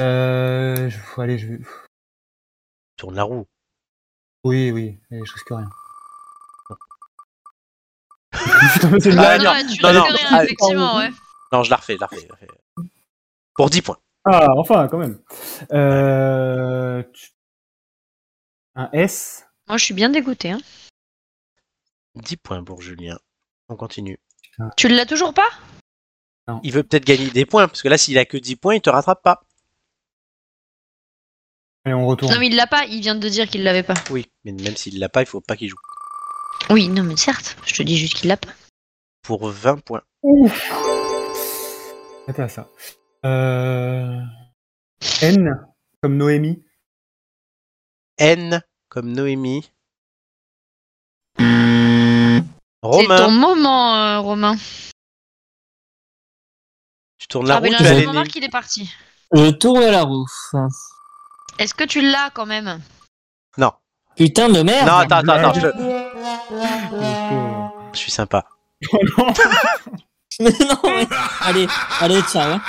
Euh... Je... Allez, je vais... Tourne la roue. Oui, oui, allez, je risque rien. Putain, mais c'est une Ah, blague. non, là, tu non, Ah, non, risques rien, allez. effectivement, ouais. Non, je la refais, je la refais. je la refais. Pour 10 points. Ah, enfin, quand même. Euh... tu- Un S. Moi, je suis bien dégoûtée. hein. 10 points pour Julien. On continue. Tu l'as toujours pas Il veut peut-être gagner des points, parce que là, s'il a que 10 points, il te rattrape pas. Allez, on retourne. Non, mais il l'a pas. Il vient de dire qu'il l'avait pas. Oui, mais même s'il l'a pas, il faut pas qu'il joue. Oui, non, mais certes. Je te dis juste qu'il l'a pas. Pour 20 points. Ouf. C'était à ça. Euh... N, comme Noémie. N comme Noémie. C'est Romain, ton moment, euh, Romain. tu tournes la ah, mais roue, là, tu as je les remarque qu'il est parti. Je tourne la roue. Est-ce que tu l'as quand même Non, Putain de merde. non, attends, attends, attends, je, Euh. Donc, je suis sympa. Mais non, mais- Allez, allez, ciao. hein.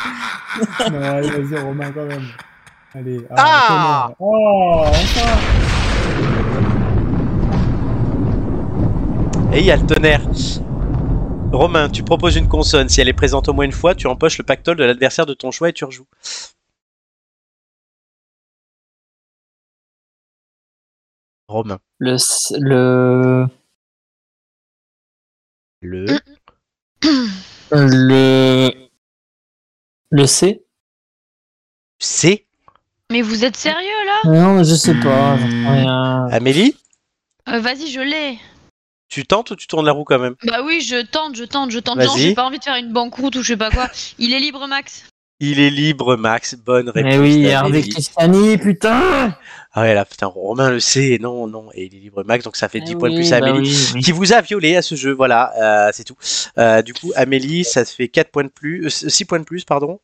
euh, non, allez, vas-y, Romain, quand même. Allez. Ah Thomas. Oh, enfin Et il y a le tonnerre. Romain, tu proposes une consonne. Si elle est présente au moins une fois, tu empoches le pactole de l'adversaire de ton choix et tu rejoues. Romain. Le, s- le, Le. le, le C. C. Mais vous êtes sérieux là Non, je sais pas. j'en sais rien. Amélie, Euh, Vas-y, je l'ai. tu tentes ou tu tournes la roue quand même Bah oui, je tente, je tente, je tente. Vas-y. Non, j'ai pas envie de faire une banqueroute ou je sais pas quoi. Il est libre, Max. Il est libre, Max. Bonne réponse. Mais Eh oui, Hervé d'Amélie. Christiani, putain. Ah ouais, là, putain, Romain le sait. Non, non. Et il est libre, Max. Donc ça fait 10 points de Eh plus oui, à bah Amélie. oui, oui. qui vous a violé à ce jeu, voilà, euh, c'est tout. Euh, du coup, Amélie, ça se fait 4 points de plus, 6 points de plus, pardon.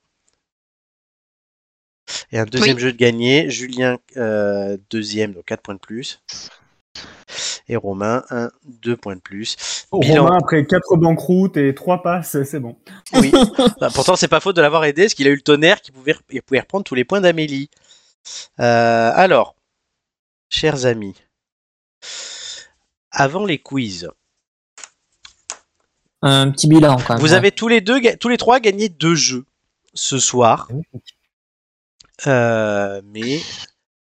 Et un deuxième Oui. jeu de gagné, Julien, euh, deuxième, donc 4 points de plus. Et Romain, 1, 2 points de plus. Oh, Bilan. Oh, Romain, après 4 banqueroutes et 3 passes, c'est bon. Oui. Bah, pourtant, c'est pas faute de l'avoir aidé, parce qu'il a eu le tonnerre qui pouvait, il pouvait reprendre tous les points d'Amélie. Euh, alors, chers amis, avant les quiz, un petit bilan quand même. Vous ouais. avez tous les deux, ga- tous les trois gagné deux jeux ce soir. Euh, mais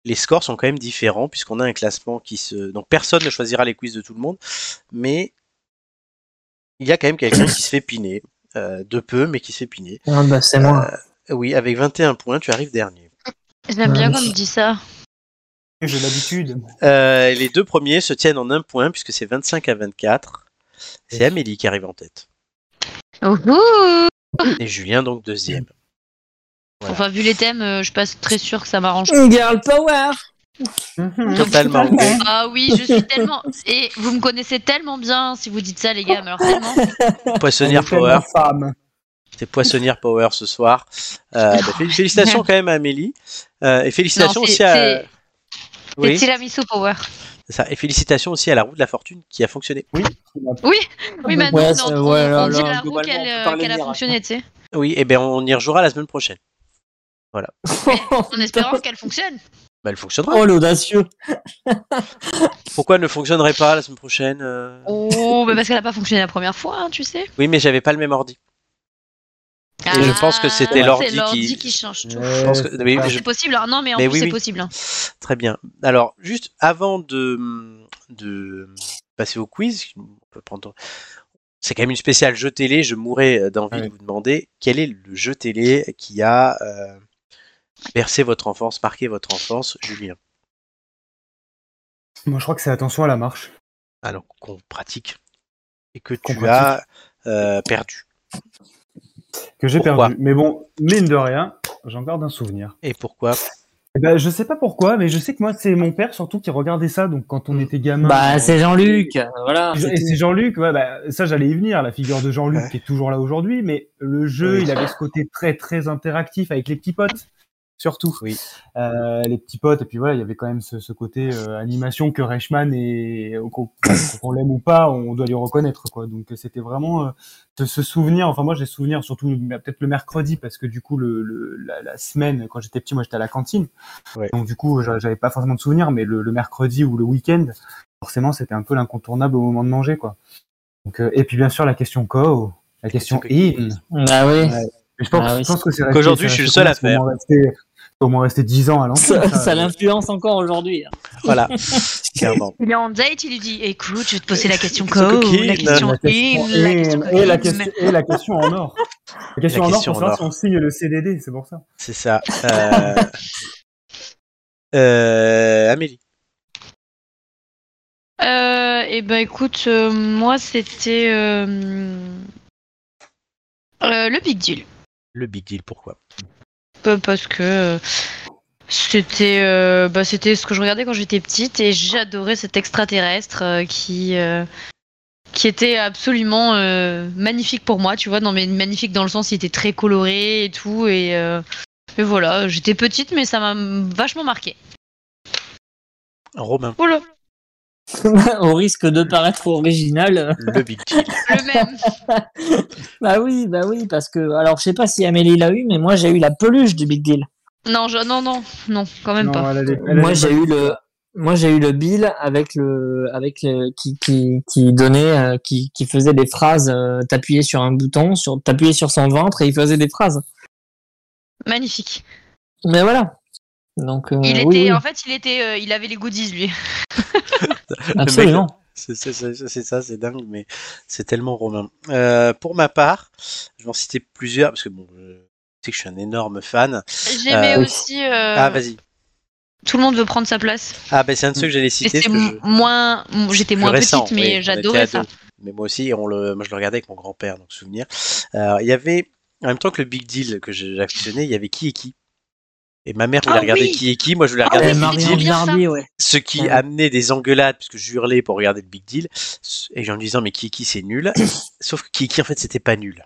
les scores sont quand même différents puisqu'on a un classement qui se. Donc personne ne choisira les quiz de tout le monde, mais il y a quand même quelqu'un qui se fait piner euh, de peu, mais qui se fait piner. Ah, bah, c'est moi. Euh, oui, avec 21 points, tu arrives dernier. J'aime bien Ouais. qu'on me dise ça. J'ai l'habitude. Euh, les deux premiers se tiennent en un point puisque c'est 25 à 24. C'est Amélie qui arrive en tête Ouhou et Julien donc deuxième. Voilà. Enfin, vu les thèmes, euh, je passe très sûr que ça m'arrange. Euh. Girl power. Totalement. Ah oui, je suis tellement. Et vous me connaissez tellement bien si vous dites ça, les gars, mais alors tellement. Poissonnière On est tellement Power. femme. C'était Poissonnière Power ce soir. Euh, bah, fé- félicitations quand même à Amélie. Euh, et félicitations Non, c'est- aussi à. c'est- Oui, C'est tiramisu power. c'est ça. Et félicitations aussi à la roue de la fortune qui a fonctionné. Oui, maintenant, Ouais, on, c'est- on- ouais, là, on dit là, la roue globalement, qu'elle on peut euh, parler qu'elle a miracle. fonctionné, tu sais. Oui, et bien on y rejouera la semaine prochaine. En espérant qu'elle fonctionne. Bah, elle fonctionnera. Oh l'audacieux. Pourquoi elle ne fonctionnerait pas la semaine prochaine euh Oh, mais parce qu'elle a pas fonctionné la première fois, hein, tu sais. Oui, mais j'avais pas le même ordi. Ah, je pense que c'était c'est l'ordi qui- l'ordi qui change tout. Je pense que- mais Ouais. je- C'est possible, hein. non, mais en Mais plus, oui, c'est oui. possible. hein. Très bien. Alors, juste avant de, de passer au quiz, on peut prendre- C'est quand même une spéciale jeu télé. Je mourrais euh, d'envie Ah oui. de vous demander quel est le jeu télé qui a euh, bercé votre enfance, marqué votre enfance, Julien. Moi, je crois que c'est attention à la marche. Alors qu'on pratique et que Qu'on tu as euh, perdu. Que j'ai Pourquoi perdu. Mais bon, mine de rien, j'en garde un souvenir. Et pourquoi Eh ben, je sais pas pourquoi, mais je sais que moi, c'est mon père surtout qui regardait ça. Donc, quand on était gamin. Bah euh, c'est Jean-Luc. Voilà. Et c'est Jean-Luc, ouais, bah, ça j'allais y venir, la figure de Jean-Luc Ouais. qui est toujours là aujourd'hui, mais le jeu, Oui. il avait ce côté très très interactif avec les petits potes, surtout. Oui. Euh, les petits potes, et puis voilà, il y avait quand même ce, ce côté euh, animation que Reichmann et qu'on qu'on l'aime ou pas, on doit lui reconnaître quoi. Donc euh, c'était vraiment euh, de se souvenir. Enfin moi j'ai souvenir surtout mais peut-être le mercredi parce que du coup le, le- la, la semaine quand j'étais petit, moi j'étais à la cantine, Ouais. donc du coup j'a- j'avais pas forcément de souvenirs, mais le, le mercredi ou le week-end forcément, c'était un peu l'incontournable au moment de manger, quoi. Donc, euh, et puis bien sûr la question co, la question Question in. Bah oui. Ouais. Je pense, Ah oui. je pense que c'est resté- Qu'aujourd'hui, ça je suis le reste seul à au moins resté- Au moins resté 10 ans à l'ancienne. Ça, ça l'influence encore aujourd'hui. hein. Voilà, clairement. Il est en date, il lui dit Écoute, je vais te poser la question co, coquine, la question La question in, la question in, et, la coquine. question, et la question en or. La question La en or question pour en savoir si on signe le CDD, c'est pour ça. C'est ça. Euh, euh, Amélie. Euh, et ben écoute, euh, moi c'était euh, euh, le Big Deal. Le big deal, pourquoi Peu- Parce que euh, c'était euh, bah, c'était ce que je regardais quand j'étais petite et j'adorais cet extraterrestre euh, qui, euh, qui était absolument euh, magnifique pour moi, tu vois. Non mais magnifique dans le sens, il était très coloré et tout. Et, euh, et voilà, j'étais petite mais ça m'a vachement marqué. Romain. Oula, hein. Au risque de paraître original. euh, Le big deal. le même. Bah oui, bah oui, parce que alors je sais pas si Amélie l'a eu, mais moi j'ai eu la peluche du Big Deal. Non, je- non, non, non, quand même Non, pas. elle a des- elle a Moi des j'ai bonnes- eu le, moi j'ai eu le Bill avec le, avec le qui qui qui donnait, euh, qui qui faisait des phrases. euh, T'appuyais sur un bouton, sur t'appuyais sur son ventre et il faisait des phrases. Magnifique. Mais voilà. Donc euh, Il était, oui, oui, en fait, il était, euh, il avait les goodies lui. absolument. C'est c'est- c'est- c'est ça, c'est dingue, mais c'est tellement romain. Euh, pour ma part, je vais en citer plusieurs, parce que bon, je sais que je suis un énorme fan. J'aimais Euh, aussi. euh, Ah, vas-y. tout le monde veut prendre sa place. Ah, ben c'est un de ceux que j'allais Et citer. c'est parce que je- m- moins, m- j'étais plus moins récent, petite, mais oui, on j'adorais était ça. ados. Mais moi aussi, et on le, moi je le regardais avec mon grand-père, donc souvenir. Euh, il y avait, en même temps que le Big Deal que j'ai- j'affectionnais, il y avait qui et qui. Et ma mère voulait Ah regarder oui qui et qui, moi je voulais Ah regarder oui, Et le c'était Big Marion trop Deal. bien, ça. Jardy, ouais. ce qui Ouais. amenait des engueulades parce que je hurlais pour regarder le Big Deal et en me disant mais Kiki c'est nul sauf que Kiki en fait c'était pas nul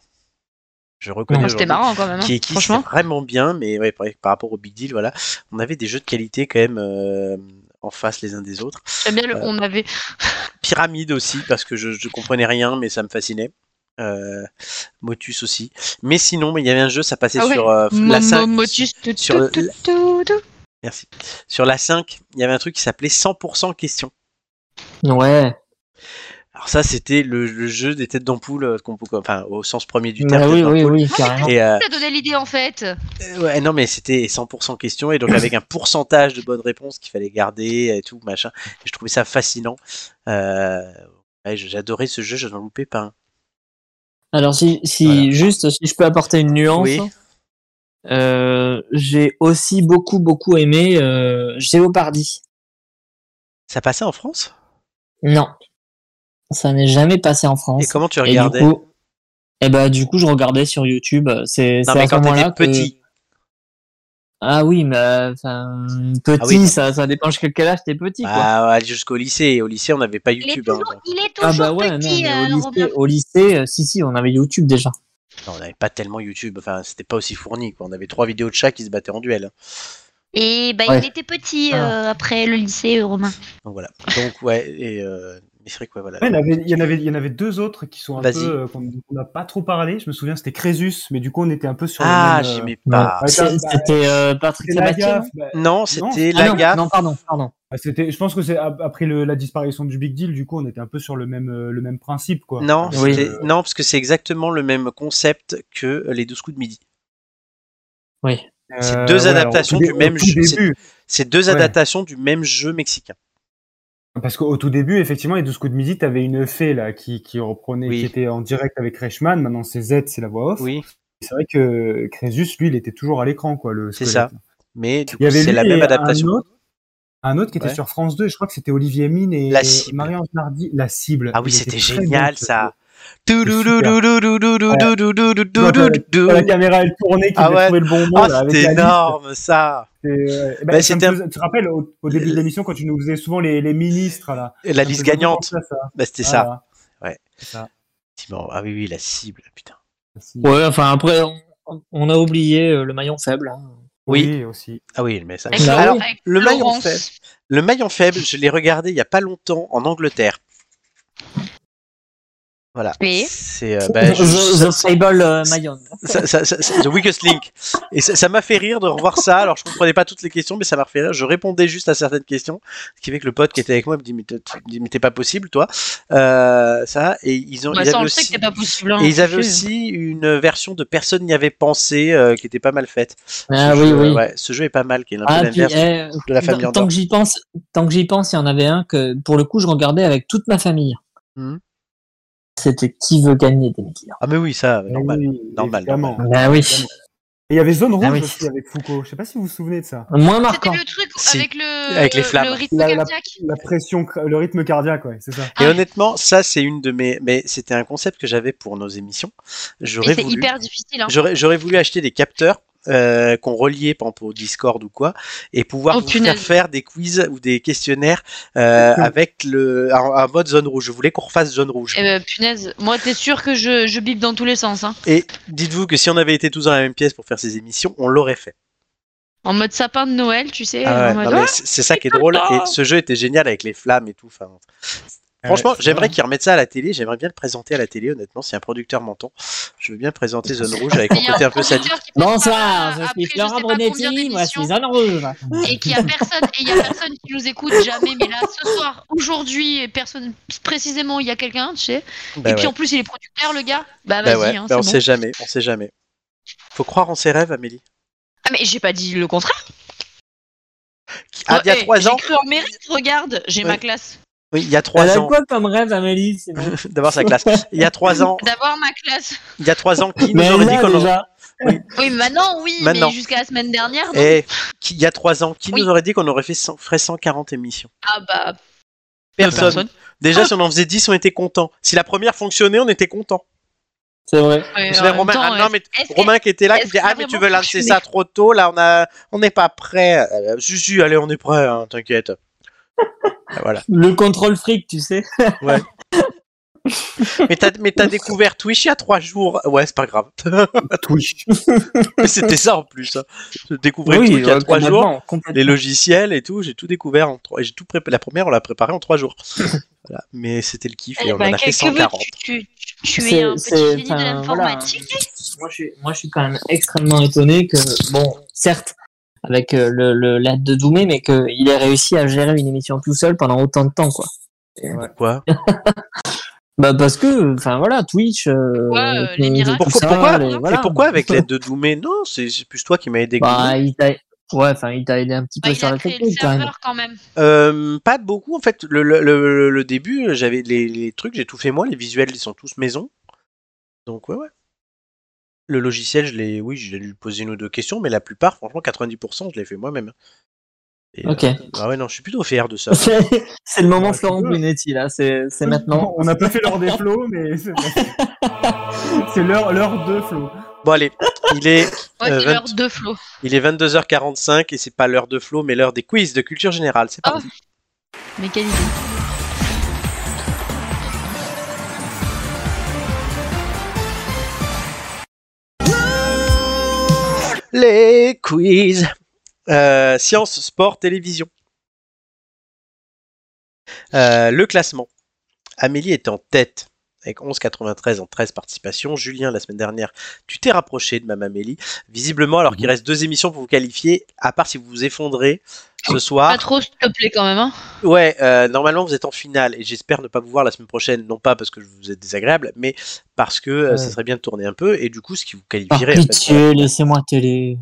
je reconnais Enfin, C'était aujourd'hui. marrant quand même. hein, Kiki c'est Franchement. vraiment bien mais ouais, par, par rapport au Big Deal voilà on avait des jeux de qualité quand même euh, en face les uns des autres J'aime bien le- euh, on avait. Pyramide aussi parce que je, je comprenais rien mais ça me fascinait euh, Motus aussi mais sinon il y avait un jeu ça passait Ah ouais. sur euh, la 5 Momotus. tout, sur le- tout, tout, tout, tout. merci sur la 5 il y avait un truc qui s'appelait 100% question Ouais. Alors ça, c'était le, le jeu des têtes d'ampoule, euh, qu'on peut- enfin au sens premier du Bah terme. oui, tête oui, d'ampoule. oui, Moi, carrément. Et euh, T'as donné l'idée en fait. euh, ouais, non, mais c'était 100% question et donc avec un pourcentage de bonnes réponses qu'il fallait garder et tout machin. Je trouvais ça fascinant. Euh, ouais, J'adorais ce jeu, je n'en loupais pas un. Alors, si, si Voilà. juste, si je peux apporter une nuance, Oui. euh, j'ai aussi beaucoup, beaucoup aimé euh, Géopardy. Ça passait en France Non, ça n'est jamais passé en Et France. comment tu Et du regardais coup, et bah, du coup, je regardais sur YouTube. euh, C'est Non, c'est à mais ce quand moment-là t'étais que- petit. Ah oui, mais euh, enfin, petit, Ah oui. ça, ça dépend jusqu'à quel âge t'es petit. Quoi. Ah, ouais, jusqu'au lycée. Au lycée, on n'avait pas Il est YouTube. hein, toujours, il est Ah toujours petit, mais euh, au, lycée, Robin. au lycée, euh, si, si, on avait YouTube déjà. Non, on n'avait pas tellement YouTube, enfin c'était pas aussi fourni quoi. On avait trois vidéos de chats qui se battaient en duel. Et bah, Ouais. il était petit euh, après le lycée, euh, Romain. Donc voilà. Donc ouais, et euh... mais c'est vrai que ouais, voilà. Ouais, il, y en avait, il, y en avait, il y en avait deux autres qui sont un Vas-y. peu euh, qu'on dont on n'a pas trop parlé. Je me souviens, c'était Crésus, mais du coup, on était un peu sur. Ah, le même, euh, j'aimais pas. Ouais, C'est- bah, C'était euh, Patrick c'était la Sabatier. gaffe, bah, Non, c'était Ah la non, gaffe. non, pardon, pardon. bah, c'était. Je pense que c'est ap- après le- la disparition du Big Deal, du coup, on était un peu sur le même euh, le même principe, quoi. Non, Oui. c'était- non, parce que c'est exactement le même concept que les 12 coups de midi. euh, c'est deux adaptations du même jeu. C'est- jeu. C'est deux Ouais. adaptations du même jeu mexicain. Parce qu'au tout début, effectivement, les 12 coups de midi, t'avais une fée là qui, qui reprenait, Oui. qui était en direct avec Reichmann. Maintenant, c'est Z, c'est la voix off. Oui, C'est vrai que Crésus, lui, il était toujours à l'écran, quoi. Le C'est squelette. mais du Il coup, y avait c'est lui la et même adaptation. Un autre, un autre qui était Ouais. sur France 2, je crois que c'était Olivier Mine et La cible. Marie-Ange Nardi, la cible. Ah oui, Il était c'était très génial bon, ce ça. jeu. La caméra, elle tournait, qu'il Ah avait ouais. trouvé le bon mot. Ah, là, avec c'était la liste. énorme ça. Et, euh, eh Bah, ben, ça me c'était un- faisait- Tu te rappelles au, au début de l'émission quand tu nous faisais souvent les, les ministres là. Et La Ça me liste faisait beaucoup gagnante, penser à ça. Ah, bah, c'était ça. Voilà. Ouais. C'est ça. Effectivement. Ah oui, oui, la cible, putain. La cible. Ouais, enfin après, on, on a oublié euh, le maillon faible. hein. Oui. aussi. Ah oui, mais ça. Avec Bah Laurent- Alors, avec le maillon Laurence. faible, le maillon faible, je l'ai regardé il y a pas longtemps en Angleterre. Voilà. Oui. C'est euh, bah, the, je- the Fable euh, Maillon. ça- ça- ça- ça- The Weakest Link. Et ça ça m'a fait rire de revoir ça. Alors, je comprenais pas toutes les questions, mais ça m'a fait rire. Je répondais juste à certaines questions. Ce qui fait que le pote qui était avec moi me dit Mais t'es- mais t'es pas possible, toi. Euh, ça. Et ils ont. Bah, ils ça, on avaient le sait que aussi, c'est pas possible. hein. et ils avaient Je- aussi une version de Personne n'y avait pensé euh, qui était pas mal faite. Ah ce oui, jeu, oui. euh, ouais, ce jeu est pas mal, qui est un peu Ah, puis, l'inverse eh, de la famille tant Andorre. que j'y pense, tant que j'y pense, il y en avait un que pour le coup je regardais avec toute ma famille. Mhm. C'était qui veut gagner des milliards. Ah mais oui, ça, normal. Eh Oui, normal, évidemment. Bah oui, Et il y avait Zone Rouge Ah oui. aussi avec Foucault. Je sais pas si vous vous souvenez de ça. moins C'était marquant. le truc Si. avec le, Avec les flammes. le rythme La- la- cardiaque. La pression, cra- le rythme cardiaque, ouais, c'est ça. Et Ah. honnêtement, ça c'est une de mes. Mais c'était un concept que j'avais pour nos émissions. Et J'aurais c'est voulu. hyper difficile. Hein. J'aurais, j'aurais voulu acheter des capteurs euh, qu'on reliait par exemple, au Discord ou quoi, et pouvoir Oh, vous punaise. faire faire des quiz ou des questionnaires euh, avec le en, en mode zone rouge. Je voulais qu'on refasse zone rouge. Eh ben, punaise, moi t'es sûr que je, je bip dans tous les sens. Hein. Et dites-vous que si on avait été tous dans la même pièce pour faire ces émissions, on l'aurait fait. En mode sapin de Noël, tu sais. Ah ouais, en mode, non, mais c'est c'est ça qui est drôle. Et ce jeu était génial avec les flammes et tout. Enfin, Ah franchement, Ouais, c'est j'aimerais vrai. qu'ils remettent ça à la télé. J'aimerais bien le présenter à la télé, honnêtement. Si un producteur m'entend, je veux bien présenter Zone Rouge avec Ah, un il y a un côté un peu producteur sadique. qui pense pas Bonsoir, je euh, après suis sais pas Florent combien Brunetti, moi je d'émissions, suis en rouge. Et qu'il y a personne, et il y a personne qui nous écoute jamais, mais là, ce soir, aujourd'hui, et personne, précisément, il y a quelqu'un, tu sais. Bah et puis ouais, en plus, il est producteur, le gars. Bah bah vas-y, ouais, hein, bah on c'est bon. sait jamais, on sait jamais. Faut croire en ses rêves, Amélie. Ah, mais j'ai pas dit le contraire. Ah, il y a Eh, trois ans, J'ai cru en mérite, regarde, j'ai Ouais. ma classe. oui, il y a Elle trois a ans, quoi comme rêve, Amélie c'est bon. d'avoir sa classe. Il y a trois ans, D'avoir ma classe. il y a trois ans, qui Mais nous aurait elle dit l'a qu'on aurait... déjà. Oui, maintenant, oui, Maintenant. mais jusqu'à la semaine dernière. non. Eh, qui- il y a trois ans, qui Oui. nous aurait dit qu'on aurait fait 100 ferait 140 émissions Ah bah, Personne. personne. Ah. Déjà, si on en faisait 10, on était content. Si la première fonctionnait, on était content. C'est vrai. Ouais, Je en me souviens, même Romain, temps, ah, non, mais est-ce que- Romain qui était là, qui est-ce me dit que Ah, mais tu vraiment veux tu lancer fumais ça trop tôt, là, on a, on n'est pas prêt. Euh, Si, si, allez, on est prêt, hein, t'inquiète. Ah, Voilà. Le contrôle fric, tu sais. Mais t'as, mais t'as découvert Twitch il y a trois jours. Ouais, c'est pas grave. Twitch. Mais C'était ça en plus. hein. J'ai découvert Twitch il y a euh, trois complètement, jours. complètement. Les logiciels et tout, j'ai tout découvert en trois. et J'ai tout prépa- La première, on l'a préparée en trois jours. Voilà. Mais c'était le kiff et Eh on en ben, a fait qu'est-ce que veux-tu 140. tu, tu, tu C'est- es un c'est- petit génie de enfin, l'informatique. Moi, je suis, moi, je suis quand même extrêmement étonné que, bon, certes, avec euh, le, le l'aide de Doumé, mais qu'il ait réussi à gérer une émission tout seul pendant autant de temps, quoi. Quoi Bah parce que, enfin voilà, Twitch. euh, Ouais, euh, tout- les miracles. tout Pourquoi, ça, pourquoi- les- voilà. Et pourquoi avec l'aide de Doumé Non, c'est c'est plus toi qui m'as aidé. que Bah, il t'a, ouais, enfin il t'a aidé un petit peu Bah, il sur a la créé le technique quand même. serveur quand même. Euh, pas beaucoup en fait. Le, le- le- le début, j'avais les, les trucs, j'ai tout fait moi. Les visuels, ils sont tous maison. Donc ouais, ouais. Le logiciel, je l'ai, oui, j'ai dû poser une ou deux questions, mais la plupart, franchement, 90%, je l'ai fait moi-même. Et, Ok. euh, ah ouais, non, je suis plutôt fier de ça. C'est- c'est le moment Ouais, Florent tu peux. Brunetti là, c'est, c'est maintenant. On n'a pas fait l'heure des flots, mais c'est c'est l'heure l'heure de flots. Bon allez, il est, Ouais, Euh, c'est 20. l'heure de Flo. il est 22h45 et c'est pas l'heure de flow, mais l'heure des quiz de culture générale. C'est parti. Mais quelle idée. Les quiz. Euh, science, sport, télévision. Euh, le classement. Amélie est en tête avec 11,93 en 13 participations. Julien, la semaine dernière, tu t'es rapproché de Mme Amélie. Visiblement, alors Mhm. qu'il reste deux émissions pour vous qualifier, à part si vous vous effondrez Oh, ce Pas soir. trop, s'il te plaît, quand même. Hein. Ouais, euh, normalement, vous êtes en finale et j'espère ne pas vous voir la semaine prochaine. Non pas parce que vous êtes désagréable, mais parce que euh, ça Ouais. serait bien de tourner un peu et du coup, ce qui vous Par qualifierait. en fait, pitié, laissez-moi télé.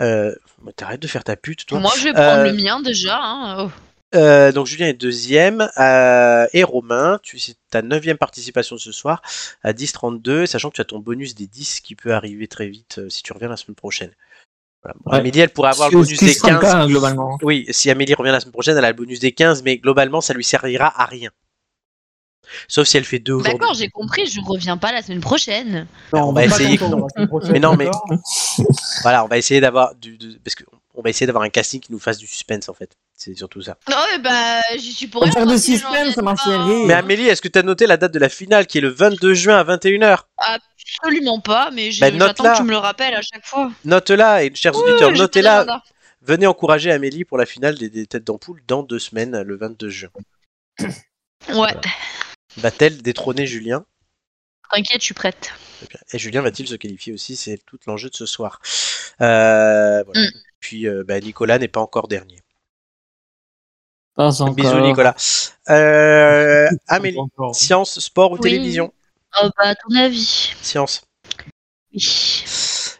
euh, mais T'arrêtes de faire ta pute, toi. Moi, je vais prendre Euh, le mien déjà. Hein. Oh. Euh, donc Julien est deuxième euh, et Romain, tu c'est ta neuvième participation ce soir à 10-32, sachant que tu as ton bonus des 10 qui peut arriver très vite euh, si tu reviens la semaine prochaine. Voilà. Bon, Ouais. Amélie, elle pourrait avoir le Ce qui- bonus ce qui des sera le 15. cas, hein, globalement. Oui, si Amélie revient la semaine prochaine, elle a le bonus des 15, mais globalement, ça lui servira à rien. Sauf si elle fait deux aujourd'hui. D'accord, j'ai compris, je reviens pas la semaine prochaine. on va essayer que non. hein, Mais non, mais- Voilà, on va essayer d'avoir du, de- parce que on va essayer d'avoir un casting qui nous fasse du suspense en fait. C'est surtout ça. Non, mais bah, j'y suis pour Pour rien. faire hein, de si j'en suspense, reviens ça m'a pas. fait rire. Mais Amélie, est-ce que tu as noté la date de la finale qui est le 22 juin à 21h Absolument pas, mais j'ai- Bah, note-la. j'attends que tu me le rappelles à chaque fois. Notez-la, et chers Ouais, auditeurs, j'ai pas notez-la. d'agenda. Venez encourager Amélie pour la finale des, des têtes d'ampoule dans deux semaines, le 22 juin. Ouais, Va-t-elle détrôner Julien t'inquiète, je suis prête. Très bien. Et Julien va-t-il se qualifier aussi C'est tout l'enjeu de ce soir. Euh, voilà. Mm. Puis euh, bah, Nicolas n'est pas encore dernier. Pas encore. Bisous Nicolas. Euh, Amélie, Encore. science, sport ou Oui. télévision Oh, bah, à ton avis. Science. Oui.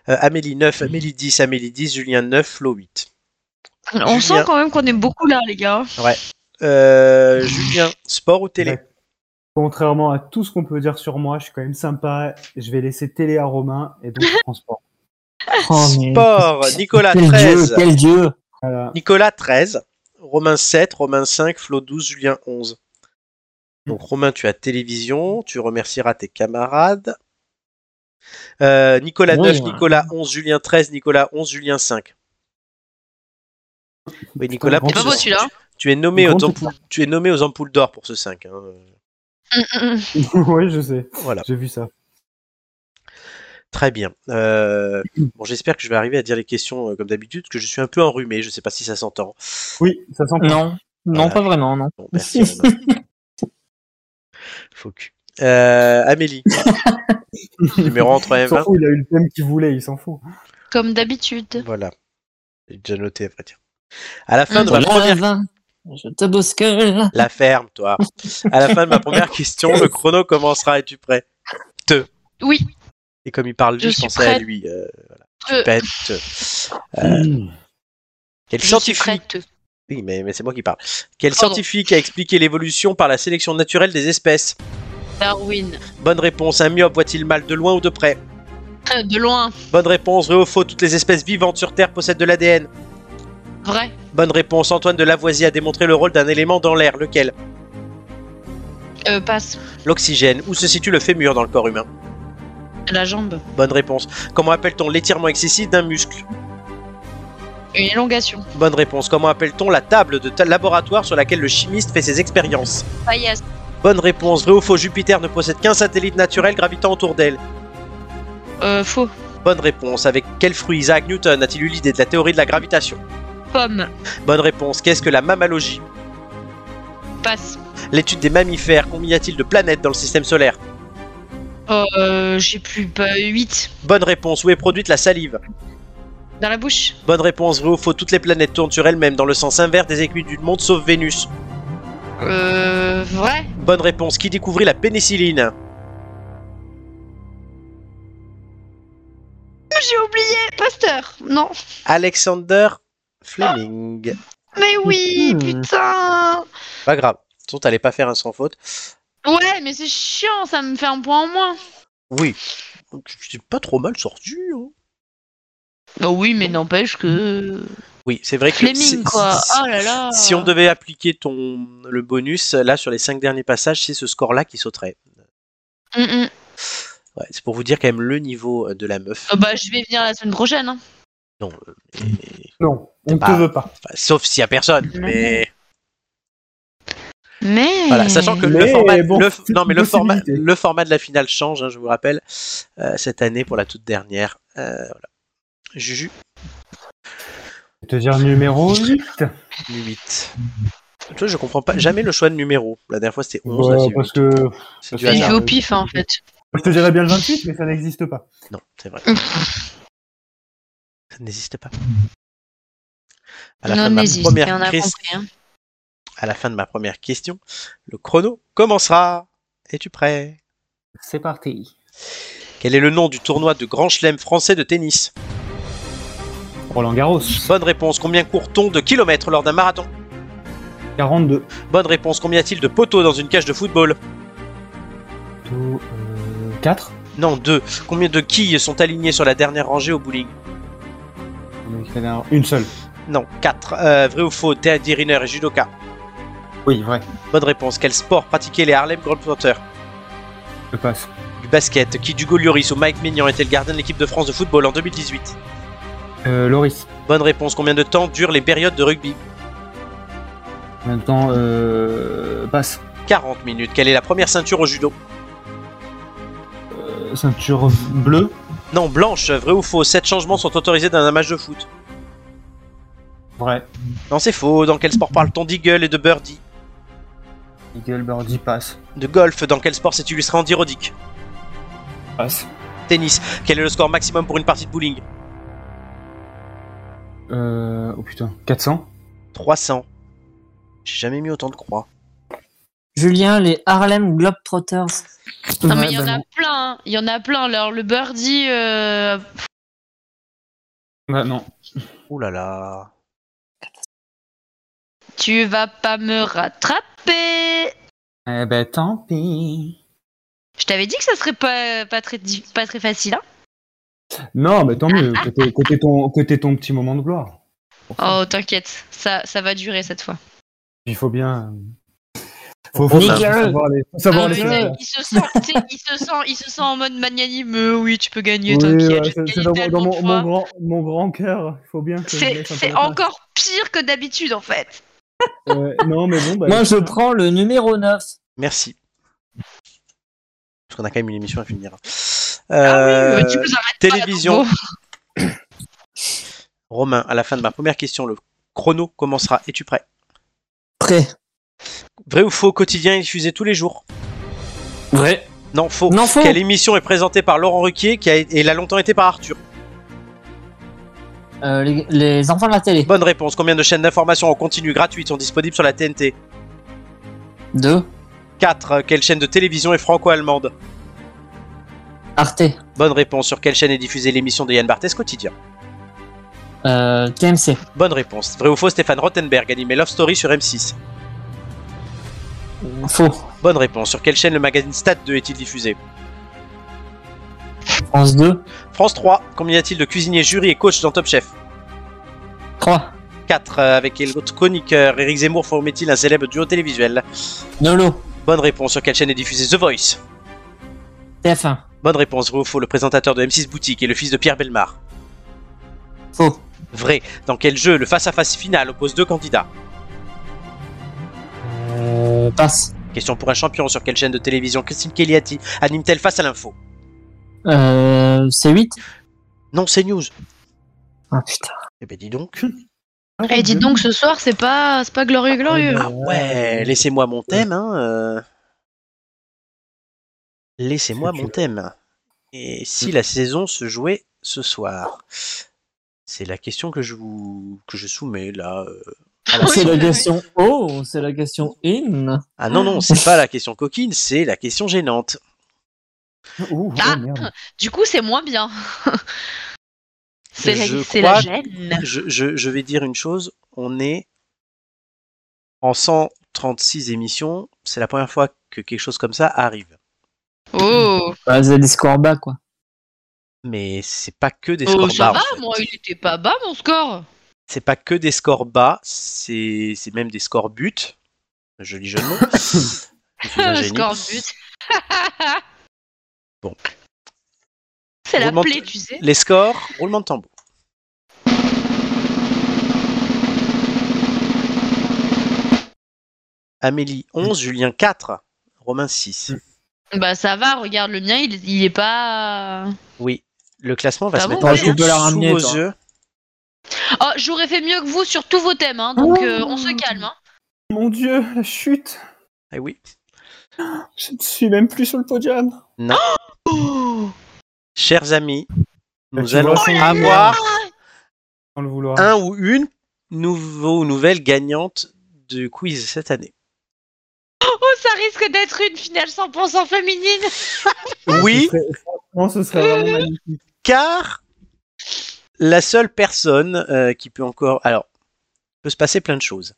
Euh, Amélie 9, Amélie 10, Amélie 10, Julien 9, Flo 8. On Julien. sent quand même qu'on est beaucoup là, les gars. Euh, Julien, sport ou télé Ouais. Contrairement à tout ce qu'on peut dire sur moi, je suis quand même sympa. Je vais laisser télé à Romain et donc transport. Oh, mais- Sport, Nicolas Quel 13. dieu, quel dieu. Voilà. Nicolas 13, Romain 7, Romain 5, Flo 12, Julien 11. Donc Romain, tu as télévision, tu remercieras tes camarades. Euh, Nicolas Oui, 9, ouais. Nicolas 11, Julien 13, Nicolas 11, Julien 5. Oui, Nicolas, grand pour C'est pas ce- beau celui-là. tu, es nommé aux Grand ampoules, tu es nommé aux ampoules d'or pour ce 5. hein. Mm, mm, mm. oui, je sais. Voilà, J'ai vu ça. très bien. Euh, bon, j'espère que je vais arriver à dire les questions euh, comme d'habitude, parce que je suis un peu enrhumé, je ne sais pas si ça s'entend. Oui, ça sent. Non, non, Voilà. pas vraiment, non. Bon, merci. Romain. Faux cul. Euh, Amélie. Numéro entre Il s'en 20. fout, il a eu le thème qu'il voulait, il s'en fout. Comme d'habitude. Voilà. J'ai déjà noté, à vrai dire. À la fin de ma Voilà, première. va. Je te bouscule. La ferme, toi. À la fin de ma première question, le chrono commencera. Es-tu prêt Oui, Et comme il parle, lui, Je je suis pensais à prête. lui. euh, voilà. je, Pète. Euh, Quel je suis scientifique prête. Oui, mais, mais c'est moi qui parle. Quel Pardon. scientifique a expliqué l'évolution par la sélection naturelle des espèces Darwin. Bonne réponse. Un myope voit-il mal de loin ou de près Euh, De loin, Bonne réponse. Vrai ou faux Toutes les espèces vivantes sur Terre possèdent de l'ADN. vrai. Bonne réponse, Antoine de Lavoisier a démontré le rôle d'un élément dans l'air, lequel Euh, passe. L'oxygène. Où se situe le fémur dans le corps humain La jambe. Bonne réponse. Comment appelle-t-on l'étirement excessif d'un muscle Une élongation. Bonne réponse. Comment appelle-t-on la table de ta- laboratoire sur laquelle le chimiste fait ses expériences Paillasse. Bonne réponse. Vrai ou faux, Jupiter ne possède qu'un satellite naturel gravitant autour d'elle Euh, faux. Bonne réponse. Avec quel fruit Isaac Newton a-t-il eu l'idée de la théorie de la gravitation Pomme. Bonne réponse. Qu'est-ce que la mammalogie Passe. L'étude des mammifères. Combien y a-t-il de planètes dans le système solaire Euh, j'ai plus bah, 8. Bonne réponse. Où est produite la salive Dans la bouche. Bonne réponse, vrai ou faux, toutes les planètes tournent sur elles-mêmes dans le sens inverse des aiguilles du monde sauf Vénus. Euh. Vrai Bonne réponse. Qui découvrit la pénicilline J'ai oublié Pasteur Non Alexander Fleming. Mais oui Hmm. Putain Pas grave. De toute façon, t'allais pas faire un sans faute. Ouais, mais c'est chiant, ça me fait un point en moins Oui. C'est pas trop mal sorti. hein. Bah oui, mais n'empêche que. Oui, c'est vrai que. c'est- Fleming, quoi Oh là là Si on devait appliquer ton le bonus, là sur les cinq derniers passages, c'est ce score-là qui sauterait. Mm, mm. Ouais, c'est pour vous dire quand même le niveau euh, de la meuf. Ah Bah, je vais venir la semaine prochaine, hein Non, euh, mais- Non, on ne pas- te veut pas. enfin, sauf s'il y a personne. Non. Mais Mais. voilà, sachant que le Mais format, bon, le- c'est non mais une le format, possibilité. le format de la finale change. hein, je vous rappelle euh, cette année pour la toute dernière. Euh, voilà. Juju Je vais te dire numéro 8. 8. Toi, je comprends pas jamais le choix de numéro. La dernière fois, c'était 11. là, Oh, c'est parce 8. que C'est parce du que- C'est hasard. joué au pif, hein, en fait. je te dirais bien le 28, mais ça n'existe pas. Non, c'est vrai. Ça n'existe pas. À la, fin Non, de ma n'hésite, on première a ques- compris. Hein. à la fin de ma première question, le chrono commencera. Es-tu prêt C'est parti. Quel est le nom du tournoi de Grand Chelem français de tennis Roland Garros, Bonne réponse. Combien court-on de kilomètres lors d'un marathon 42. Bonne réponse. Combien y a-t-il de poteaux dans une cage de football 4. Non, deux. Combien de quilles sont alignées sur la dernière rangée au bowling Une seule. Non, quatre. Euh, vrai ou faux Teddy Riner et judoka. Oui, vrai. Bonne réponse. Quel sport pratiquaient les Harlem Globetrotters Je passe. Du basket. Qui du Lloris ou Mike Mignon était le gardien de l'équipe de France de football en 2018 Euh, Loris. Bonne réponse. Combien de temps durent les périodes de rugby Maintenant, euh, passe. 40 minutes. Quelle est la première ceinture au judo Euh, ceinture bleue. Non, blanche, vrai ou faux 7 changements sont autorisés dans un match de foot. Vrai. Non, c'est faux. Dans quel sport parle-t-on d'eagle et de birdie Eagle Birdie passe. De golf, dans quel sport s'est illustré Andy Roddick Passe. Tennis, quel est le score maximum pour une partie de bowling Euh, oh putain. 400. 300. J'ai jamais mis autant de croix. Julien, les Harlem Globetrotters. Non, mais Ouais, il y en bah a plein, hein. il y en a plein. Alors, le birdie. euh, Bah non. Ouh là là. Tu vas pas me rattraper Eh ben tant pis. Je t'avais dit que ça serait pas, pas, très, di- pas très facile, hein Non, mais tant mieux. Côté, côté ton, côté ton petit moment de gloire. Pour ça. Oh, t'inquiète, ça, ça va durer cette fois. Il faut bien. euh, Faut, Nickel. savoir les, faut savoir Ah, les mais faire. il, se sent, tu sais, il, se sent, il se sent en mode magnanime, euh, oui, tu peux gagner, Oui, ouais, t'inquiète. je c'est- vais c'est gagner dans, tellement dans mon, de mon fois. grand, mon grand cœur. Faut bien. que je C'est- laisse un peu C'est la place. encore pire que d'habitude, en fait. Ouais, non, mais bon. Bah, Moi, je prends le numéro 9. Merci. Parce qu'on a quand même une émission à finir. Ah oui, Euh, mais tu nous arrêtes pas, la télévision. combo. Romain, à la fin de ma première question, le chrono commencera. Es-tu prêt Prêt. Vrai ou faux Quotidien est diffusé tous les jours Vrai. Non, faux. Non, faux. Quelle émission est présentée par Laurent Ruquier qui a, et l'a longtemps été par Arthur Euh, les, les enfants de la télé. Bonne réponse. Combien de chaînes d'information en continu gratuites sont disponibles sur la TNT Deux. 4. Quelle chaîne de télévision est franco-allemande Arte. Bonne réponse. Sur quelle chaîne est diffusée l'émission de Yann Barthès Quotidien Euh, TMC. Bonne réponse. Vrai ou faux Stéphane Rottenberg animait Love Story sur M6 Faux. Bonne réponse. Sur quelle chaîne le magazine Stat 2 est-il diffusé France 2. France 3. Combien y a-t-il de cuisiniers, jurys et coachs dans Top Chef 3. 4. Avec quel autre chroniqueur Eric Zemmour formait-il un célèbre duo télévisuel Nolo. Bonne réponse. Sur quelle chaîne est diffusée The Voice TF1. Bonne réponse. Vrai ou faux Le présentateur de M6 Boutique est le fils de Pierre Belmar Faux. Vrai. Dans quel jeu le face-à-face final oppose deux candidats Euh, passe. Question pour un champion. Sur quelle chaîne de télévision Christine Kellyati anime-t-elle face à l'info Euh, c'est 8. Non, c'est News. Ah putain. Eh ben dis donc. Et dites Eh, donc, ce soir, c'est pas, c'est pas glorieux, glorieux. Ah ouais, laissez-moi mon thème. Hein, euh. Laissez-moi mon thème. Et si la saison se jouait ce soir C'est la question que je vous que je soumets là. euh, Ah, C'est la question oh, c'est la question in. Ah non, non, c'est pas la question coquine, c'est la question gênante. Ouh, oh, Ah. merde. Du coup, c'est moins bien. c'est la, Je c'est crois- la gêne. Je, je- je vais dire une chose, on est en 136 émissions, c'est la première fois que quelque chose comme ça arrive. Oh, Bah, c'est des scores bas, quoi. Mais c'est pas que des oh scores ça bas. va, en fait. moi, il était pas bas, mon score. C'est pas que des scores bas, c'est c'est même des scores buts. Joli jeu de mots. Je suis un Le génie. score but. Bon. C'est la Roulement de- plaie, tu sais. Les scores, roulement de tambour. Amélie 11, Julien 4, Romain 6. Bah ça va, regarde le mien, il, il est pas. euh, Oui, le classement va Ah se bon mettre Attends, à jour tu peux la ramener, sous vos toi. yeux. Oh, j'aurais fait mieux que vous sur tous vos thèmes, hein, donc euh, on se calme. Hein. Mon dieu, la chute. Eh oui. Je ne suis même plus sur le podium. Chers amis, nous tu allons vois, c'est- avoir Sans le vouloir. un ou une nouveau, nouvelle gagnante du quiz cette année. Oh, ça risque d'être une finale 100% féminine. Ah, Oui, Ce serait- Franchement, ce serait vraiment magnifique. car la seule personne euh, qui peut encore. Alors, il peut se passer plein de choses.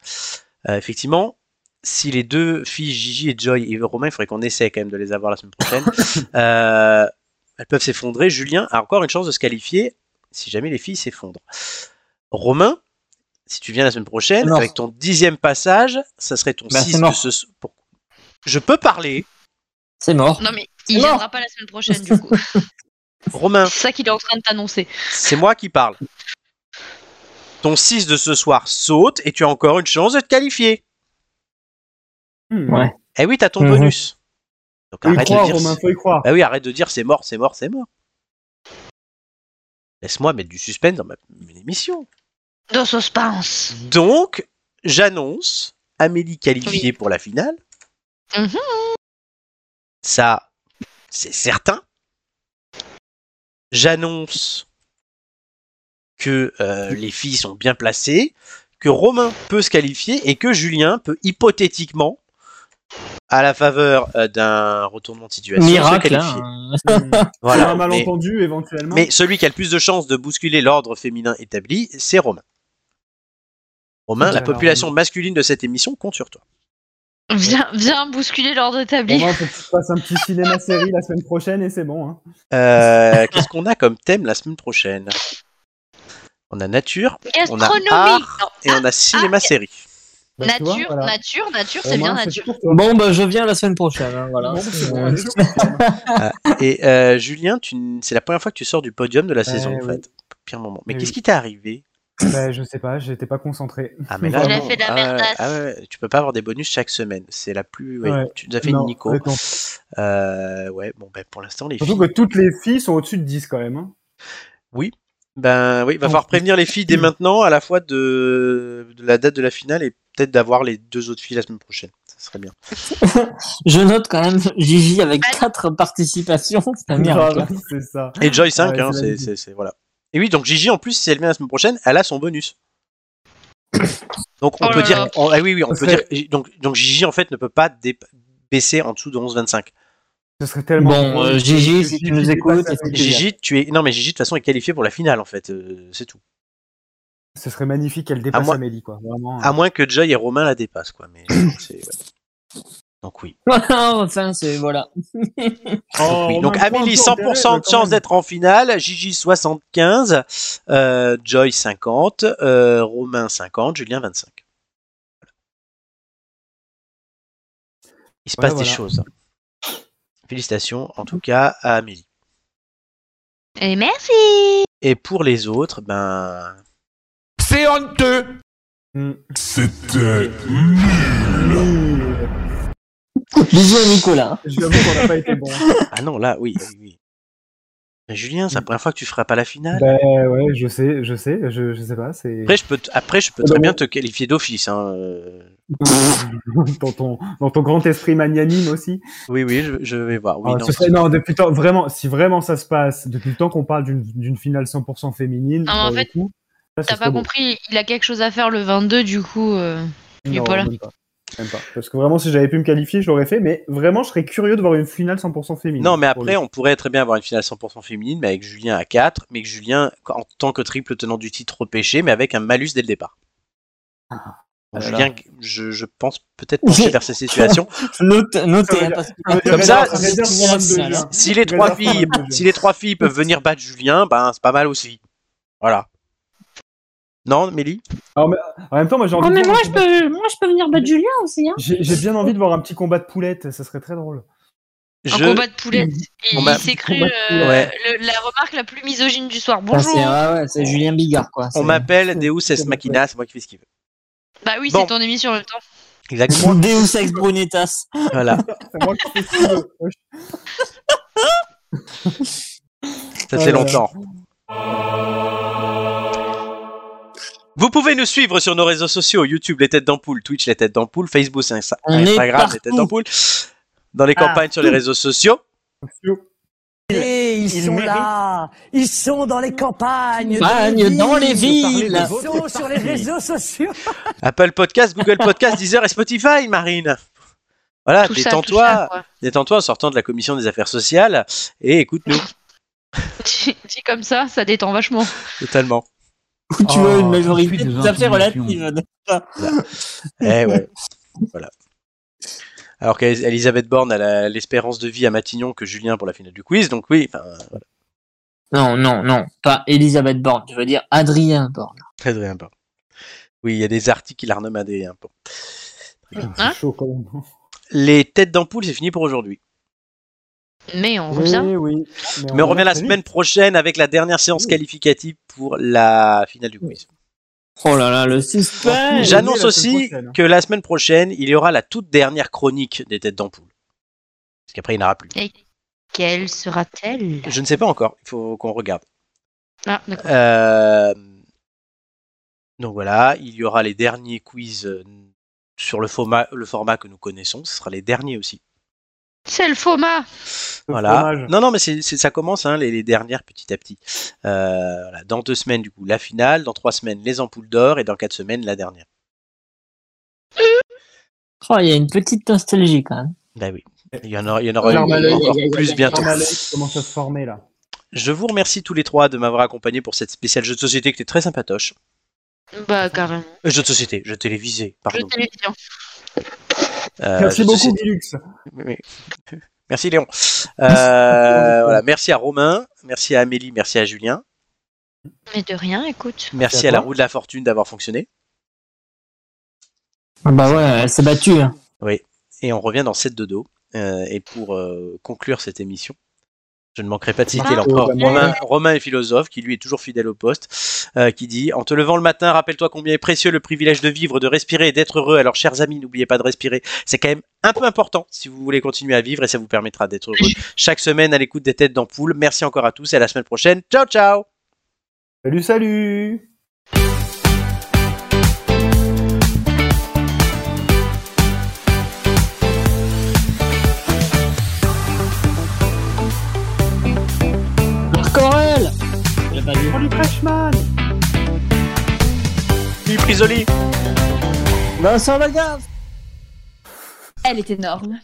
Euh, effectivement, si les deux filles, Gigi et Joy et Romain, il faudrait qu'on essaie quand même de les avoir la semaine prochaine. Euh, elles peuvent s'effondrer. Julien a encore une chance de se qualifier si jamais les filles s'effondrent. Romain, si tu viens la semaine prochaine, Non. avec ton dixième passage, ça serait ton Bah, c'est 6 mort. Je peux parler. C'est mort. Non mais il Non. viendra pas la semaine prochaine du coup. Romain, C'est ça qu'il est en train de t'annoncer. C'est moi qui parle. Ton 6 de ce soir saute et tu as encore une chance de te qualifier. Hmm. Ouais. Eh oui, t'as ton Mhm. bonus. Donc Faut y arrête de, croire, dire... Romain, faut y croire. Hmm. Bah oui, arrête de dire c'est mort, c'est mort, c'est mort. Laisse-moi mettre du suspense dans ma mon émission. De suspense. Donc, j'annonce Amélie qualifiée pour la finale. Mhm. Ça, c'est certain. J'annonce que euh, les filles sont bien placées, que Romain peut se qualifier et que Julien peut hypothétiquement, à la faveur euh, d'un retournement de situation, se Miracle, qualifier. hein. Hmm. Voilà, Sur un mais- malentendu, éventuellement. mais celui qui a le plus de chances de bousculer l'ordre féminin établi, c'est Romain. Romain, la Alors, population masculine de cette émission compte sur toi. Viens, viens bousculer l'ordre établi. Romain, faut que tu fasses un petit cinéma-série la semaine prochaine et c'est bon. Hein. Euh, Qu'est-ce qu'on a comme thème la semaine prochaine On a nature, on a Gastronomie. art Non. et on a Ah, cinéma-série. Bah, tu Nature, vois, voilà. nature, nature, c'est Romain, bien nature. pour toi. Bon, bah, je viens la semaine prochaine. hein, voilà. Bon, c'est bon, Euh, allez, je comprends. Et euh, Julien, tu n- c'est la première fois que tu sors du podium de la saison, en Bah oui. fait. Pire moment. Mais Eh qu'est-ce oui. qui t'est arrivé Bah, je sais pas, j'étais pas concentré. Ah, mais là, Il a non. fait de la Ah, ouais, merdasse. ah ouais, tu peux pas avoir des bonus chaque semaine. C'est la plus. ouais, Ouais. Tu nous as fait Non, une Nico. attends. Euh, ouais, bon, ben, pour l'instant, les Surtout filles. que toutes les filles sont au-dessus de 10 quand même. hein. Ben oui, va Donc- falloir prévenir les filles dès maintenant, à la fois de, de la date de la finale et peut-être d'avoir les deux autres filles la semaine prochaine. Ça serait bien. Je note quand même Gigi avec quatre participations. C'est un miracle. Grave, c'est ça. Et Joy 5, Ah, ouais, hein, c'est c'est, validé. c'est- c'est- voilà. Et oui, donc Gigi, en plus, si elle vient la semaine prochaine, elle a son bonus. Donc on Oh peut là dire, là. on- ah oui, oui, on Ça peut dire. Donc, donc Gigi, en fait, ne peut pas dé- baisser en dessous de 11,25. Ce serait tellement. Bon, euh, Gigi, si tu nous écoutes, et Gigi. Gigi, tu es. Non, mais Gigi, de toute façon, est qualifiée pour la finale, en fait. euh, c'est tout. Ce serait magnifique qu'elle dépasse À moi- Amélie, quoi. Vraiment. À moins que Joy et Romain la dépassent, quoi. Mais c'est- ouais. Donc oui. enfin, c'est voilà. Oh, Oui, Romain, donc prends un Amélie, peu 100% en période, de quand chance même. d'être en finale. Gigi, 75. euh, Joy, 50. euh, Romain, 50. Julien, 25. Voilà. Il se Voilà, passe des voilà. choses. Félicitations, en tout cas, à Amélie. Et Eh, merci. Et pour les autres, ben, C'est honteux Hmm. euh, C'était... Oui, Bisous à Nicolas. Je l'avoue qu'on n'a pas été bon. ah non, là, oui, oui, oui. Mais Julien, c'est la première fois que tu feras pas la finale. Ben ouais, je sais, je sais, je, je sais pas, c'est. Après, je peux, t- après, je peux Bah, très bien te qualifier d'office. hein, euh. dans, ton, dans ton grand esprit magnanime aussi. Oui, oui, je, je vais voir. Oui, Ah, non, ce serait- non, depuis le temps, vraiment, si vraiment ça se passe, depuis le temps qu'on parle d'une- d'une finale 100% féminine, Ah, mais en pour le fait- coup, Là, ce T'as serait pas beau. compris, il a quelque chose à faire le 22, du coup. euh, Il est Non, pas là. Même pas. Même pas. Parce que vraiment, si j'avais pu me qualifier, je l'aurais fait. Mais vraiment, je serais curieux de voir une finale 100% féminine. Non, mais Pour après, le- on pourrait très bien avoir une finale 100% féminine, mais avec Julien à 4, mais que Julien, en tant que triple tenant du titre repêché, mais avec un malus dès le départ. Donc, Voilà. Julien, je, je pense peut-être pencher vers ces situations. Note- Notez, Ça veut hein, dire- parce que- ça veut dire Comme ça, réserve- réserve si- pour 22 si- juin. Si les trois filles, si les trois filles peuvent venir battre Julien, ben c'est pas mal aussi. Voilà. Non, Mélie En même temps, moi j'ai envie Oh, de mais voir moi un je, combat- peux, moi, je peux venir battre Julien aussi. Hein. j'ai j'ai bien envie de voir un petit combat de poulettes, ça serait très drôle. Un combat de poulettes. Il, Combat- il s'est cru combat de euh, poulettes. Ouais. le- la remarque la plus misogyne du soir. Enfin, Bonjour. c'est ah ouais, ouais, c'est Julien Bigard, quoi. On C'est- m'appelle Deus Ex Machina, c'est moi qui fais ce qu'il veut. Bah oui, Bon. c'est ton émission en même temps. Exactement. Deus Ex Brunetas. voilà. C'est moi qui fais ce que je veux. Moi, je- Ça Oh fait là là. longtemps. Vous pouvez nous suivre sur nos réseaux sociaux YouTube Les Têtes d'Ampoule, Twitch Les Têtes d'Ampoule, Facebook, Insta- On est Instagram Les Têtes partout. d'Ampoule, dans les campagnes Ah. sur les réseaux sociaux. Et ils, sont là, ils sont dans les campagnes, Campagnes, dans les villes. ils sont sur les réseaux sociaux. Apple Podcast, Google Podcast, Deezer et Spotify, Marine. Voilà, tout ça, tout ça, détends-toi, quoi. détends-toi en sortant de la commission des affaires sociales et écoute-nous Dit- Dit comme ça, ça détend vachement. totalement. Où tu veux une Oh, majorité je suis des tout à fait intimations. relative. Eh ouais. voilà. Alors qu'Elisabeth Borne a la- l'espérance de vie à Matignon que Julien pour la finale du quiz, donc oui, enfin, Non, non, non, pas Elisabeth Borne, je veux dire Adrien Borne. Très très important. Oui, il y a des articles qui la renomment Adrien. Bon. Hein C'est chaud quand même. Les têtes d'ampoule, c'est fini pour aujourd'hui. Mais on revient. Oui, oui. Mais on revient la Ah, très vite. semaine prochaine avec la dernière séance qualificative pour la finale du quiz. Oh là là, le suspense Jeanne- J'annonce la semaine aussi prochaine. hein. que la semaine prochaine, il y aura la toute dernière chronique des têtes d'ampoule. Parce qu'après, il n'y en aura plus. Mmh. Quelle sera-t-elle Je ne sais pas encore, il faut qu'on regarde. Ah, d'accord. Euh, Donc voilà, il y aura les derniers quiz euh, sur le format, le format que nous connaissons. Ce sera les derniers aussi. C'est le FOMA Le Voilà. fromage. Non, non, mais c'est c'est- ça commence, hein, les, les dernières petit à petit. Euh, voilà. Dans deux semaines, du coup, la finale. Dans trois semaines, les ampoules d'or. Et dans quatre semaines, la dernière. Oh, il y a une petite nostalgie quand même. Bah oui. Il y en aura, il y en aura L'arme à l'œil, encore y a- y a- y plus a- bientôt. Normal, il commence à se former là. Je vous remercie tous les trois de m'avoir accompagné pour cette spéciale jeu de société qui était très sympatoche. Bah, carrément. Euh, jeu de société, jeu télévisé, Je pardon. t'ai dit, hein. Euh, Merci jeu de beaucoup, société. Gilux. Oui, oui. Merci Léon. Euh, voilà, merci à Romain, merci à Amélie, merci à Julien, Mais de rien, écoute. merci à à la toi. roue de la fortune d'avoir fonctionné. Ah bah ouais, elle s'est battue. hein. Et on revient dans 7 de dos. Euh, et pour euh, conclure cette émission, je ne manquerai pas de citer Ah, l'empereur oui. Romain, Romain est philosophe, qui lui est toujours fidèle au poste, euh, qui dit En te levant le matin, rappelle-toi combien est précieux le privilège de vivre, de respirer et d'être heureux. Alors, chers amis, n'oubliez pas de respirer. C'est quand même un peu important si vous voulez continuer à vivre et ça vous permettra d'être heureux chaque semaine à l'écoute des têtes d'ampoule. Merci encore à tous et à la semaine prochaine. Ciao, ciao Salut, salut. Marc Aurel Je l'ai pas vu. Philippe Risoli Vincent Lagaffe Elle est énorme.